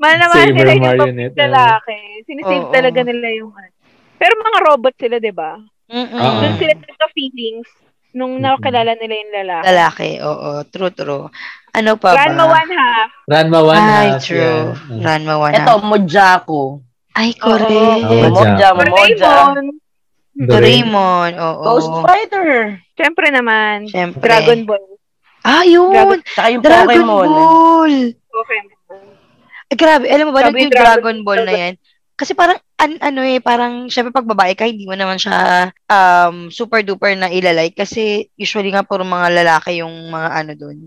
Speaker 9: Mahal na mahal
Speaker 6: Saver
Speaker 9: nila yung babae
Speaker 6: marionette,
Speaker 9: ng lalaki. Sinisave
Speaker 7: Oo.
Speaker 9: talaga nila yung ano. Pero mga robot sila, di ba?
Speaker 6: Oo.
Speaker 9: Doon
Speaker 7: Mm-mm.
Speaker 9: sila sa feelings nung
Speaker 6: Mhm.
Speaker 9: nakakilala nila yung lalaki.
Speaker 7: Lalaki. Oo. True, true. Ano pa ba?
Speaker 9: Grandma one half.
Speaker 6: Ranma one
Speaker 7: Ay,
Speaker 6: half.
Speaker 7: true.
Speaker 6: yan.
Speaker 7: Ranma one
Speaker 5: Ito,
Speaker 7: half.
Speaker 5: Mojako.
Speaker 7: Ay,
Speaker 6: Oo.
Speaker 7: correct.
Speaker 5: Moja,
Speaker 6: Mojako.
Speaker 5: Moja.
Speaker 9: Doraemon.
Speaker 7: Doraemon. Oo.
Speaker 5: Ghost Fighter.
Speaker 9: Siyempre naman.
Speaker 7: Siyempre.
Speaker 9: Dragon Ball.
Speaker 7: Ah, yun.
Speaker 5: Tsaka yung
Speaker 7: Dragon
Speaker 5: Pokemon.
Speaker 7: Ball.
Speaker 9: Pokemon.
Speaker 7: Ay, Eh, grabe. Alam mo ba,
Speaker 9: Grabe
Speaker 7: nag- yung
Speaker 9: yung Dragon
Speaker 7: Dragon Ball na
Speaker 9: Ball.
Speaker 7: yan. Kasi parang, an- ano eh, parang, syempre pag babae ka, hindi mo naman siya um, super duper na ilalike. Kasi usually nga, puro mga lalaki yung mga ano doon.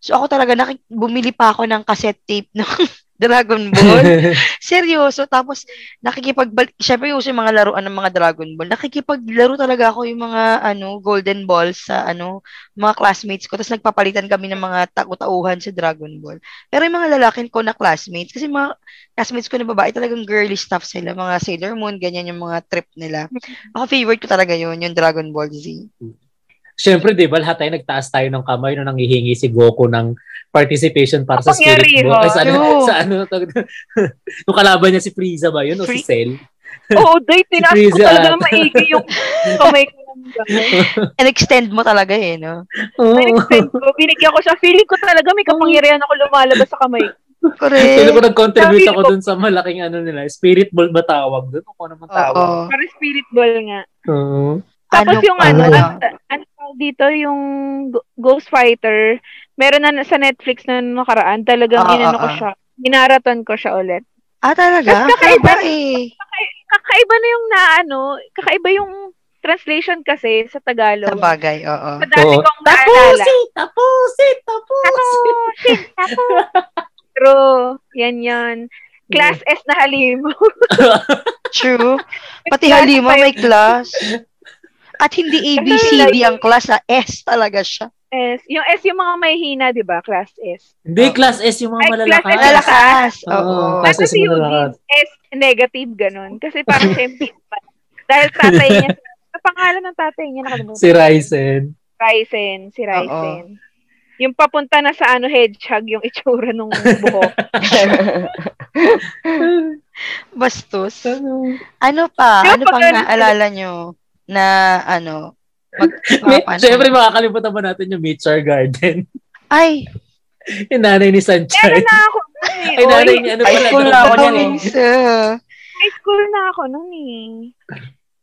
Speaker 7: So ako talaga, nakik- bumili pa ako ng cassette tape ng Dragon Ball. Seryoso. Tapos, nakikipagbalik. Siyempre, yung uso yung mga laruan ng mga Dragon Ball. Nakikipaglaro talaga ako yung mga, ano, Golden Ball sa, ano, mga classmates ko. Tapos, nagpapalitan kami ng mga taku-tauhan sa Dragon Ball. Pero yung mga lalakin ko na classmates, kasi mga classmates ko na babae, talagang girly stuff sila. Mga Sailor Moon, ganyan yung mga trip nila. Ako, favorite ko talaga yun, yung Dragon Ball Z.
Speaker 6: Siyempre, di ba, lahat tayo nagtaas tayo ng kamay nung nangihingi si Goku ng participation para sa
Speaker 9: Kapangyarihan.
Speaker 6: spirit ball. Ay, sa ano,
Speaker 7: True.
Speaker 6: sa ano, yung kalaban niya si Frieza ba yun o si
Speaker 7: Free-
Speaker 6: Cell?
Speaker 9: Oo, day, tinaas ko
Speaker 6: Freezer.
Speaker 9: talaga na maigi yung kamay ko ng gano'n.
Speaker 7: And extend mo talaga eh, no?
Speaker 6: Oo.
Speaker 9: Nag-extend ko, binigyan ko siya. Feeling ko talaga may kapangyarihan ako lumalabas sa kamay. ko.
Speaker 6: Feeling ko
Speaker 7: Correct.
Speaker 6: nag-contribute
Speaker 9: Sabi
Speaker 6: ako
Speaker 9: ko-
Speaker 6: dun sa malaking ano nila, spirit ball ba tawag dun? O kung ano man tawag.
Speaker 7: Oo.
Speaker 9: Para spirit ball nga.
Speaker 6: Oo.
Speaker 7: Ano
Speaker 9: Tapos yung
Speaker 7: pa?
Speaker 9: ano, ano, ano tawag dito, yung Go- Ghost Fighter, meron na sa Netflix na nung nakaraan, talagang
Speaker 7: Ah,
Speaker 9: inano
Speaker 7: ah,
Speaker 9: ko
Speaker 7: ah.
Speaker 9: siya. Minaraton ko siya ulit.
Speaker 7: Ah, talaga?
Speaker 9: Tapos kakaiba-
Speaker 7: Kaba eh.
Speaker 9: Kaka- kakaiba na yung na ano, kakaiba yung translation kasi sa Tagalog.
Speaker 7: Sa bagay, oo.
Speaker 9: Sa dami
Speaker 6: Oo.
Speaker 9: kong naalala.
Speaker 6: Tapusin! Tapusin! Tapusin!
Speaker 9: Tapusin! Tapusin! True. Yan yan. Class S na halimaw.
Speaker 7: True.
Speaker 9: May
Speaker 7: Pati
Speaker 9: class
Speaker 7: halima
Speaker 9: pa yun.
Speaker 7: may class. At hindi A, B, C, D ang class. Ah. S talaga siya.
Speaker 9: S. Yung S yung mga may hina, di ba? Class S.
Speaker 6: Hindi, class S yung mga
Speaker 9: Ay, class
Speaker 6: malalakas.
Speaker 9: S.
Speaker 7: Malalakas.
Speaker 6: Oo.
Speaker 7: Oo.
Speaker 6: Class S
Speaker 9: Kasi
Speaker 6: yung
Speaker 9: yun,
Speaker 6: malalakas.
Speaker 9: S negative, ganun. Kasi parang siya yung pinpan. Dahil tatay niya, ang pangalan ng tatay niya, nakalimutan.
Speaker 6: Si Ryzen.
Speaker 9: Ryzen. Si Ryzen. Yung papunta na sa ano, hedgehog, yung itsura nung buhok.
Speaker 7: Bastos. Ano pa?
Speaker 9: Yung
Speaker 7: Ano pang
Speaker 9: pag-
Speaker 7: naalala nyo na ano? Mag,
Speaker 6: May-
Speaker 7: mapapansin?
Speaker 6: Siyempre, makakalimutan pa natin yung Mitchar Garden.
Speaker 7: Ay,
Speaker 6: Yung nanay ni
Speaker 9: Meron
Speaker 6: Sunshine.
Speaker 9: na ako nun eh.
Speaker 6: Ay, nanay
Speaker 9: Oy,
Speaker 6: ni ano
Speaker 5: High
Speaker 6: pala.
Speaker 5: school
Speaker 6: no?
Speaker 5: na ako niyan eh.
Speaker 7: Isa.
Speaker 9: High school na ako nun eh.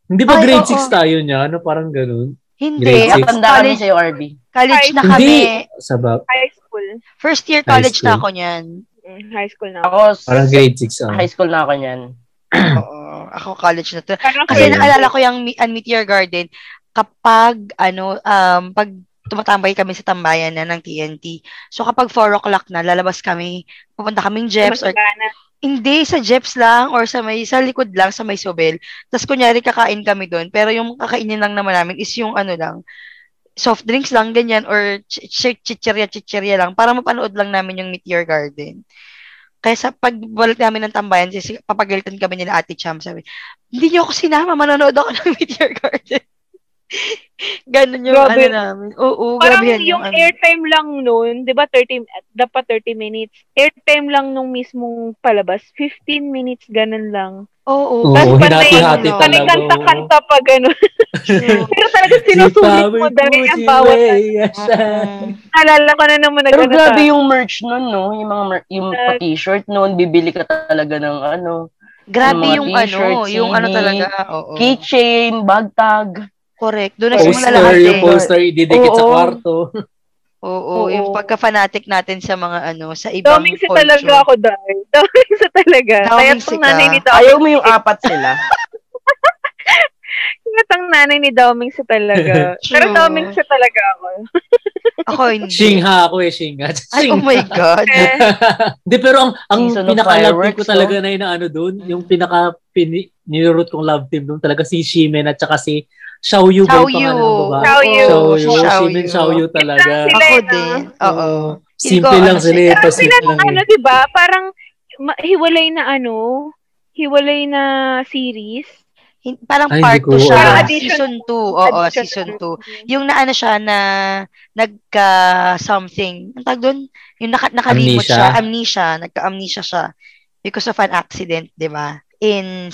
Speaker 6: Hindi ba
Speaker 7: Ay,
Speaker 6: grade
Speaker 7: oo.
Speaker 6: 6 tayo niya? Ano parang ganun?
Speaker 7: Hindi.
Speaker 6: Grade six.
Speaker 7: Ako,
Speaker 5: Matanda kami
Speaker 7: College.
Speaker 5: sa'yo, RB.
Speaker 7: college na
Speaker 6: Hindi.
Speaker 7: kami.
Speaker 6: Sa ba?
Speaker 9: High school.
Speaker 7: First year
Speaker 6: High
Speaker 7: college na
Speaker 6: school.
Speaker 7: ako niyan.
Speaker 9: Mm, High school na ako.
Speaker 5: Ako, s-
Speaker 6: Parang grade 6 ah.
Speaker 5: high school na ako niyan.
Speaker 7: Oo. Ako college na to.
Speaker 9: Parang
Speaker 7: Kasi
Speaker 6: Ayun.
Speaker 7: naalala ko yung Mi- ang Meteor Garden, kapag, ano, um, pag tumatambay kami sa tambayan na ng TNT. So, kapag 4 o'clock na, lalabas kami, pupunta kaming Jeps or
Speaker 9: Magana.
Speaker 7: hindi, sa Jeps lang or sa may sa likod lang sa may Sobel. Tapos kunyari kakain kami doon, pero yung kakainin lang naman namin is yung ano lang, soft drinks lang ganyan or ch- ch- chichirya chichirya lang para mapanood lang namin yung Meteor Garden. Kaya sa pagbalik namin ng tambayan, si papagalitan kami nila Ate Cham, sabi, hindi niyo ako sinama, manonood ako ng Meteor Garden. Ganon yung ano
Speaker 9: Grabe.
Speaker 7: namin. Oo, oo
Speaker 9: Parang
Speaker 7: grabe yan
Speaker 9: yung
Speaker 7: ano.
Speaker 9: airtime lang nun, di ba 30, dapat 30 minutes. Airtime lang nung mismong palabas, 15 minutes, ganun lang.
Speaker 7: Oo,
Speaker 6: Oo,
Speaker 7: oo.
Speaker 9: Tapos
Speaker 6: hinati-hati
Speaker 7: patay-
Speaker 9: Panay
Speaker 6: talaga.
Speaker 9: kanta-kanta pa ganun. Pero talaga sinusulit mo dahil ang bawat ano.
Speaker 7: Mm.
Speaker 9: Naalala ko na naman na
Speaker 5: Pero
Speaker 9: ganun
Speaker 5: grabe
Speaker 9: ka.
Speaker 5: yung merch nun, no? Yung mga mer- yung
Speaker 9: Ah.
Speaker 5: pa-t-shirt nun, bibili ka talaga ng ano,
Speaker 7: Grabe
Speaker 5: Yung
Speaker 7: yung
Speaker 5: mga
Speaker 7: ano,
Speaker 5: t-shirt,
Speaker 7: yung ano
Speaker 5: CD,
Speaker 7: talaga. Oo.
Speaker 5: keychain, bag tag.
Speaker 7: Correct. Doon nagsimula
Speaker 6: Poster,
Speaker 7: lahat
Speaker 6: yung
Speaker 7: eh.
Speaker 6: poster, ididikit sa
Speaker 5: Oo.
Speaker 6: kwarto.
Speaker 7: Oo,
Speaker 9: Oo.
Speaker 7: yung pagka-fanatic natin sa mga ano, sa ibang
Speaker 9: Doming si
Speaker 7: culture.
Speaker 9: talaga ako dahil. Doming si talaga.
Speaker 7: Doming
Speaker 9: Kaya
Speaker 7: si ka.
Speaker 9: tong nanay ni Doming,
Speaker 5: Ayaw mo yung apat sila.
Speaker 9: kaya tong nanay ni Doming si talaga. Pero
Speaker 7: True.
Speaker 9: Doming si talaga ako.
Speaker 7: ah, Ako hindi.
Speaker 6: Shingha ako eh, Shingha.
Speaker 7: Ay,
Speaker 6: Shingha.
Speaker 7: oh my God.
Speaker 9: Eh,
Speaker 6: Hindi, pero ang, ang
Speaker 5: Season of
Speaker 6: pinaka-love
Speaker 5: fireworks,
Speaker 6: ko talaga na inaano doon, yung pinaka pini, niroot kong love team doon talaga si Shimen at saka si Xiaoyu ba
Speaker 7: Chow
Speaker 6: yung pangalan
Speaker 7: you.
Speaker 6: ng babae?
Speaker 9: Chow Yu.
Speaker 6: Xiaoyu.
Speaker 7: Chow
Speaker 6: Shimen
Speaker 7: Yu.
Speaker 6: Xiaoyu talaga.
Speaker 9: Sila
Speaker 7: Ako
Speaker 9: na. ah.
Speaker 7: din. Oo.
Speaker 6: Simple
Speaker 7: Ikaw,
Speaker 6: lang
Speaker 7: ano
Speaker 6: sila eh.
Speaker 7: sila?
Speaker 9: Pero
Speaker 6: Tapos
Speaker 9: sila
Speaker 6: simple
Speaker 9: nung
Speaker 6: lang
Speaker 9: ano,
Speaker 6: eh.
Speaker 9: di ba? Parang ma- hiwalay na ano, hiwalay na series.
Speaker 7: Hin- Parang
Speaker 6: Ay,
Speaker 7: part
Speaker 6: hindi ko
Speaker 7: 2 siya.
Speaker 9: alam.
Speaker 7: Season 2. Oo,
Speaker 9: Addition Mm-hmm.
Speaker 7: season
Speaker 9: na-
Speaker 7: 2. Yung naano siya na nagka-something. Ang tag doon? Yung naka, nakalimot
Speaker 6: Amnesia.
Speaker 7: siya. Amnesia. Nagka-amnesia siya. Because of an accident, di ba? In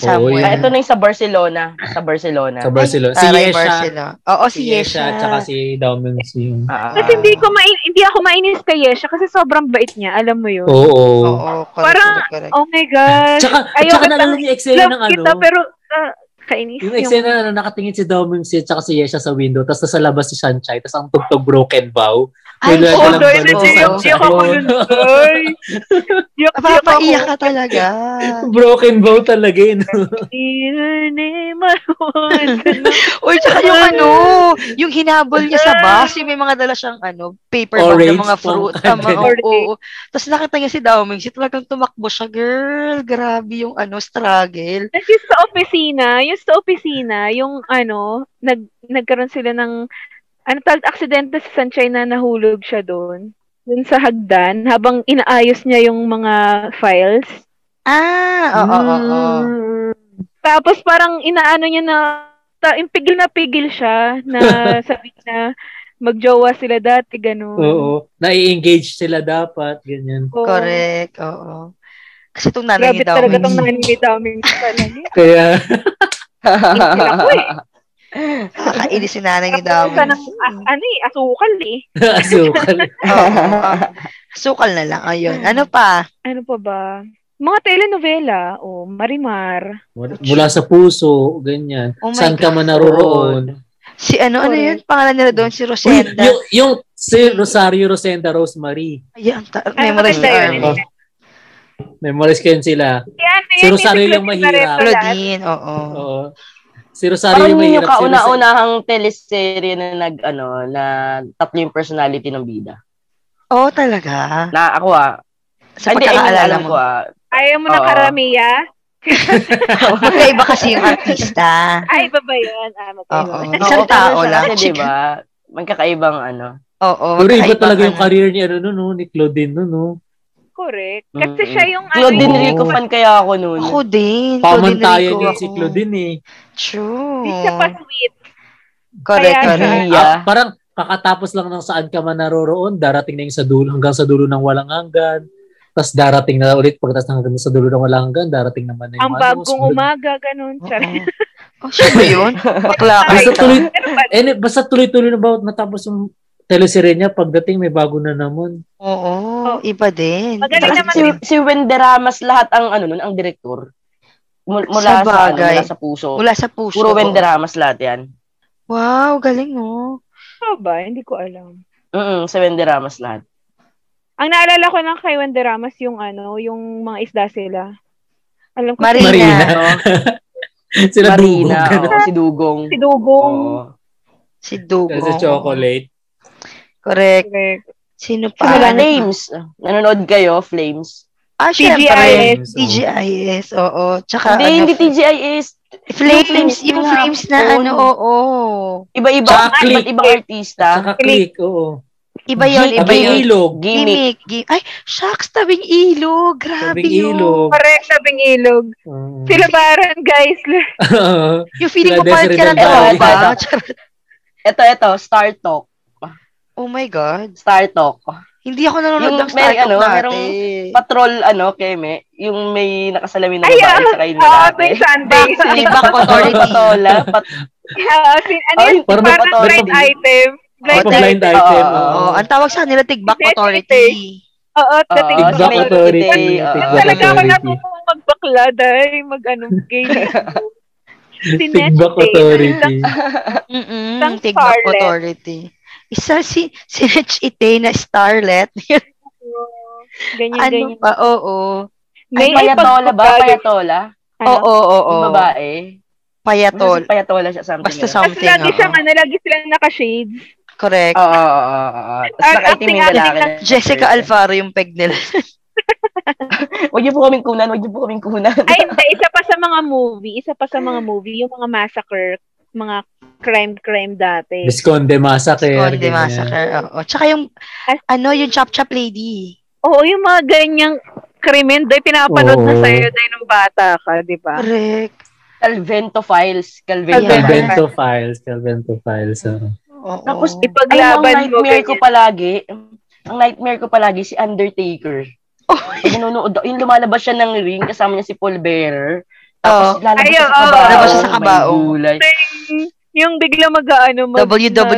Speaker 6: Oo,
Speaker 7: somewhere.
Speaker 5: Ah,
Speaker 6: yun.
Speaker 5: ito na yung sa Barcelona. Sa Barcelona.
Speaker 6: Sa Barcelona. Si
Speaker 7: Taray
Speaker 6: Yesha.
Speaker 7: Barcelona. Oo, si,
Speaker 6: Si Yesha
Speaker 9: ah.
Speaker 6: at saka si Dauman Singh.
Speaker 5: Ah,
Speaker 9: Kasi hindi ko mai hindi ako mainis kay Yesha kasi sobrang bait niya, alam mo 'yun.
Speaker 6: Oo.
Speaker 7: Oo, correct,
Speaker 9: Parang-
Speaker 7: correct, correct.
Speaker 9: Oh my gosh.
Speaker 6: Tsaka,
Speaker 9: Ayoko
Speaker 6: tsaka naalala
Speaker 9: lang-
Speaker 6: niyo yung eksena ng
Speaker 9: Love
Speaker 6: ano.
Speaker 9: kita pero ah, kainis
Speaker 6: Yung eksena na ano, nakatingin si Doming si tsaka si Yesha sa window, tapos nasa labas si Sunshine, tapos ang tugtog broken bow.
Speaker 7: Ay,
Speaker 6: Wala
Speaker 9: Oh,
Speaker 6: Walang
Speaker 9: doy
Speaker 6: ganun sa
Speaker 9: na siya.
Speaker 6: sunshine.
Speaker 9: Diyak ako nun, doy. Diyak, diyak ako.
Speaker 7: Napapaiyak ka talaga.
Speaker 6: Broken bow talaga yun.
Speaker 9: Mm. In her name, I want to know.
Speaker 7: Uy, tsaka yung ano, yung hinabol niya sa bus, yung may mga dala siyang ano, paper bag
Speaker 6: Orange
Speaker 7: ng mga
Speaker 6: pong
Speaker 7: fruit.
Speaker 6: ano.
Speaker 7: Tama, oo.
Speaker 9: Orange.
Speaker 7: oo. Tapos nakita niya si Daoming, si talagang tumakbo siya. Girl, grabe yung ano, struggle.
Speaker 9: Tapos yung sa opisina, yung sa opisina, yung ano, nag, nagkaroon sila ng, ano tawag, aksidente sa Sunshine na nahulog siya doon. Doon sa hagdan, habang inaayos niya yung mga files.
Speaker 7: Ah, oo, oo, oo.
Speaker 9: Tapos parang inaano niya na, ta, yung pigil na pigil siya, na sabi na, magjowa sila dati, ganun.
Speaker 6: Oo. Nai-engage sila dapat. Ganyan.
Speaker 9: Oo.
Speaker 7: Correct, oo. Kasi itong nanay ni
Speaker 9: Grabe talaga
Speaker 7: Daoming.
Speaker 9: tong nanay Daoming talaga.
Speaker 6: Kaya,
Speaker 9: Sila ko ano eh.
Speaker 7: Nakakainis si nanay ah, ni
Speaker 9: Tapos siya
Speaker 7: Daoming.
Speaker 9: ng, ah, ano eh, asukal eh.
Speaker 6: asukal.
Speaker 7: Sukal na lang. Ayun. Ano pa?
Speaker 9: Ano pa ba? Mga telenovela. O, oh, Marimar.
Speaker 6: Mula sa puso, ganyan.
Speaker 7: Oh my
Speaker 6: Saan ka man naroroon.
Speaker 7: Si ano, ano yun? Pangalan nila doon? Si
Speaker 6: Uy,
Speaker 7: Rosenda.
Speaker 6: yung, yung si Rosario Rosenda Rosemary.
Speaker 7: Ayan, ta-
Speaker 9: Ay,
Speaker 7: memorize
Speaker 9: maganda
Speaker 7: ni
Speaker 9: yun.
Speaker 7: Army.
Speaker 6: Memorize Ah. ko yun sila.
Speaker 9: Yan,
Speaker 6: Si Rosario yung mahirap.
Speaker 7: Claudine, oo.
Speaker 6: Oo. Si Rosario
Speaker 5: Parang
Speaker 6: yung
Speaker 5: yun yung
Speaker 6: mahirap. Si Rosa-
Speaker 5: kauna-unahang teleserye na nag, ano, na tatlo yung personality ng bida.
Speaker 7: Oo, Oh, talaga.
Speaker 5: Na ako ah.
Speaker 7: Sa
Speaker 5: Hindi, ayun yung
Speaker 7: pagkakaalala
Speaker 5: alam
Speaker 7: mo.
Speaker 5: ko ah.
Speaker 9: Ayaw mo na
Speaker 5: Oo.
Speaker 9: karamiya?
Speaker 7: Magkaiba kasi yung artista.
Speaker 9: Ay, iba ba yun? Ah,
Speaker 7: Oo.
Speaker 9: magkaiba.
Speaker 7: Isang
Speaker 5: Oo, pero
Speaker 7: tao
Speaker 5: siya
Speaker 7: lang.
Speaker 5: Kasi diba, magkakaibang ano.
Speaker 7: Oo.
Speaker 6: Pero iba
Speaker 7: magkaiba
Speaker 6: talaga
Speaker 7: ka
Speaker 6: yung
Speaker 7: na.
Speaker 6: career ni, ano, no, no, ni Claudine, no, no.
Speaker 9: Correct.
Speaker 6: Mm,
Speaker 9: Kasi siya yung ano.
Speaker 5: Claudine
Speaker 6: Oo.
Speaker 9: eh.
Speaker 5: Rico fan kaya ako noon.
Speaker 7: Ako din.
Speaker 6: Pamantayan
Speaker 7: Claudine
Speaker 6: yun
Speaker 7: Rico
Speaker 6: si
Speaker 7: ako.
Speaker 6: Claudine eh.
Speaker 7: True.
Speaker 9: Hindi siya pa sweet.
Speaker 7: Correct,
Speaker 9: Kaya
Speaker 7: correct.
Speaker 5: siya. Yeah.
Speaker 6: Ah, parang kakatapos lang ng saan ka man naroroon, darating na yung sa dulo, hanggang sa dulo ng walang hanggan. Tapos darating na ulit, pagkatapos ng hanggang sa dulo ng walang hanggan, darating naman na yung
Speaker 9: Ang
Speaker 6: ano,
Speaker 9: bagong
Speaker 6: sunod-
Speaker 9: umaga, ganun. Charot.
Speaker 7: Oo. Oh, siya ba yun? Bakla ka.
Speaker 6: Basta tuloy,
Speaker 9: Pero pa-
Speaker 6: eh, basta tuloy-tuloy na bawat matapos yung teleserye niya, pagdating may bago na naman.
Speaker 7: Oo,
Speaker 9: Oh.
Speaker 7: iba din.
Speaker 9: Magaling
Speaker 5: Saka
Speaker 9: naman
Speaker 5: si, si Wenderamas lahat ang ano nun, ang direktor. Mu- Mula
Speaker 7: Sa
Speaker 5: sa, ano,
Speaker 7: bagay.
Speaker 5: mula sa puso.
Speaker 7: Wala sa puso.
Speaker 5: Puro Wenderamas lahat yan.
Speaker 7: Wow, galing oh.
Speaker 9: Ano ba? Hindi ko alam.
Speaker 5: Mm sa Wenderamas lahat.
Speaker 9: Ang naalala ko lang kay Wenderamas yung ano, yung mga isda sila. Alam ko
Speaker 7: Marina.
Speaker 6: Marina. Sila
Speaker 5: Ano? Marina,
Speaker 6: dugo.
Speaker 5: oo, si Dugong.
Speaker 9: si Dugong.
Speaker 5: Oo.
Speaker 7: Si Dugo.
Speaker 6: Kasi chocolate.
Speaker 7: Correct.
Speaker 9: Correct.
Speaker 7: Sino
Speaker 5: Si Mila
Speaker 7: pa? Ano-
Speaker 5: Flames. Nanonood kayo, Flames.
Speaker 7: Ah, syempre.
Speaker 9: TGIS.
Speaker 6: Yes, oo.
Speaker 7: TGIS, oo. Tsaka,
Speaker 5: Hindi,
Speaker 7: ano,
Speaker 5: hindi TGIS.
Speaker 7: Flames,
Speaker 5: Yung
Speaker 7: yung
Speaker 5: Flames
Speaker 7: flames na
Speaker 5: hapon.
Speaker 7: ano, oo.
Speaker 5: Iba-iba,
Speaker 6: Tsaka
Speaker 5: iba't
Speaker 6: click.
Speaker 5: ibang artista.
Speaker 6: Saka click, oo.
Speaker 7: Iba yun,
Speaker 5: Gimmick.
Speaker 7: iba
Speaker 6: Tabing
Speaker 7: yun.
Speaker 6: ilog.
Speaker 5: Gimmick.
Speaker 7: Gimmick. gi- Ay, shucks, tabing ilog. Grabe
Speaker 6: Tabing
Speaker 7: yun.
Speaker 6: ilog.
Speaker 9: Correct, sabing ilog.
Speaker 6: Oo.
Speaker 9: Sila baran, guys.
Speaker 7: Yung feeling mo
Speaker 6: Sila
Speaker 7: parang
Speaker 6: Desiree
Speaker 7: ka ng
Speaker 5: Del Valle.
Speaker 7: tropa.
Speaker 5: Ito, ito, Star Talk.
Speaker 7: Oh my God.
Speaker 5: Star Talk.
Speaker 7: Hindi ako nanonood
Speaker 5: Yung
Speaker 7: ng
Speaker 5: may,
Speaker 7: Star Talk
Speaker 5: ano,
Speaker 7: dati.
Speaker 5: merong- Patrol, ano, Keme, yung may nakasalamin na
Speaker 9: Ay,
Speaker 5: babae sa kayo
Speaker 9: ah, Oo,
Speaker 5: lalaki.
Speaker 9: tuwing Sunday.
Speaker 7: Back, back, back authority.
Speaker 5: Patola. Pat-
Speaker 9: Oo, si- ano
Speaker 5: Ay,
Speaker 9: yun?
Speaker 6: parang
Speaker 9: Parang
Speaker 5: patola
Speaker 9: blind
Speaker 5: din.
Speaker 9: item. Blind
Speaker 6: Pag blind
Speaker 5: Oo,
Speaker 9: oh,
Speaker 6: item.
Speaker 5: oo,
Speaker 6: oo.
Speaker 7: Oo, ang tawag sa kanila, tigbak
Speaker 9: Hindi,
Speaker 7: authority.
Speaker 9: Oo,
Speaker 5: Oo,
Speaker 9: dating ko
Speaker 6: Tigbak
Speaker 5: may-
Speaker 9: talaga-
Speaker 6: authority.
Speaker 5: Oo.
Speaker 6: Tigbak
Speaker 9: Talaga ako
Speaker 6: authority.
Speaker 9: natutong magbakla dahil mag-ano, gay. si
Speaker 6: Tigbak authority.
Speaker 7: Mm-mm,
Speaker 9: Isang
Speaker 7: tigbak
Speaker 9: starlet.
Speaker 7: authority. Isa si, si Rich Ite na starlet.
Speaker 9: Ganyan,
Speaker 7: ano
Speaker 9: ganyan.
Speaker 7: pa, oo.
Speaker 5: Ay, Payatola ba? Payatola?
Speaker 7: Oo, oo, oo.
Speaker 5: Yung babae. Basta
Speaker 7: Payatol.
Speaker 5: si Payatola siya, something.
Speaker 7: Basta
Speaker 5: ganun.
Speaker 9: Tapos
Speaker 7: something.
Speaker 9: lagi
Speaker 7: oo.
Speaker 9: siyang ano, lagi silang naka-shades.
Speaker 7: Correct.
Speaker 5: Oo, oo, oo, oo. Tapos
Speaker 9: Ang
Speaker 5: nakaitim yung
Speaker 9: acting-acting
Speaker 5: lalaki.
Speaker 9: lang-
Speaker 5: na-
Speaker 7: Jessica Alfaro yung peg nila.
Speaker 5: Huwag niyo po kaming kunan, huwag niyo po kaming kunan.
Speaker 9: Ay, hindi. Isa pa sa mga movie. Isa pa sa mga movie. Yung mga massacre. Mga crime-crime dati.
Speaker 6: Visconde Massacre.
Speaker 7: Conde
Speaker 6: ganyan.
Speaker 7: Massacre. Oo. Tsaka yung,
Speaker 9: As-
Speaker 7: ano, yung Chop Chop Lady.
Speaker 9: Oo, yung mga ganyang krimen. Dahil pinapanood na
Speaker 6: Oo.
Speaker 9: sa'yo dahil nung bata ka, di ba?
Speaker 7: Correct.
Speaker 5: Calvento Files. Calvento Files.
Speaker 7: Yeah.
Speaker 6: Calvento Files. Calvento Files. oo.
Speaker 7: Oo.
Speaker 5: Tapos, Ay, ang
Speaker 9: Ipaglaban mo
Speaker 5: nightmare ko
Speaker 9: ganyan.
Speaker 5: palagi, ang nightmare ko palagi si Undertaker. Pag nanonood, ako- yung lumalabas siya ng ring, kasama niya si Paul Bearer. Tapos lalabas siya
Speaker 9: Ayun,
Speaker 5: sa
Speaker 9: oo.
Speaker 5: kabao.
Speaker 9: Lalabas
Speaker 7: siya sa kabao.
Speaker 5: May gulay.
Speaker 9: Ting! Yung bigla mag-ano mag, mag-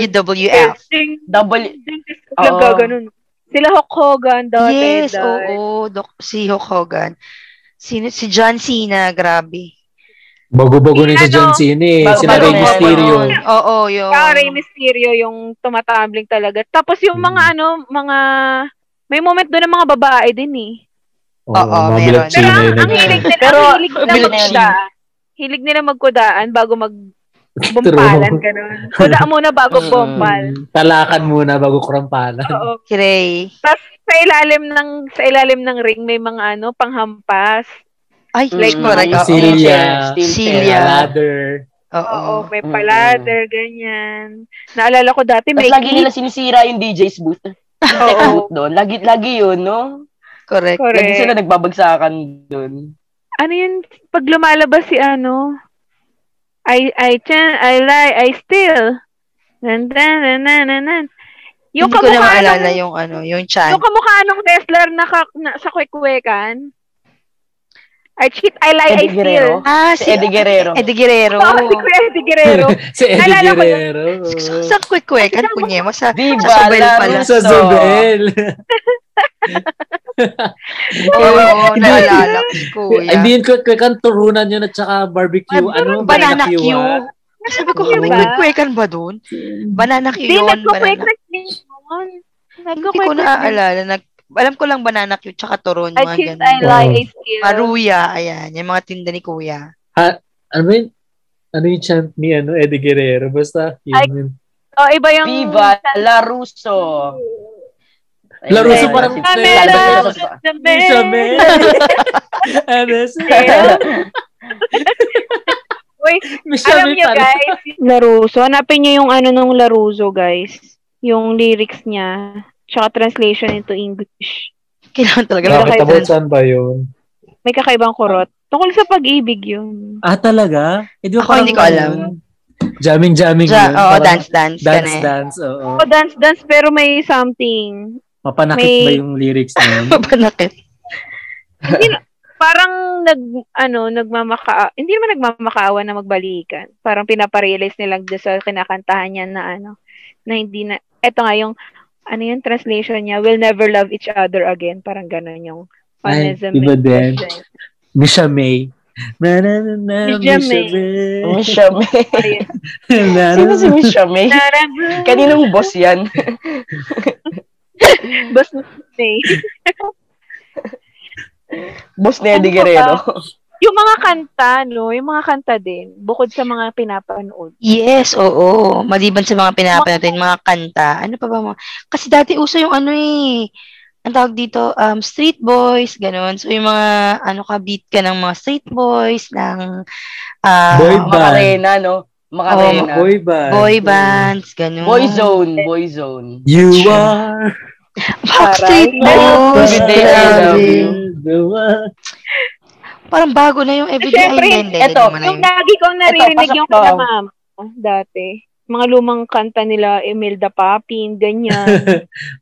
Speaker 7: WWF.
Speaker 9: Ting!
Speaker 5: Double,
Speaker 9: Ting! Biglang
Speaker 5: Oo.
Speaker 9: gaganon. Sila Hulk Hogan dati.
Speaker 7: Yes,
Speaker 9: dahil-
Speaker 7: oo. Doc, si Hulk Hogan. Sino, si John Cena, grabe.
Speaker 6: Bago-bago na si
Speaker 9: Ano?
Speaker 6: John Cena. eh.
Speaker 5: Bago-
Speaker 6: Sila Rey
Speaker 5: bago-
Speaker 6: Mysterio.
Speaker 7: Oo, oo, yun.
Speaker 9: Saka Ah, Rey Mysterio yung tumatumbling talaga. Tapos yung
Speaker 6: Hmm.
Speaker 9: mga ano, mga... May moment doon ng mga babae din eh.
Speaker 6: Oo,
Speaker 7: Oo,
Speaker 6: mga
Speaker 7: meron.
Speaker 6: bilat
Speaker 9: Pero
Speaker 6: China
Speaker 9: ang,
Speaker 6: yun.
Speaker 9: ang hilig nila,
Speaker 5: Pero,
Speaker 9: ang hilig nila
Speaker 7: bilang
Speaker 9: magkuda. Hilig nila magkudaan bago magbumpalan,
Speaker 6: True.
Speaker 9: ganun. Kuda muna bago
Speaker 5: Mm.
Speaker 9: bumpal.
Speaker 6: Talakan muna bago krampalan.
Speaker 9: Oo.
Speaker 7: Si Rey.
Speaker 9: Tapos sa ilalim ng sa ilalim ng ring may mga ano, panghampas.
Speaker 7: Ay,
Speaker 5: like,
Speaker 7: like, oh. correct.
Speaker 6: yung
Speaker 7: oo.
Speaker 6: Celia.
Speaker 7: Celia.
Speaker 6: Ladder.
Speaker 7: Oo.
Speaker 9: Oo, may
Speaker 5: Mm.
Speaker 9: palader, ganyan. Naalala ko dati
Speaker 5: Tapos
Speaker 9: may
Speaker 5: lagi
Speaker 9: clip.
Speaker 5: nila sinisira yung DJ's booth. Tech
Speaker 9: Oo,
Speaker 5: booth doon. Lagi, lagi yun, no?
Speaker 7: Correct.
Speaker 5: Lagi sila
Speaker 9: correct.
Speaker 5: nagbabagsakan doon.
Speaker 9: Ano yun, pag lumalabas si ano, I, I can, I lie, I steal. Nan, nan, nan, nan, nan, nan. Yung
Speaker 7: Hindi ko na
Speaker 9: kamukha
Speaker 7: maalala
Speaker 9: nung,
Speaker 7: yung ano, yung chant.
Speaker 9: yung kamukha nung wrestler na, ka, na sa kwekwekan. I cheat, I lie, I
Speaker 5: Eddie
Speaker 9: steal.
Speaker 5: Guerrero.
Speaker 7: Ah,
Speaker 5: Si Eddie Guerrero.
Speaker 7: Eddie Guerrero.
Speaker 9: Oh, si Kuya Eddie Guerrero.
Speaker 6: si Eddie
Speaker 9: Naalala ko yun.
Speaker 6: Guerrero.
Speaker 7: Sa- Sa ano kwek-kwekan, kunya mo sa...
Speaker 5: Di
Speaker 7: Sa Sobel
Speaker 5: ba?
Speaker 7: pala.
Speaker 6: Sa Zobel.
Speaker 7: Oo, oh,
Speaker 6: Hindi.
Speaker 7: naalala ko, kuya.
Speaker 6: Hindi yun kwekwekan, turunan yun at saka barbecue. Ano?
Speaker 7: banana Q.
Speaker 6: ah.
Speaker 7: Sabi ko,
Speaker 9: Banana Q
Speaker 7: may
Speaker 9: ba?
Speaker 7: kwek-kwekan ba doon? Banana Q
Speaker 9: Di,
Speaker 7: yun.
Speaker 9: nagkukwek
Speaker 7: Banana.
Speaker 9: na din yun.
Speaker 7: Hindi ko
Speaker 9: Nagkukwek na
Speaker 7: naaalala. Nag, alam ko lang banana Q tsaka turon.
Speaker 9: I
Speaker 7: Mga
Speaker 9: cheat, I
Speaker 7: ganun.
Speaker 9: lie, I steal.
Speaker 7: Maruya, ayan. Yung mga tinda ni kuya.
Speaker 6: Ano ba yun? Ano yung chant ni ano, Eddie Guerrero? Basta yun.
Speaker 9: Ay,
Speaker 6: yun.
Speaker 9: Oh, iba yung...
Speaker 5: Viva La Russo.
Speaker 6: La Russo
Speaker 5: Ayun,
Speaker 6: parang-
Speaker 5: si-
Speaker 9: Camera,
Speaker 5: Lalabas sila sa-
Speaker 9: the
Speaker 6: Sa
Speaker 9: man.
Speaker 6: Ano
Speaker 9: Wait, alam nyo
Speaker 6: ano?
Speaker 9: guys, Laruso. Hanapin nyo yung ano nung Laruso, guys. Yung lyrics niya. Tsaka translation into English.
Speaker 7: Kailangan talaga.
Speaker 9: Bakit?
Speaker 6: Bakit
Speaker 9: Kailan-
Speaker 6: about saan ba yun?
Speaker 9: May kakaibang kurot. Tungkol sa pag-ibig yun.
Speaker 6: Ah, talaga? Eh, di ba
Speaker 7: Ako hindi
Speaker 6: parang
Speaker 7: ko alam.
Speaker 6: Jamming, jamming.
Speaker 7: Ja,
Speaker 6: yun,
Speaker 7: oo,
Speaker 6: parang
Speaker 7: dance, dance.
Speaker 6: Dance,
Speaker 7: eh. Dance,
Speaker 6: dance, oo.
Speaker 9: Oh, dance, dance, pero may something.
Speaker 6: Mapanakit
Speaker 9: May-
Speaker 6: ba yung lyrics na yun?
Speaker 7: Mapanakit.
Speaker 9: Parang nag, ano, nagmamaka, hindi naman nagmamakaawa na magbalikan. Parang pinaparealize nilang doon sa kinakantahan niya na ano, na hindi na, eto nga yung, ano yung translation niya, we'll never love each other again. Parang ganun yung
Speaker 6: Ay,
Speaker 9: panism.
Speaker 6: iba din. Misha May. Na, na, na, na,
Speaker 9: Misha
Speaker 6: Misha
Speaker 5: Misha May.
Speaker 6: May. Na, na,
Speaker 5: Sino si Misha May?
Speaker 9: Tarang,
Speaker 5: Kaninong boss yan?
Speaker 9: boss na say.
Speaker 5: Boss ni Eddie
Speaker 9: Ano pa ba?
Speaker 5: Guerrero.
Speaker 9: Yung mga kanta, no? Yung mga kanta din, bukod sa mga pinapanood.
Speaker 7: Yes, oo. Maliban sa mga pinapanood natin, mga kanta. Ano pa ba mga... Kasi dati uso yung ano eh. Ang tawag dito, um, street boys, ganun. So, yung mga, ano ka, beat ka ng mga street boys, ng ah,
Speaker 6: Boy
Speaker 7: mga
Speaker 6: band.
Speaker 5: Makarena, no?
Speaker 7: Oo,
Speaker 5: Makarena.
Speaker 6: Ah, Boy band.
Speaker 7: boy bands, ganun.
Speaker 5: Boy zone, boy zone.
Speaker 6: You are
Speaker 7: Backstreet
Speaker 6: Oh,
Speaker 7: Boys.
Speaker 5: Every day I love you.
Speaker 6: the one.
Speaker 7: Parang bago na yung everyday
Speaker 9: Siyempre,
Speaker 7: I Love You.
Speaker 5: eto,
Speaker 7: Ano na
Speaker 9: Yung
Speaker 7: yun?
Speaker 9: lagi kong naririnig
Speaker 5: pasok
Speaker 9: yung
Speaker 5: to.
Speaker 9: kala mama dati. Mga lumang kanta nila, Imelda Papin, ganyan.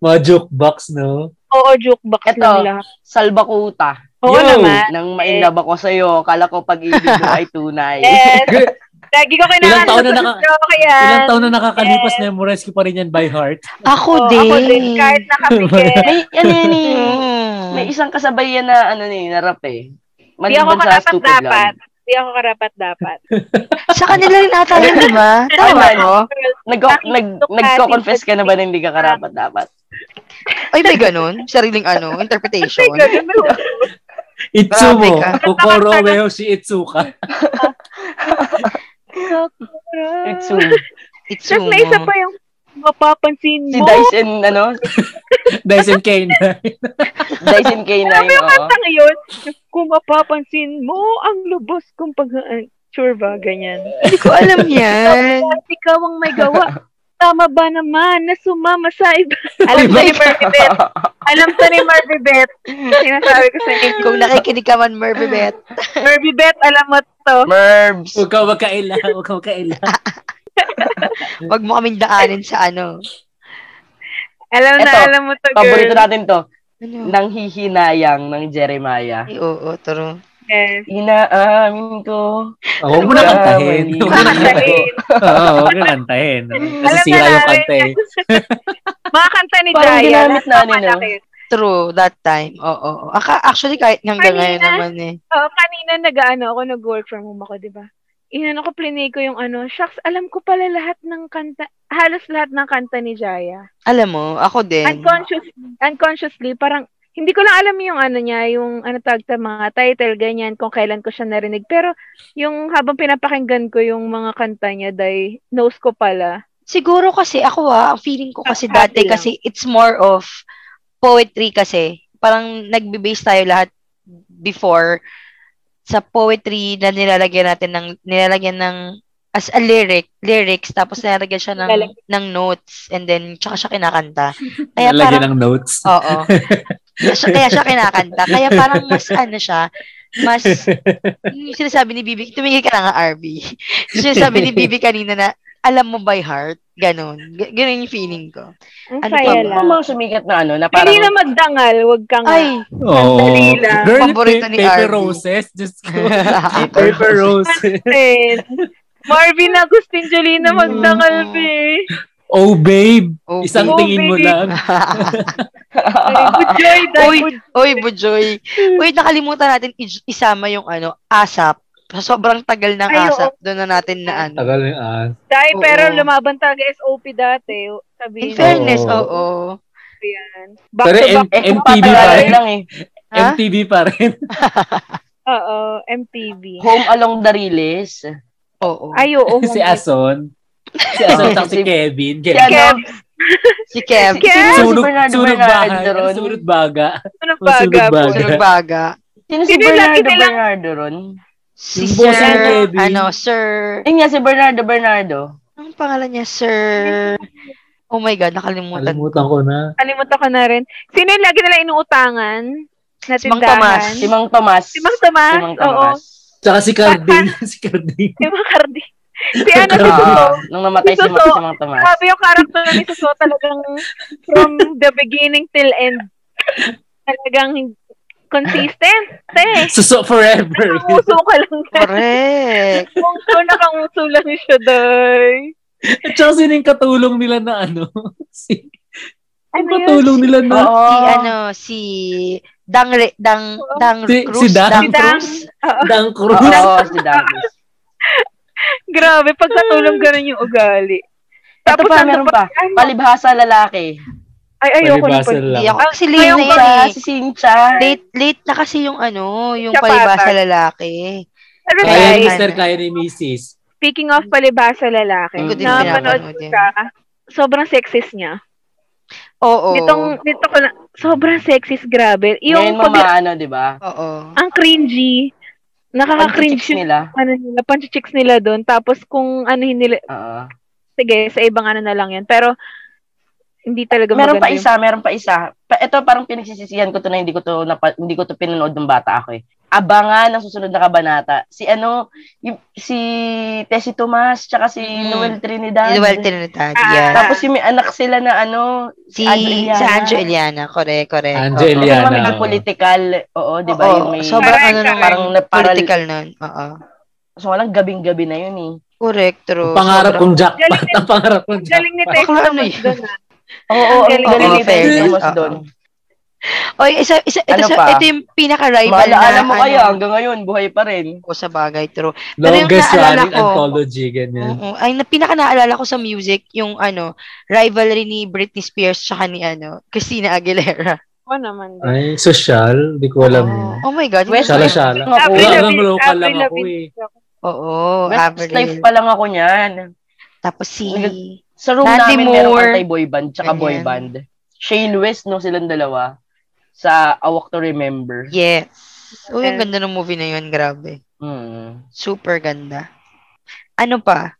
Speaker 6: Mga joke box, no?
Speaker 9: Oo, jukebox
Speaker 5: Eto.
Speaker 9: lang lahat.
Speaker 5: Salbakuta.
Speaker 9: Oo
Speaker 6: Yo!
Speaker 9: naman.
Speaker 5: Nang mainlab ako sa'yo, kala ko pag-ibig mo ay tunay.
Speaker 9: Yes.
Speaker 6: Good.
Speaker 9: Lagi ko kinakanta.
Speaker 6: Ilang taon na naka-
Speaker 9: yan.
Speaker 6: Ilang taon na nakakalipas, memorize ko pa rin yan by heart.
Speaker 7: Ako
Speaker 9: Oo,
Speaker 7: din.
Speaker 9: oh, Ako din, kahit nakapikit.
Speaker 5: May, ano yan eh.
Speaker 7: Mm.
Speaker 5: May isang kasabay yan na, ano eh, na rap eh.
Speaker 9: Hindi
Speaker 5: Maliban
Speaker 9: ako
Speaker 5: sa
Speaker 9: karapat
Speaker 5: stupid
Speaker 9: dapat.
Speaker 5: love.
Speaker 9: Hindi ako karapat dapat.
Speaker 7: Sa kanila rin ata yun, di ba? Tama
Speaker 5: Ay,
Speaker 7: ko.
Speaker 5: Nag,
Speaker 9: Bakit
Speaker 5: nag,
Speaker 9: gusto ka,
Speaker 5: nagko-confess ka na ba
Speaker 9: tinutupad?
Speaker 5: na hindi ka karapat dapat?
Speaker 7: Ay, may ganun. Sariling ano, interpretation.
Speaker 6: Itsumo.
Speaker 7: Grabe
Speaker 6: Kokoro weo si Itsuka.
Speaker 5: It's
Speaker 9: Itsumo.
Speaker 5: soon.
Speaker 7: It's
Speaker 9: Tapos may isa pa yung mapapansin
Speaker 5: Si
Speaker 9: mo.
Speaker 5: Dice and, ano,
Speaker 6: Dyson Kane.
Speaker 5: Dice and K9.
Speaker 9: Alam mo yung
Speaker 5: oo.
Speaker 9: kanta ngayon? Kung mapapansin mo, ang lubos kong pag... Sure ba? Ganyan.
Speaker 7: Hindi ko alam yan.
Speaker 9: At ikaw ang may gawa. Tama ba naman na sumama sa iba? Alam
Speaker 6: Iba.
Speaker 9: ko ni Marvy Beth. Alam ko ni Marvy Beth. Sinasabi ko sa inyo.
Speaker 7: Kung nakikinig ka man, Mervy Beth.
Speaker 9: Marvy Beth, alam mo to.
Speaker 5: Merbs.
Speaker 6: Huwag ka magkaila. Huwag ka magkaila.
Speaker 7: Huwag mo kaming daanin sa ano.
Speaker 9: Alam na,
Speaker 5: Eto,
Speaker 9: alam mo to,
Speaker 5: Paborito
Speaker 9: girl.
Speaker 5: natin to.
Speaker 7: Ano?
Speaker 5: Nang hihinayang ng Jeremiah.
Speaker 7: Ay, oo, turo.
Speaker 9: Yes.
Speaker 5: Inaamin ko.
Speaker 6: Oh, Huwag mo na kantahin. Huwag mo na kantahin.
Speaker 9: Kakalin.
Speaker 6: Oo, Huwag na kantahin. Kasi
Speaker 9: Alam na
Speaker 6: sira yung
Speaker 9: namin.
Speaker 6: kanta eh.
Speaker 9: Mga kanta ni
Speaker 5: Parang
Speaker 9: Jaya.
Speaker 5: ginamit na nila.
Speaker 9: nakalaki.
Speaker 7: True, that time. Oo, oo. Aka, actually, kahit hanggang ngayon
Speaker 9: Kanina.
Speaker 7: naman eh.
Speaker 9: Oo, kanina nag-ano ako, nag-work from home ako, di ba? Inano ko, plinay ko yung ano, shucks, alam ko pala lahat ng kanta, halos lahat ng kanta ni Jaya.
Speaker 7: Alam mo, ako din.
Speaker 9: Unconsciously, unconsciously, parang, hindi ko lang alam yung ano niya, yung ano tawag sa mga title, ganyan, kung kailan ko siya narinig. Pero, yung habang pinapakinggan ko yung mga kanta niya, dahil knows ko pala.
Speaker 7: Siguro kasi, ako ah, ang feeling ko kasi
Speaker 9: Ah,
Speaker 7: dati
Speaker 9: happy lang.
Speaker 7: kasi it's more of poetry kasi. Parang nagbe-base tayo lahat before sa poetry na nilalagyan natin ng nilalagyan ng as a lyric, lyrics tapos nilalagyan siya ng
Speaker 9: Nilalagyan.
Speaker 7: ng notes and then tsaka siya kinakanta. Kaya parang Oh.
Speaker 6: Nalagyan ng notes.
Speaker 7: Oo. kaya, siya, kaya siya kinakanta. Kaya parang mas ano siya, mas yung sinasabi ni Bibi, tumingin ka na nga, RB. Yung sinasabi ni Bibi kanina na, alam mo by heart, ganun. G- ganun yung feeling ko.
Speaker 9: Ang
Speaker 7: Ano
Speaker 9: saya
Speaker 7: pa
Speaker 5: Ano
Speaker 7: ba?
Speaker 9: lang.
Speaker 5: mga sumikat na ano, na parang
Speaker 9: Hindi na magdangal, wag kang
Speaker 7: Ay,
Speaker 6: Oo.
Speaker 9: Sandali lang.
Speaker 6: Girl,
Speaker 7: Paborito
Speaker 6: pa-
Speaker 7: ni
Speaker 6: paper
Speaker 7: Arby.
Speaker 6: roses. Just go. paper roses.
Speaker 9: Marvin Agustin Jolina, magdangal,
Speaker 7: Mm.
Speaker 9: be.
Speaker 6: Oh, babe.
Speaker 7: Okay.
Speaker 6: Isang
Speaker 9: Oh,
Speaker 6: tingin mo
Speaker 9: babe.
Speaker 6: lang.
Speaker 9: Ay, good joy, dahil
Speaker 7: Uy,
Speaker 9: good
Speaker 7: Oy, Bujoy. Uy, nakalimutan natin i- isama yung ano, ASAP. Sa sobrang tagal ng
Speaker 9: Ay, oo.
Speaker 7: ASAP, doon na natin na ano.
Speaker 6: Tagal na yung ah.
Speaker 9: Dahil
Speaker 7: Oo.
Speaker 9: pero lumaban talaga SOP dati.
Speaker 7: In
Speaker 9: Sabihin
Speaker 6: fair-
Speaker 9: ko
Speaker 7: fairness,
Speaker 6: Oo.
Speaker 7: oo.
Speaker 9: yan. Back
Speaker 6: Pero
Speaker 9: to back.
Speaker 6: M-
Speaker 5: eh,
Speaker 6: MTV pa
Speaker 5: papalala
Speaker 6: rin.
Speaker 5: lang eh.
Speaker 7: Ha?
Speaker 6: MTV pa rin.
Speaker 9: Oo, MTV.
Speaker 5: Home Along the Riles.
Speaker 7: Oo.
Speaker 9: Ay, oo.
Speaker 6: si
Speaker 9: home-
Speaker 6: Ason. Si Ason, tapos
Speaker 5: Si-
Speaker 6: si Kevin.
Speaker 5: Si
Speaker 6: Kevin.
Speaker 5: ano,
Speaker 7: Si Kev.
Speaker 9: Kev.
Speaker 5: sino si
Speaker 6: Sunog,
Speaker 5: Bernardo
Speaker 6: sunog bahay.
Speaker 5: Bernardo ron?
Speaker 6: Sunog baga.
Speaker 9: Ano
Speaker 6: Oh, sunog
Speaker 9: baga po?
Speaker 6: baga.
Speaker 7: Sunog baga.
Speaker 5: Sino si
Speaker 9: Hindi diba? lang,
Speaker 5: Bernardo
Speaker 9: hindi lang.
Speaker 5: Bernardo ron?
Speaker 7: Si
Speaker 6: Yung boss ni eh.
Speaker 7: Sir,
Speaker 6: Kevin.
Speaker 7: ano, Sir,
Speaker 5: Ayun nga, si Bernardo Bernardo.
Speaker 7: Anong pangalan niya, sir? Oh my God, nakalimutan.
Speaker 6: Kalimutan ko na.
Speaker 9: Kalimutan ko na rin. Sino yung lagi nila inuutangan? Na
Speaker 7: Si Mang
Speaker 9: tindahan?
Speaker 7: Tomas.
Speaker 5: Si Mang Tomas.
Speaker 9: Si Mang Tomas.
Speaker 5: Si Mang
Speaker 9: Oo.
Speaker 5: Tomas.
Speaker 6: Tsaka si Carding. si Carding.
Speaker 9: Si Mang Cardi. Si ano, si
Speaker 5: Oo,
Speaker 9: Suso.
Speaker 5: nung namatay si Mang, si Mang Tomas.
Speaker 9: Grabe yung character ni Suso talagang from the beginning till end. Talagang consistent. Eh.
Speaker 6: Suso forever.
Speaker 9: Uso ka lang. guys.
Speaker 7: Correct.
Speaker 9: Kung so, nakauso lang siya, day.
Speaker 6: At saka sino yung katulong nila na ano? si... Ang
Speaker 9: Ano yun?
Speaker 6: patulong nila na.
Speaker 7: Si
Speaker 5: Oo.
Speaker 7: ano, si Dang Re- Dang Dang
Speaker 6: Si-
Speaker 7: Cruz,
Speaker 6: si Dang.
Speaker 7: Dang
Speaker 9: Si Dang.
Speaker 7: Cruz.
Speaker 6: Dang Cruz.
Speaker 5: Oo, si Douglas.
Speaker 9: Grabe, pagkatulong ganun yung ugali.
Speaker 5: Ito
Speaker 9: Tapos
Speaker 5: pa,
Speaker 9: ano
Speaker 5: meron
Speaker 9: pa?
Speaker 5: pa. Palibhasa lalaki.
Speaker 9: Ay, ayoko na
Speaker 6: Palibasa
Speaker 9: pa.
Speaker 6: lang.
Speaker 7: Hindi ako kasi late
Speaker 9: Ngayon
Speaker 7: na
Speaker 5: Sa
Speaker 7: yan eh.
Speaker 5: si Sincha.
Speaker 7: Late, late na kasi yung ano, yung
Speaker 9: Siya
Speaker 7: palibasa
Speaker 9: patag.
Speaker 7: lalaki.
Speaker 9: Ano
Speaker 6: Kaya ni
Speaker 7: Ay,
Speaker 9: guys,
Speaker 6: Mr.
Speaker 7: ano.
Speaker 6: Kaya ni Mrs.
Speaker 9: speaking of palibasa lalaki,
Speaker 5: Hindi
Speaker 7: Hindi ko din
Speaker 9: napanood
Speaker 7: pinapanood yun.
Speaker 9: ka, sobrang sexist niya.
Speaker 7: Oo.
Speaker 9: Nitong, nito ko na, sobrang sexist, grabe.
Speaker 5: Ngayon
Speaker 9: Yung
Speaker 5: mga
Speaker 9: pag,
Speaker 5: ano, di ba?
Speaker 7: Oo.
Speaker 9: ang cringy,
Speaker 5: Pag-chicks
Speaker 9: nakaka-cringe yung
Speaker 5: nila.
Speaker 9: ano nila, panchichicks nila doon. Tapos kung ano nila,
Speaker 5: Oo.
Speaker 9: sige, sa ibang ano na lang yun. Pero, hindi talaga
Speaker 5: Meron pa
Speaker 9: maganda yung-
Speaker 5: isa, meron pa isa. Pa, ito parang pinagsisisihan ko to na hindi ko to napa- hindi ko to pinanood ng bata ako eh. Abangan ang susunod na kabanata. Si ano, yung, si Tessie Tomas tsaka si
Speaker 7: Mm.
Speaker 5: Noel Trinidad.
Speaker 7: Inuwal Trinidad.
Speaker 9: Ah,
Speaker 7: Yan.
Speaker 5: Tapos yung may anak sila na ano,
Speaker 7: Si,
Speaker 5: Anjo Eliana.
Speaker 7: si Anjo Eliana. Correct, correct.
Speaker 6: Anjo
Speaker 7: Oo. Diba,
Speaker 6: Eliana.
Speaker 5: yung mga may political, oo, di ba?
Speaker 7: Oo,
Speaker 5: yung may,
Speaker 7: sobrang ano nung
Speaker 5: parang naparal,
Speaker 7: political nun. Oo.
Speaker 5: so walang gabing-gabi na yun eh.
Speaker 7: Correct, true.
Speaker 6: Ang pangarap
Speaker 7: Sobrang-
Speaker 6: kong jackpot.
Speaker 9: Galing-
Speaker 6: Ang pangarap kong jackpot.
Speaker 9: Galing ni Tex
Speaker 7: Bakla, ano
Speaker 9: Thomas
Speaker 7: yun?
Speaker 9: doon ah.
Speaker 5: Oo,
Speaker 9: Ang
Speaker 5: ang
Speaker 9: galing.
Speaker 5: galing
Speaker 7: Oo,
Speaker 5: ni
Speaker 7: fairness,
Speaker 5: Tessie Tomas
Speaker 7: oo.
Speaker 5: doon.
Speaker 7: Oy, isa, isa, ito,
Speaker 5: Ano
Speaker 7: sa-
Speaker 5: pa?
Speaker 7: ito yung pinaka-rival na.
Speaker 5: Maalaala mo
Speaker 7: ano,
Speaker 5: kaya, hanggang ngayon, buhay pa rin.
Speaker 7: ko sa bagay, true. Pero yung
Speaker 6: Longest
Speaker 7: naalala
Speaker 6: running
Speaker 7: ko-
Speaker 6: anthology, ganyan.
Speaker 7: Oo. Ay, na, pinaka naalala ko sa music, yung ano, rivalry ni Britney Spears tsaka ni ano, Christina Aguilera.
Speaker 9: Ako naman din.
Speaker 6: Ay, social. Hindi ko alam.
Speaker 7: Oo. Oh, my God.
Speaker 5: West
Speaker 6: Shala,
Speaker 7: Hindi ko-
Speaker 6: shala.
Speaker 5: Ako.
Speaker 6: Wala
Speaker 9: Avril
Speaker 6: lang,
Speaker 9: Lavigne-
Speaker 6: local lang
Speaker 9: Avril
Speaker 6: ako
Speaker 9: Lavigne.
Speaker 6: eh.
Speaker 7: Oo,
Speaker 5: West life
Speaker 7: Avril.
Speaker 5: pa lang ako niyan.
Speaker 7: Tapos si...
Speaker 5: Sa room
Speaker 7: Natalie
Speaker 5: namin, meron
Speaker 7: Moore.
Speaker 5: kantay boy band, tsaka
Speaker 7: Ganyan.
Speaker 5: boy band. Shane West, no, silang dalawa. Sa A Walk to Remember.
Speaker 7: Yes. Oh, yung
Speaker 9: Yes.
Speaker 7: ganda ng movie na yun. Grabe.
Speaker 5: Hmm.
Speaker 7: Super ganda. Ano pa?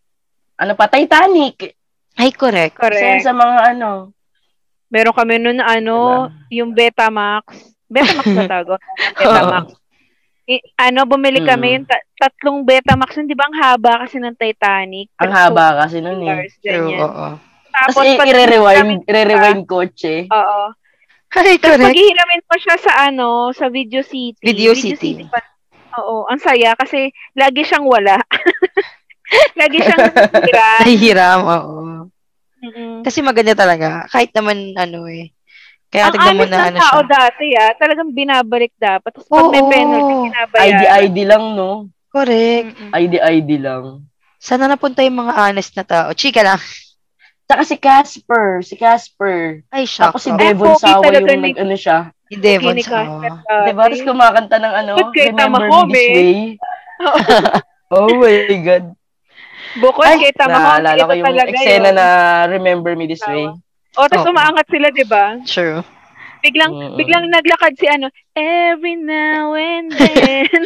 Speaker 5: Ano pa, Titanic.
Speaker 7: Ay, correct.
Speaker 5: Isa yan
Speaker 9: Correct.
Speaker 5: sa mga ano.
Speaker 9: Meron kami nun na ano,
Speaker 5: Diba?
Speaker 9: yung Betamax. Betamax ba tago? Betamax. I- ano, bumili kami
Speaker 5: Mm.
Speaker 9: yung ta- tatlong Betamax. Yun, di ba ang haba kasi ng Titanic?
Speaker 5: Ang
Speaker 9: Pero two
Speaker 5: haba kasi nun eh.
Speaker 9: hours,
Speaker 7: True,
Speaker 9: ganyan.
Speaker 7: oo.
Speaker 5: Tapos
Speaker 9: Tapos,
Speaker 5: i-
Speaker 9: pag-
Speaker 5: i-rewind, i-rewind kotse.
Speaker 9: Oo.
Speaker 7: Ay,
Speaker 9: Tapos
Speaker 7: correct.
Speaker 9: paghihiramin ko siya sa ano, sa Video City.
Speaker 7: Video City.
Speaker 9: pa. Oo, ang saya kasi lagi siyang wala. lagi siyang nasira.
Speaker 7: Nahihiram, oo.
Speaker 9: Mm-mm.
Speaker 7: Kasi maganda talaga. Kahit naman, ano eh. Kaya
Speaker 9: Ang
Speaker 7: tignan mo
Speaker 9: honest
Speaker 7: na
Speaker 9: ng
Speaker 7: ano
Speaker 9: tao
Speaker 7: siya.
Speaker 9: dati ah, talagang binabalik dapat. Tapos pag may
Speaker 7: Oo.
Speaker 9: penalty, binabayaran.
Speaker 5: ID-ID lang, no?
Speaker 7: Correct.
Speaker 9: Mm-mm.
Speaker 5: ID-ID lang.
Speaker 7: Sana napunta yung mga honest na tao. Chika lang.
Speaker 5: Tsaka si Casper, si Casper.
Speaker 7: Ay, shock.
Speaker 5: Tapos si
Speaker 7: Oo.
Speaker 9: Dev-
Speaker 5: Devon
Speaker 9: pogi
Speaker 5: Sawa
Speaker 9: talaga
Speaker 5: yung
Speaker 9: ni-
Speaker 5: nag-ano siya.
Speaker 7: Si Devon.
Speaker 9: Kinikos
Speaker 7: oo.
Speaker 9: na dati.
Speaker 5: Diba? Tapos kumakanta ng ano,
Speaker 9: Ba't kayo
Speaker 5: Remember
Speaker 9: tama,
Speaker 5: Me This
Speaker 9: homie?
Speaker 5: Way. oh my God.
Speaker 9: Bukod
Speaker 7: Ay,
Speaker 9: kay Tama
Speaker 5: Naalala ko yung eksena na Remember Me This Way.
Speaker 9: O, tapos
Speaker 7: Oo.
Speaker 9: umaangat sila, di ba?
Speaker 7: True.
Speaker 9: Biglang,
Speaker 5: Mm-mm.
Speaker 9: biglang naglakad si ano, every now and then.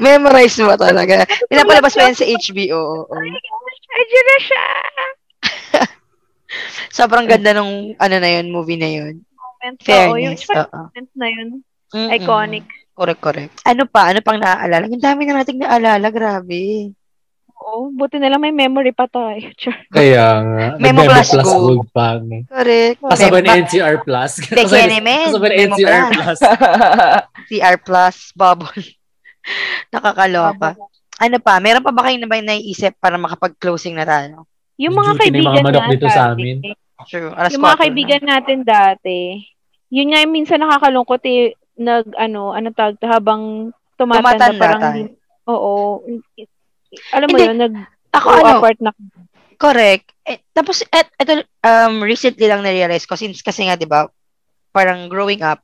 Speaker 7: Memorize mo talaga. Pinapalabas pa yan sa HBO. oo, oo.
Speaker 9: Ayun na siya.
Speaker 7: Sobrang ganda nung ano na yun, movie na yun.
Speaker 9: Moment, oo, yung
Speaker 7: Fairness.
Speaker 9: moment
Speaker 7: oo.
Speaker 9: na yun.
Speaker 7: Mm-mm.
Speaker 9: Iconic.
Speaker 7: Correct, correct. Ano pa? Ano pang naaalala? Ang dami na nating naaalala. Grabe.
Speaker 9: Oo, buti na lang may memory pa eh. tayo. Char.
Speaker 6: Kaya nga.
Speaker 7: Memo
Speaker 6: Nag-Memo
Speaker 7: Plus
Speaker 6: Plus
Speaker 7: Gold.
Speaker 6: Gold pa. ano.
Speaker 7: Correct.
Speaker 6: Kasabay
Speaker 7: Mem-
Speaker 6: ni NCR Plus.
Speaker 7: Teke ni men.
Speaker 6: Kasabay ni
Speaker 7: Memo
Speaker 6: NCR
Speaker 7: Plus.
Speaker 6: Plus.
Speaker 7: CR Plus. Bubble. Nakakaloka. Ano pa? Meron pa ba kayo na ba naiisip para makapag-closing na tayo?
Speaker 9: Yung
Speaker 6: Medyo
Speaker 9: mga
Speaker 6: tinay mga
Speaker 9: kaibigan
Speaker 6: manok
Speaker 9: natin.
Speaker 6: dito sa amin.
Speaker 7: True. Alas
Speaker 9: Yung
Speaker 7: 4
Speaker 9: mga
Speaker 7: na.
Speaker 9: kaibigan natin dati. Yun nga yung minsan nakakalungkot eh, nag ano, ano tawag to, habang tumatanda,
Speaker 7: Tumatanda
Speaker 9: parang
Speaker 7: tayo.
Speaker 9: oo. Alam mo
Speaker 7: Hindi.
Speaker 9: yun, nag
Speaker 7: Ako
Speaker 9: grow
Speaker 7: ano?
Speaker 9: apart na.
Speaker 7: Correct. Eh, tapos, et, eto, um, recently lang na-realize ko, since kasi nga, di ba, parang growing up,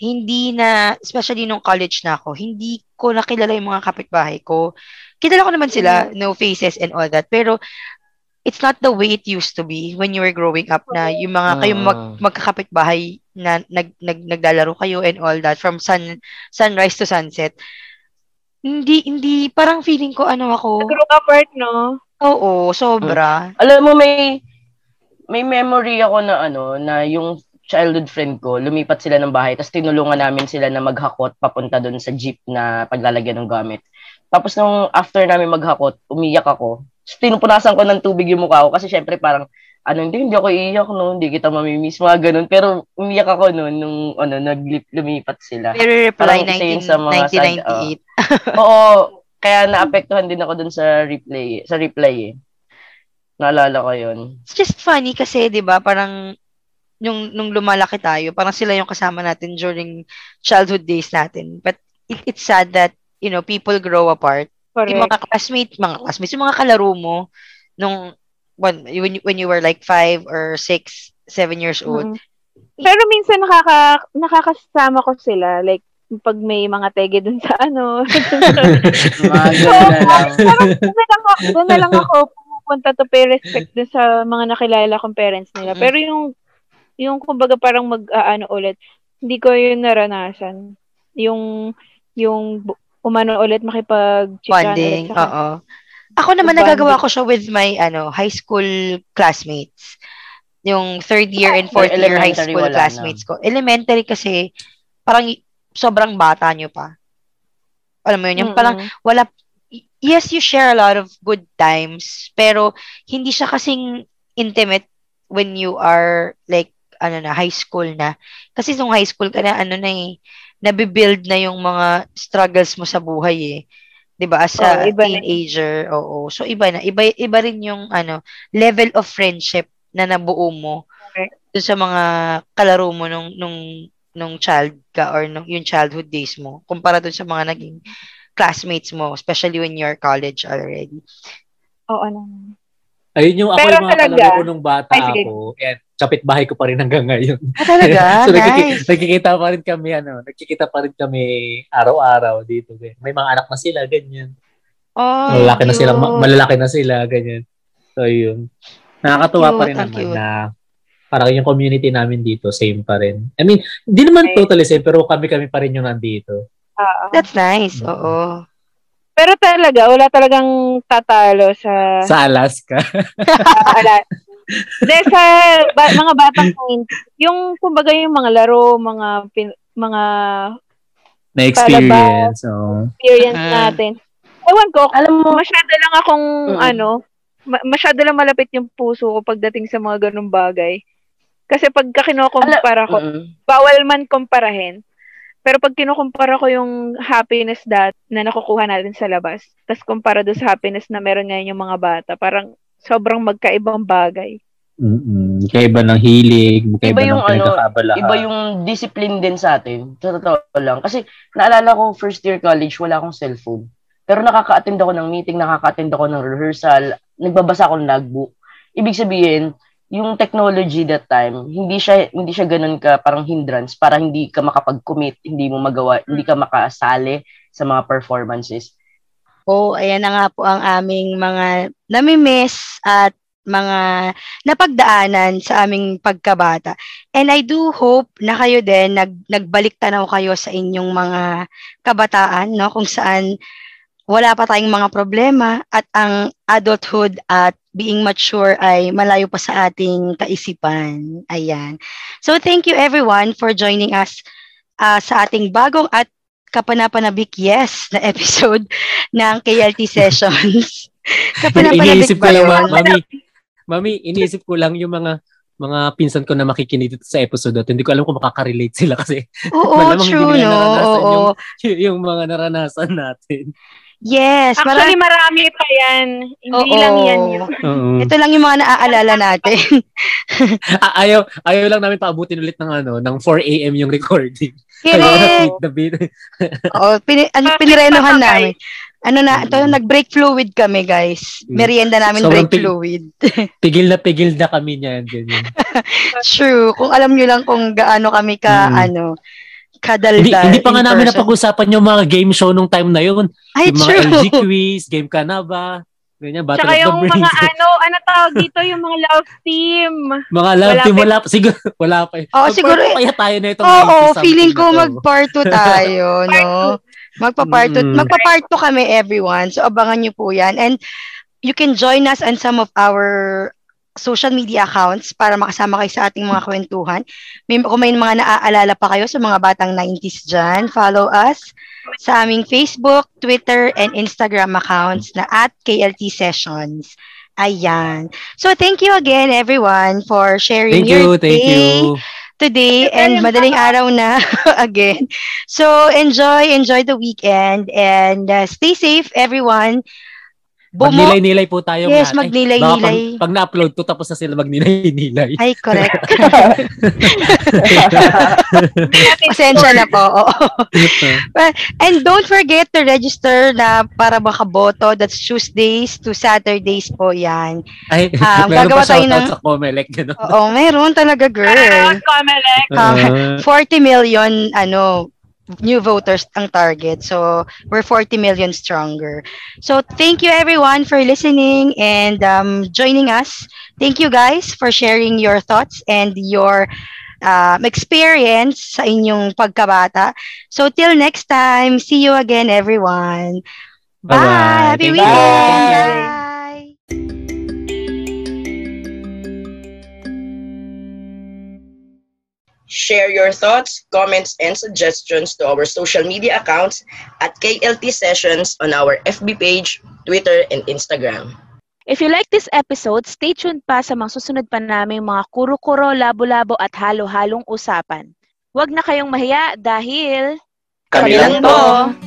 Speaker 7: hindi na, especially nung college na ako, hindi ko nakilala yung mga kapitbahay ko. Kilala ko naman
Speaker 9: Mm-hmm.
Speaker 7: sila, no faces and all that, pero it's not the way it used to be when you were growing up na yung mga
Speaker 6: Ah.
Speaker 7: kayong Ah,
Speaker 6: Mm-hmm.
Speaker 7: mag, magkakapitbahay na nag, nag, naglalaro kayo and all that from sun, sunrise to sunset. Hindi, hindi, parang feeling ko ano ako.
Speaker 9: Nag-grow apart, no?
Speaker 7: Oo, sobra.
Speaker 5: Alam mo, may may memory ako na ano, na yung childhood friend ko, lumipat sila ng bahay, tapos tinulungan namin sila na maghakot papunta doon sa jeep na paglalagyan ng gamit. Tapos nung after namin maghakot, umiyak ako. Tapos pinupunasan ko ng tubig yung mukha ko kasi syempre parang, ano, hindi, hindi ako iiyak, no, hindi kita mamimiss, mga ganun. Pero umiyak ako noon nung, ano, nag lumipat sila.
Speaker 7: Very
Speaker 5: Parang
Speaker 7: reply
Speaker 5: isa yun sa mga oh.
Speaker 7: 19, 1998.
Speaker 5: Oo, kaya naapektuhan din ako dun sa replay, sa replay eh. Naalala ko yun.
Speaker 7: It's just funny kasi, di ba, parang yung, nung lumalaki tayo, parang sila yung kasama natin during childhood days natin. But it, it's sad that, you know, people grow apart. Yung
Speaker 9: Correct.
Speaker 7: mga classmates, mga classmates, yung mga kalaro mo, nung, when, when, you, when you were like five or six, seven years old.
Speaker 9: Mm. Pero minsan nakaka, nakakasama ko sila. Like, pag may mga tege dun sa ano.
Speaker 5: Mga ganun na lang.
Speaker 9: Parang doon na lang ako, doon na lang ako pupunta to pay respect dun sa mga nakilala kong parents nila.
Speaker 7: Mm.
Speaker 9: Pero yung, yung kumbaga parang mag-ano ulit, hindi ko yun naranasan. Yung, yung bu- umano ulit makipag
Speaker 7: Bonding, oo. Ako naman
Speaker 9: Yung
Speaker 7: nagagawa
Speaker 9: bonding.
Speaker 7: ko siya with my ano high school classmates. Yung third year and fourth
Speaker 5: Pero
Speaker 7: year high
Speaker 5: elementary
Speaker 7: school
Speaker 5: wala na.
Speaker 7: classmates ko. Elementary kasi parang y- sobrang bata nyo pa. Alam mo yun, yung parang wala y- yes you share a lot of good times pero hindi siya kasing intimate when you are like ano na high school na kasi nung high school ka na ano na eh nabibuild na yung mga struggles mo sa buhay eh 'di ba as a
Speaker 9: Oo, iba na.
Speaker 7: teenager oo so iba na iba iba rin yung ano level of friendship na nabuo mo
Speaker 9: Correct.
Speaker 7: dun sa mga kalaro mo nung nung nung child ka or nung yung childhood days mo kumpara dun sa mga naging classmates mo, especially when you're college already.
Speaker 9: Oo naman.
Speaker 6: Ayun yung ako
Speaker 9: Pero
Speaker 6: yung mga
Speaker 9: talaga-
Speaker 6: kalaro ko nung bata
Speaker 9: Ay, sige.
Speaker 6: ako. And kapitbahay ko pa rin hanggang ngayon.
Speaker 7: Ah, talaga?
Speaker 6: so,
Speaker 7: nice.
Speaker 6: nagkiki- nagkikita pa rin kami, ano, nagkikita pa rin kami araw-araw dito. ganyan. May mga anak na sila, ganyan.
Speaker 7: Oh,
Speaker 6: Malalaki na
Speaker 7: cute.
Speaker 6: sila, ma- malalaki na sila, ganyan. So, yun. Nakakatuwa
Speaker 7: Cute,
Speaker 6: pa rin
Speaker 7: ang
Speaker 6: naman
Speaker 7: cute.
Speaker 6: na parang yung community namin dito, same pa rin. I mean, hindi naman
Speaker 9: Okay.
Speaker 6: totally same, pero kami-kami pa rin yung nandito.
Speaker 9: Oo.
Speaker 7: That's nice.
Speaker 6: Mm.
Speaker 7: Oo.
Speaker 9: Pero talaga, wala talagang tatalo sa
Speaker 6: Sa Alaska.
Speaker 9: Ala. De, sa ba- mga batang ngayon, yung kumbaga yung mga laro, mga pin- mga
Speaker 6: Na-experience. So,
Speaker 9: experience
Speaker 7: Mm.
Speaker 9: natin. Ewan ko,
Speaker 5: Alam mo,
Speaker 9: masyado lang akong
Speaker 5: Mm.
Speaker 9: ano, ma- masyado lang malapit yung puso ko pagdating sa mga ganung bagay. Kasi pagka kinukumpara ko,
Speaker 5: mm,
Speaker 9: bawal man kumparahin. Pero pag kinukumpara ko yung happiness dat na nakukuha natin sa labas, tas kumpara doon sa happiness na meron ngayon yung mga bata, parang sobrang magkaibang bagay.
Speaker 6: mm Kaiba ng hilig, kaiba
Speaker 5: Iba yung
Speaker 6: ng
Speaker 5: ano,
Speaker 6: pinagkakaabalahan.
Speaker 5: iba yung discipline din sa atin. Sa totoo lang. Kasi naalala ko, first year college, wala akong cellphone. Pero nakaka-attend ako ng meeting, nakaka-attend ako ng rehearsal, nagbabasa ako ng logbook. Ibig sabihin, yung technology that time, hindi siya hindi siya ganun ka parang hindrance para hindi ka makapag-commit, hindi mo magawa, hindi ka makasali sa mga performances.
Speaker 7: Oh, ayan na nga po ang aming mga namimiss at mga napagdaanan sa aming pagkabata. And I do hope na kayo din nag, nagbalik tanaw kayo sa inyong mga kabataan, no? Kung saan wala pa tayong mga problema at ang adulthood at being mature ay malayo pa sa ating kaisipan. Ayan. So thank you everyone for joining us ah, sa ating bagong at kapanapanabik yes na episode ng KLT Sessions. Kapanapanabik
Speaker 6: iniisip ko
Speaker 7: ba
Speaker 6: lang, ma- mami,
Speaker 7: yun?
Speaker 6: mami, iniisip ko lang yung mga mga pinsan ko na makikinig dito sa episode at hindi ko alam kung makaka-relate sila kasi
Speaker 7: Oo,
Speaker 6: Malamang hindi
Speaker 7: true,
Speaker 6: nila
Speaker 7: no?
Speaker 6: naranasan
Speaker 7: Oo.
Speaker 6: yung- yung mga naranasan natin.
Speaker 7: Yes,
Speaker 9: Actually, marami pa yan. Hindi
Speaker 7: Oo.
Speaker 9: lang yan yun.
Speaker 6: Oo.
Speaker 7: Ito lang yung mga naaalala natin.
Speaker 6: A- ayaw, ayaw lang namin paabutin ulit ng ano, ng 4 a.m. yung recording. Ano,
Speaker 7: Correct.
Speaker 6: The bit-
Speaker 7: Oo, pini, ano,
Speaker 9: Bakit
Speaker 7: pinirenohan
Speaker 9: pa,
Speaker 7: namin. Ano na, ito,
Speaker 6: Mm.
Speaker 7: nag-break fluid kami, guys.
Speaker 6: Mm.
Speaker 7: Merienda namin
Speaker 6: Sobrang
Speaker 7: break
Speaker 6: pin-
Speaker 7: fluid.
Speaker 6: pigil na pigil na kami niyan. Ganyan.
Speaker 7: True. Kung alam nyo lang kung gaano kami ka,
Speaker 6: Mm.
Speaker 7: ano, kadaldal.
Speaker 6: hindi, hindi pa
Speaker 7: in
Speaker 6: nga namin
Speaker 7: person.
Speaker 6: napag-usapan yung mga game show nung time na yun.
Speaker 7: Ay,
Speaker 6: yung mga LG
Speaker 7: true.
Speaker 6: quiz, game ka na ba? Ganyan, Battle
Speaker 9: Tsaka
Speaker 6: of the
Speaker 9: yung mga
Speaker 6: Brains.
Speaker 9: ano, ano tawag dito, yung mga love team.
Speaker 6: Mga love
Speaker 9: Wala
Speaker 6: team,
Speaker 9: pa-
Speaker 6: wala pa. Siguro, wala pa. eh.
Speaker 7: Oo, siguro-
Speaker 6: Kaya tayo na itong 90
Speaker 7: Oo,
Speaker 6: something
Speaker 7: feeling ko
Speaker 6: na to.
Speaker 7: mag-part 2 tayo,
Speaker 9: Part
Speaker 7: no? Magpa-part 2.
Speaker 6: Mm.
Speaker 7: Magpa-part 2 kami, everyone. So, abangan nyo po yan. And you can join us on some of our social media accounts para makasama kayo sa ating mga kwentuhan. May, kung may mga naaalala pa kayo sa mga batang 90s dyan, follow us sa aming Facebook, Twitter, and Instagram accounts na at KLT Sessions. Ayan. So, thank you again, everyone, for sharing
Speaker 6: Thank you,
Speaker 7: your
Speaker 6: thank
Speaker 7: day
Speaker 6: you.
Speaker 7: today and madaling araw na again. So enjoy, enjoy the weekend and uh, stay safe everyone. Bumo.
Speaker 6: Magnilay-nilay po tayo lahat.
Speaker 7: Yes,
Speaker 6: Ay,
Speaker 7: magnilay-nilay.
Speaker 6: baka Pag, pag na-upload to, tapos na sila magnilay-nilay.
Speaker 7: Ay, correct. Pasensya na po. oo. And don't forget to register na para makaboto. That's Tuesdays to Saturdays po yan.
Speaker 6: Ay,
Speaker 7: Ah,
Speaker 6: meron pa
Speaker 7: gagawa tayo
Speaker 6: shoutout
Speaker 7: ng-
Speaker 6: sa Comelec. Gano'n.
Speaker 7: Oo, meron talaga, girl.
Speaker 9: Shoutout, Comelec.
Speaker 6: Ah,
Speaker 7: 40 million ano new voters ang target. So, we're 40 million stronger. So, thank you everyone for listening and um, joining us. Thank you guys for sharing your thoughts and your um, experience sa inyong pagkabata. So, till next time, see you again everyone. Bye!
Speaker 6: Bye-bye. Thank
Speaker 7: Happy
Speaker 6: you.
Speaker 7: weekend!
Speaker 5: Thank you.
Speaker 7: Bye!
Speaker 1: Share your thoughts, comments, and suggestions to our social media accounts at KLT Sessions on our FB page, Twitter, and Instagram.
Speaker 2: If you like this episode, stay tuned pa sa mga susunod pa naming mga kuro-kuro, labo-labo at halo-halong usapan. Huwag na kayong mahiya dahil...
Speaker 7: Kami lang po.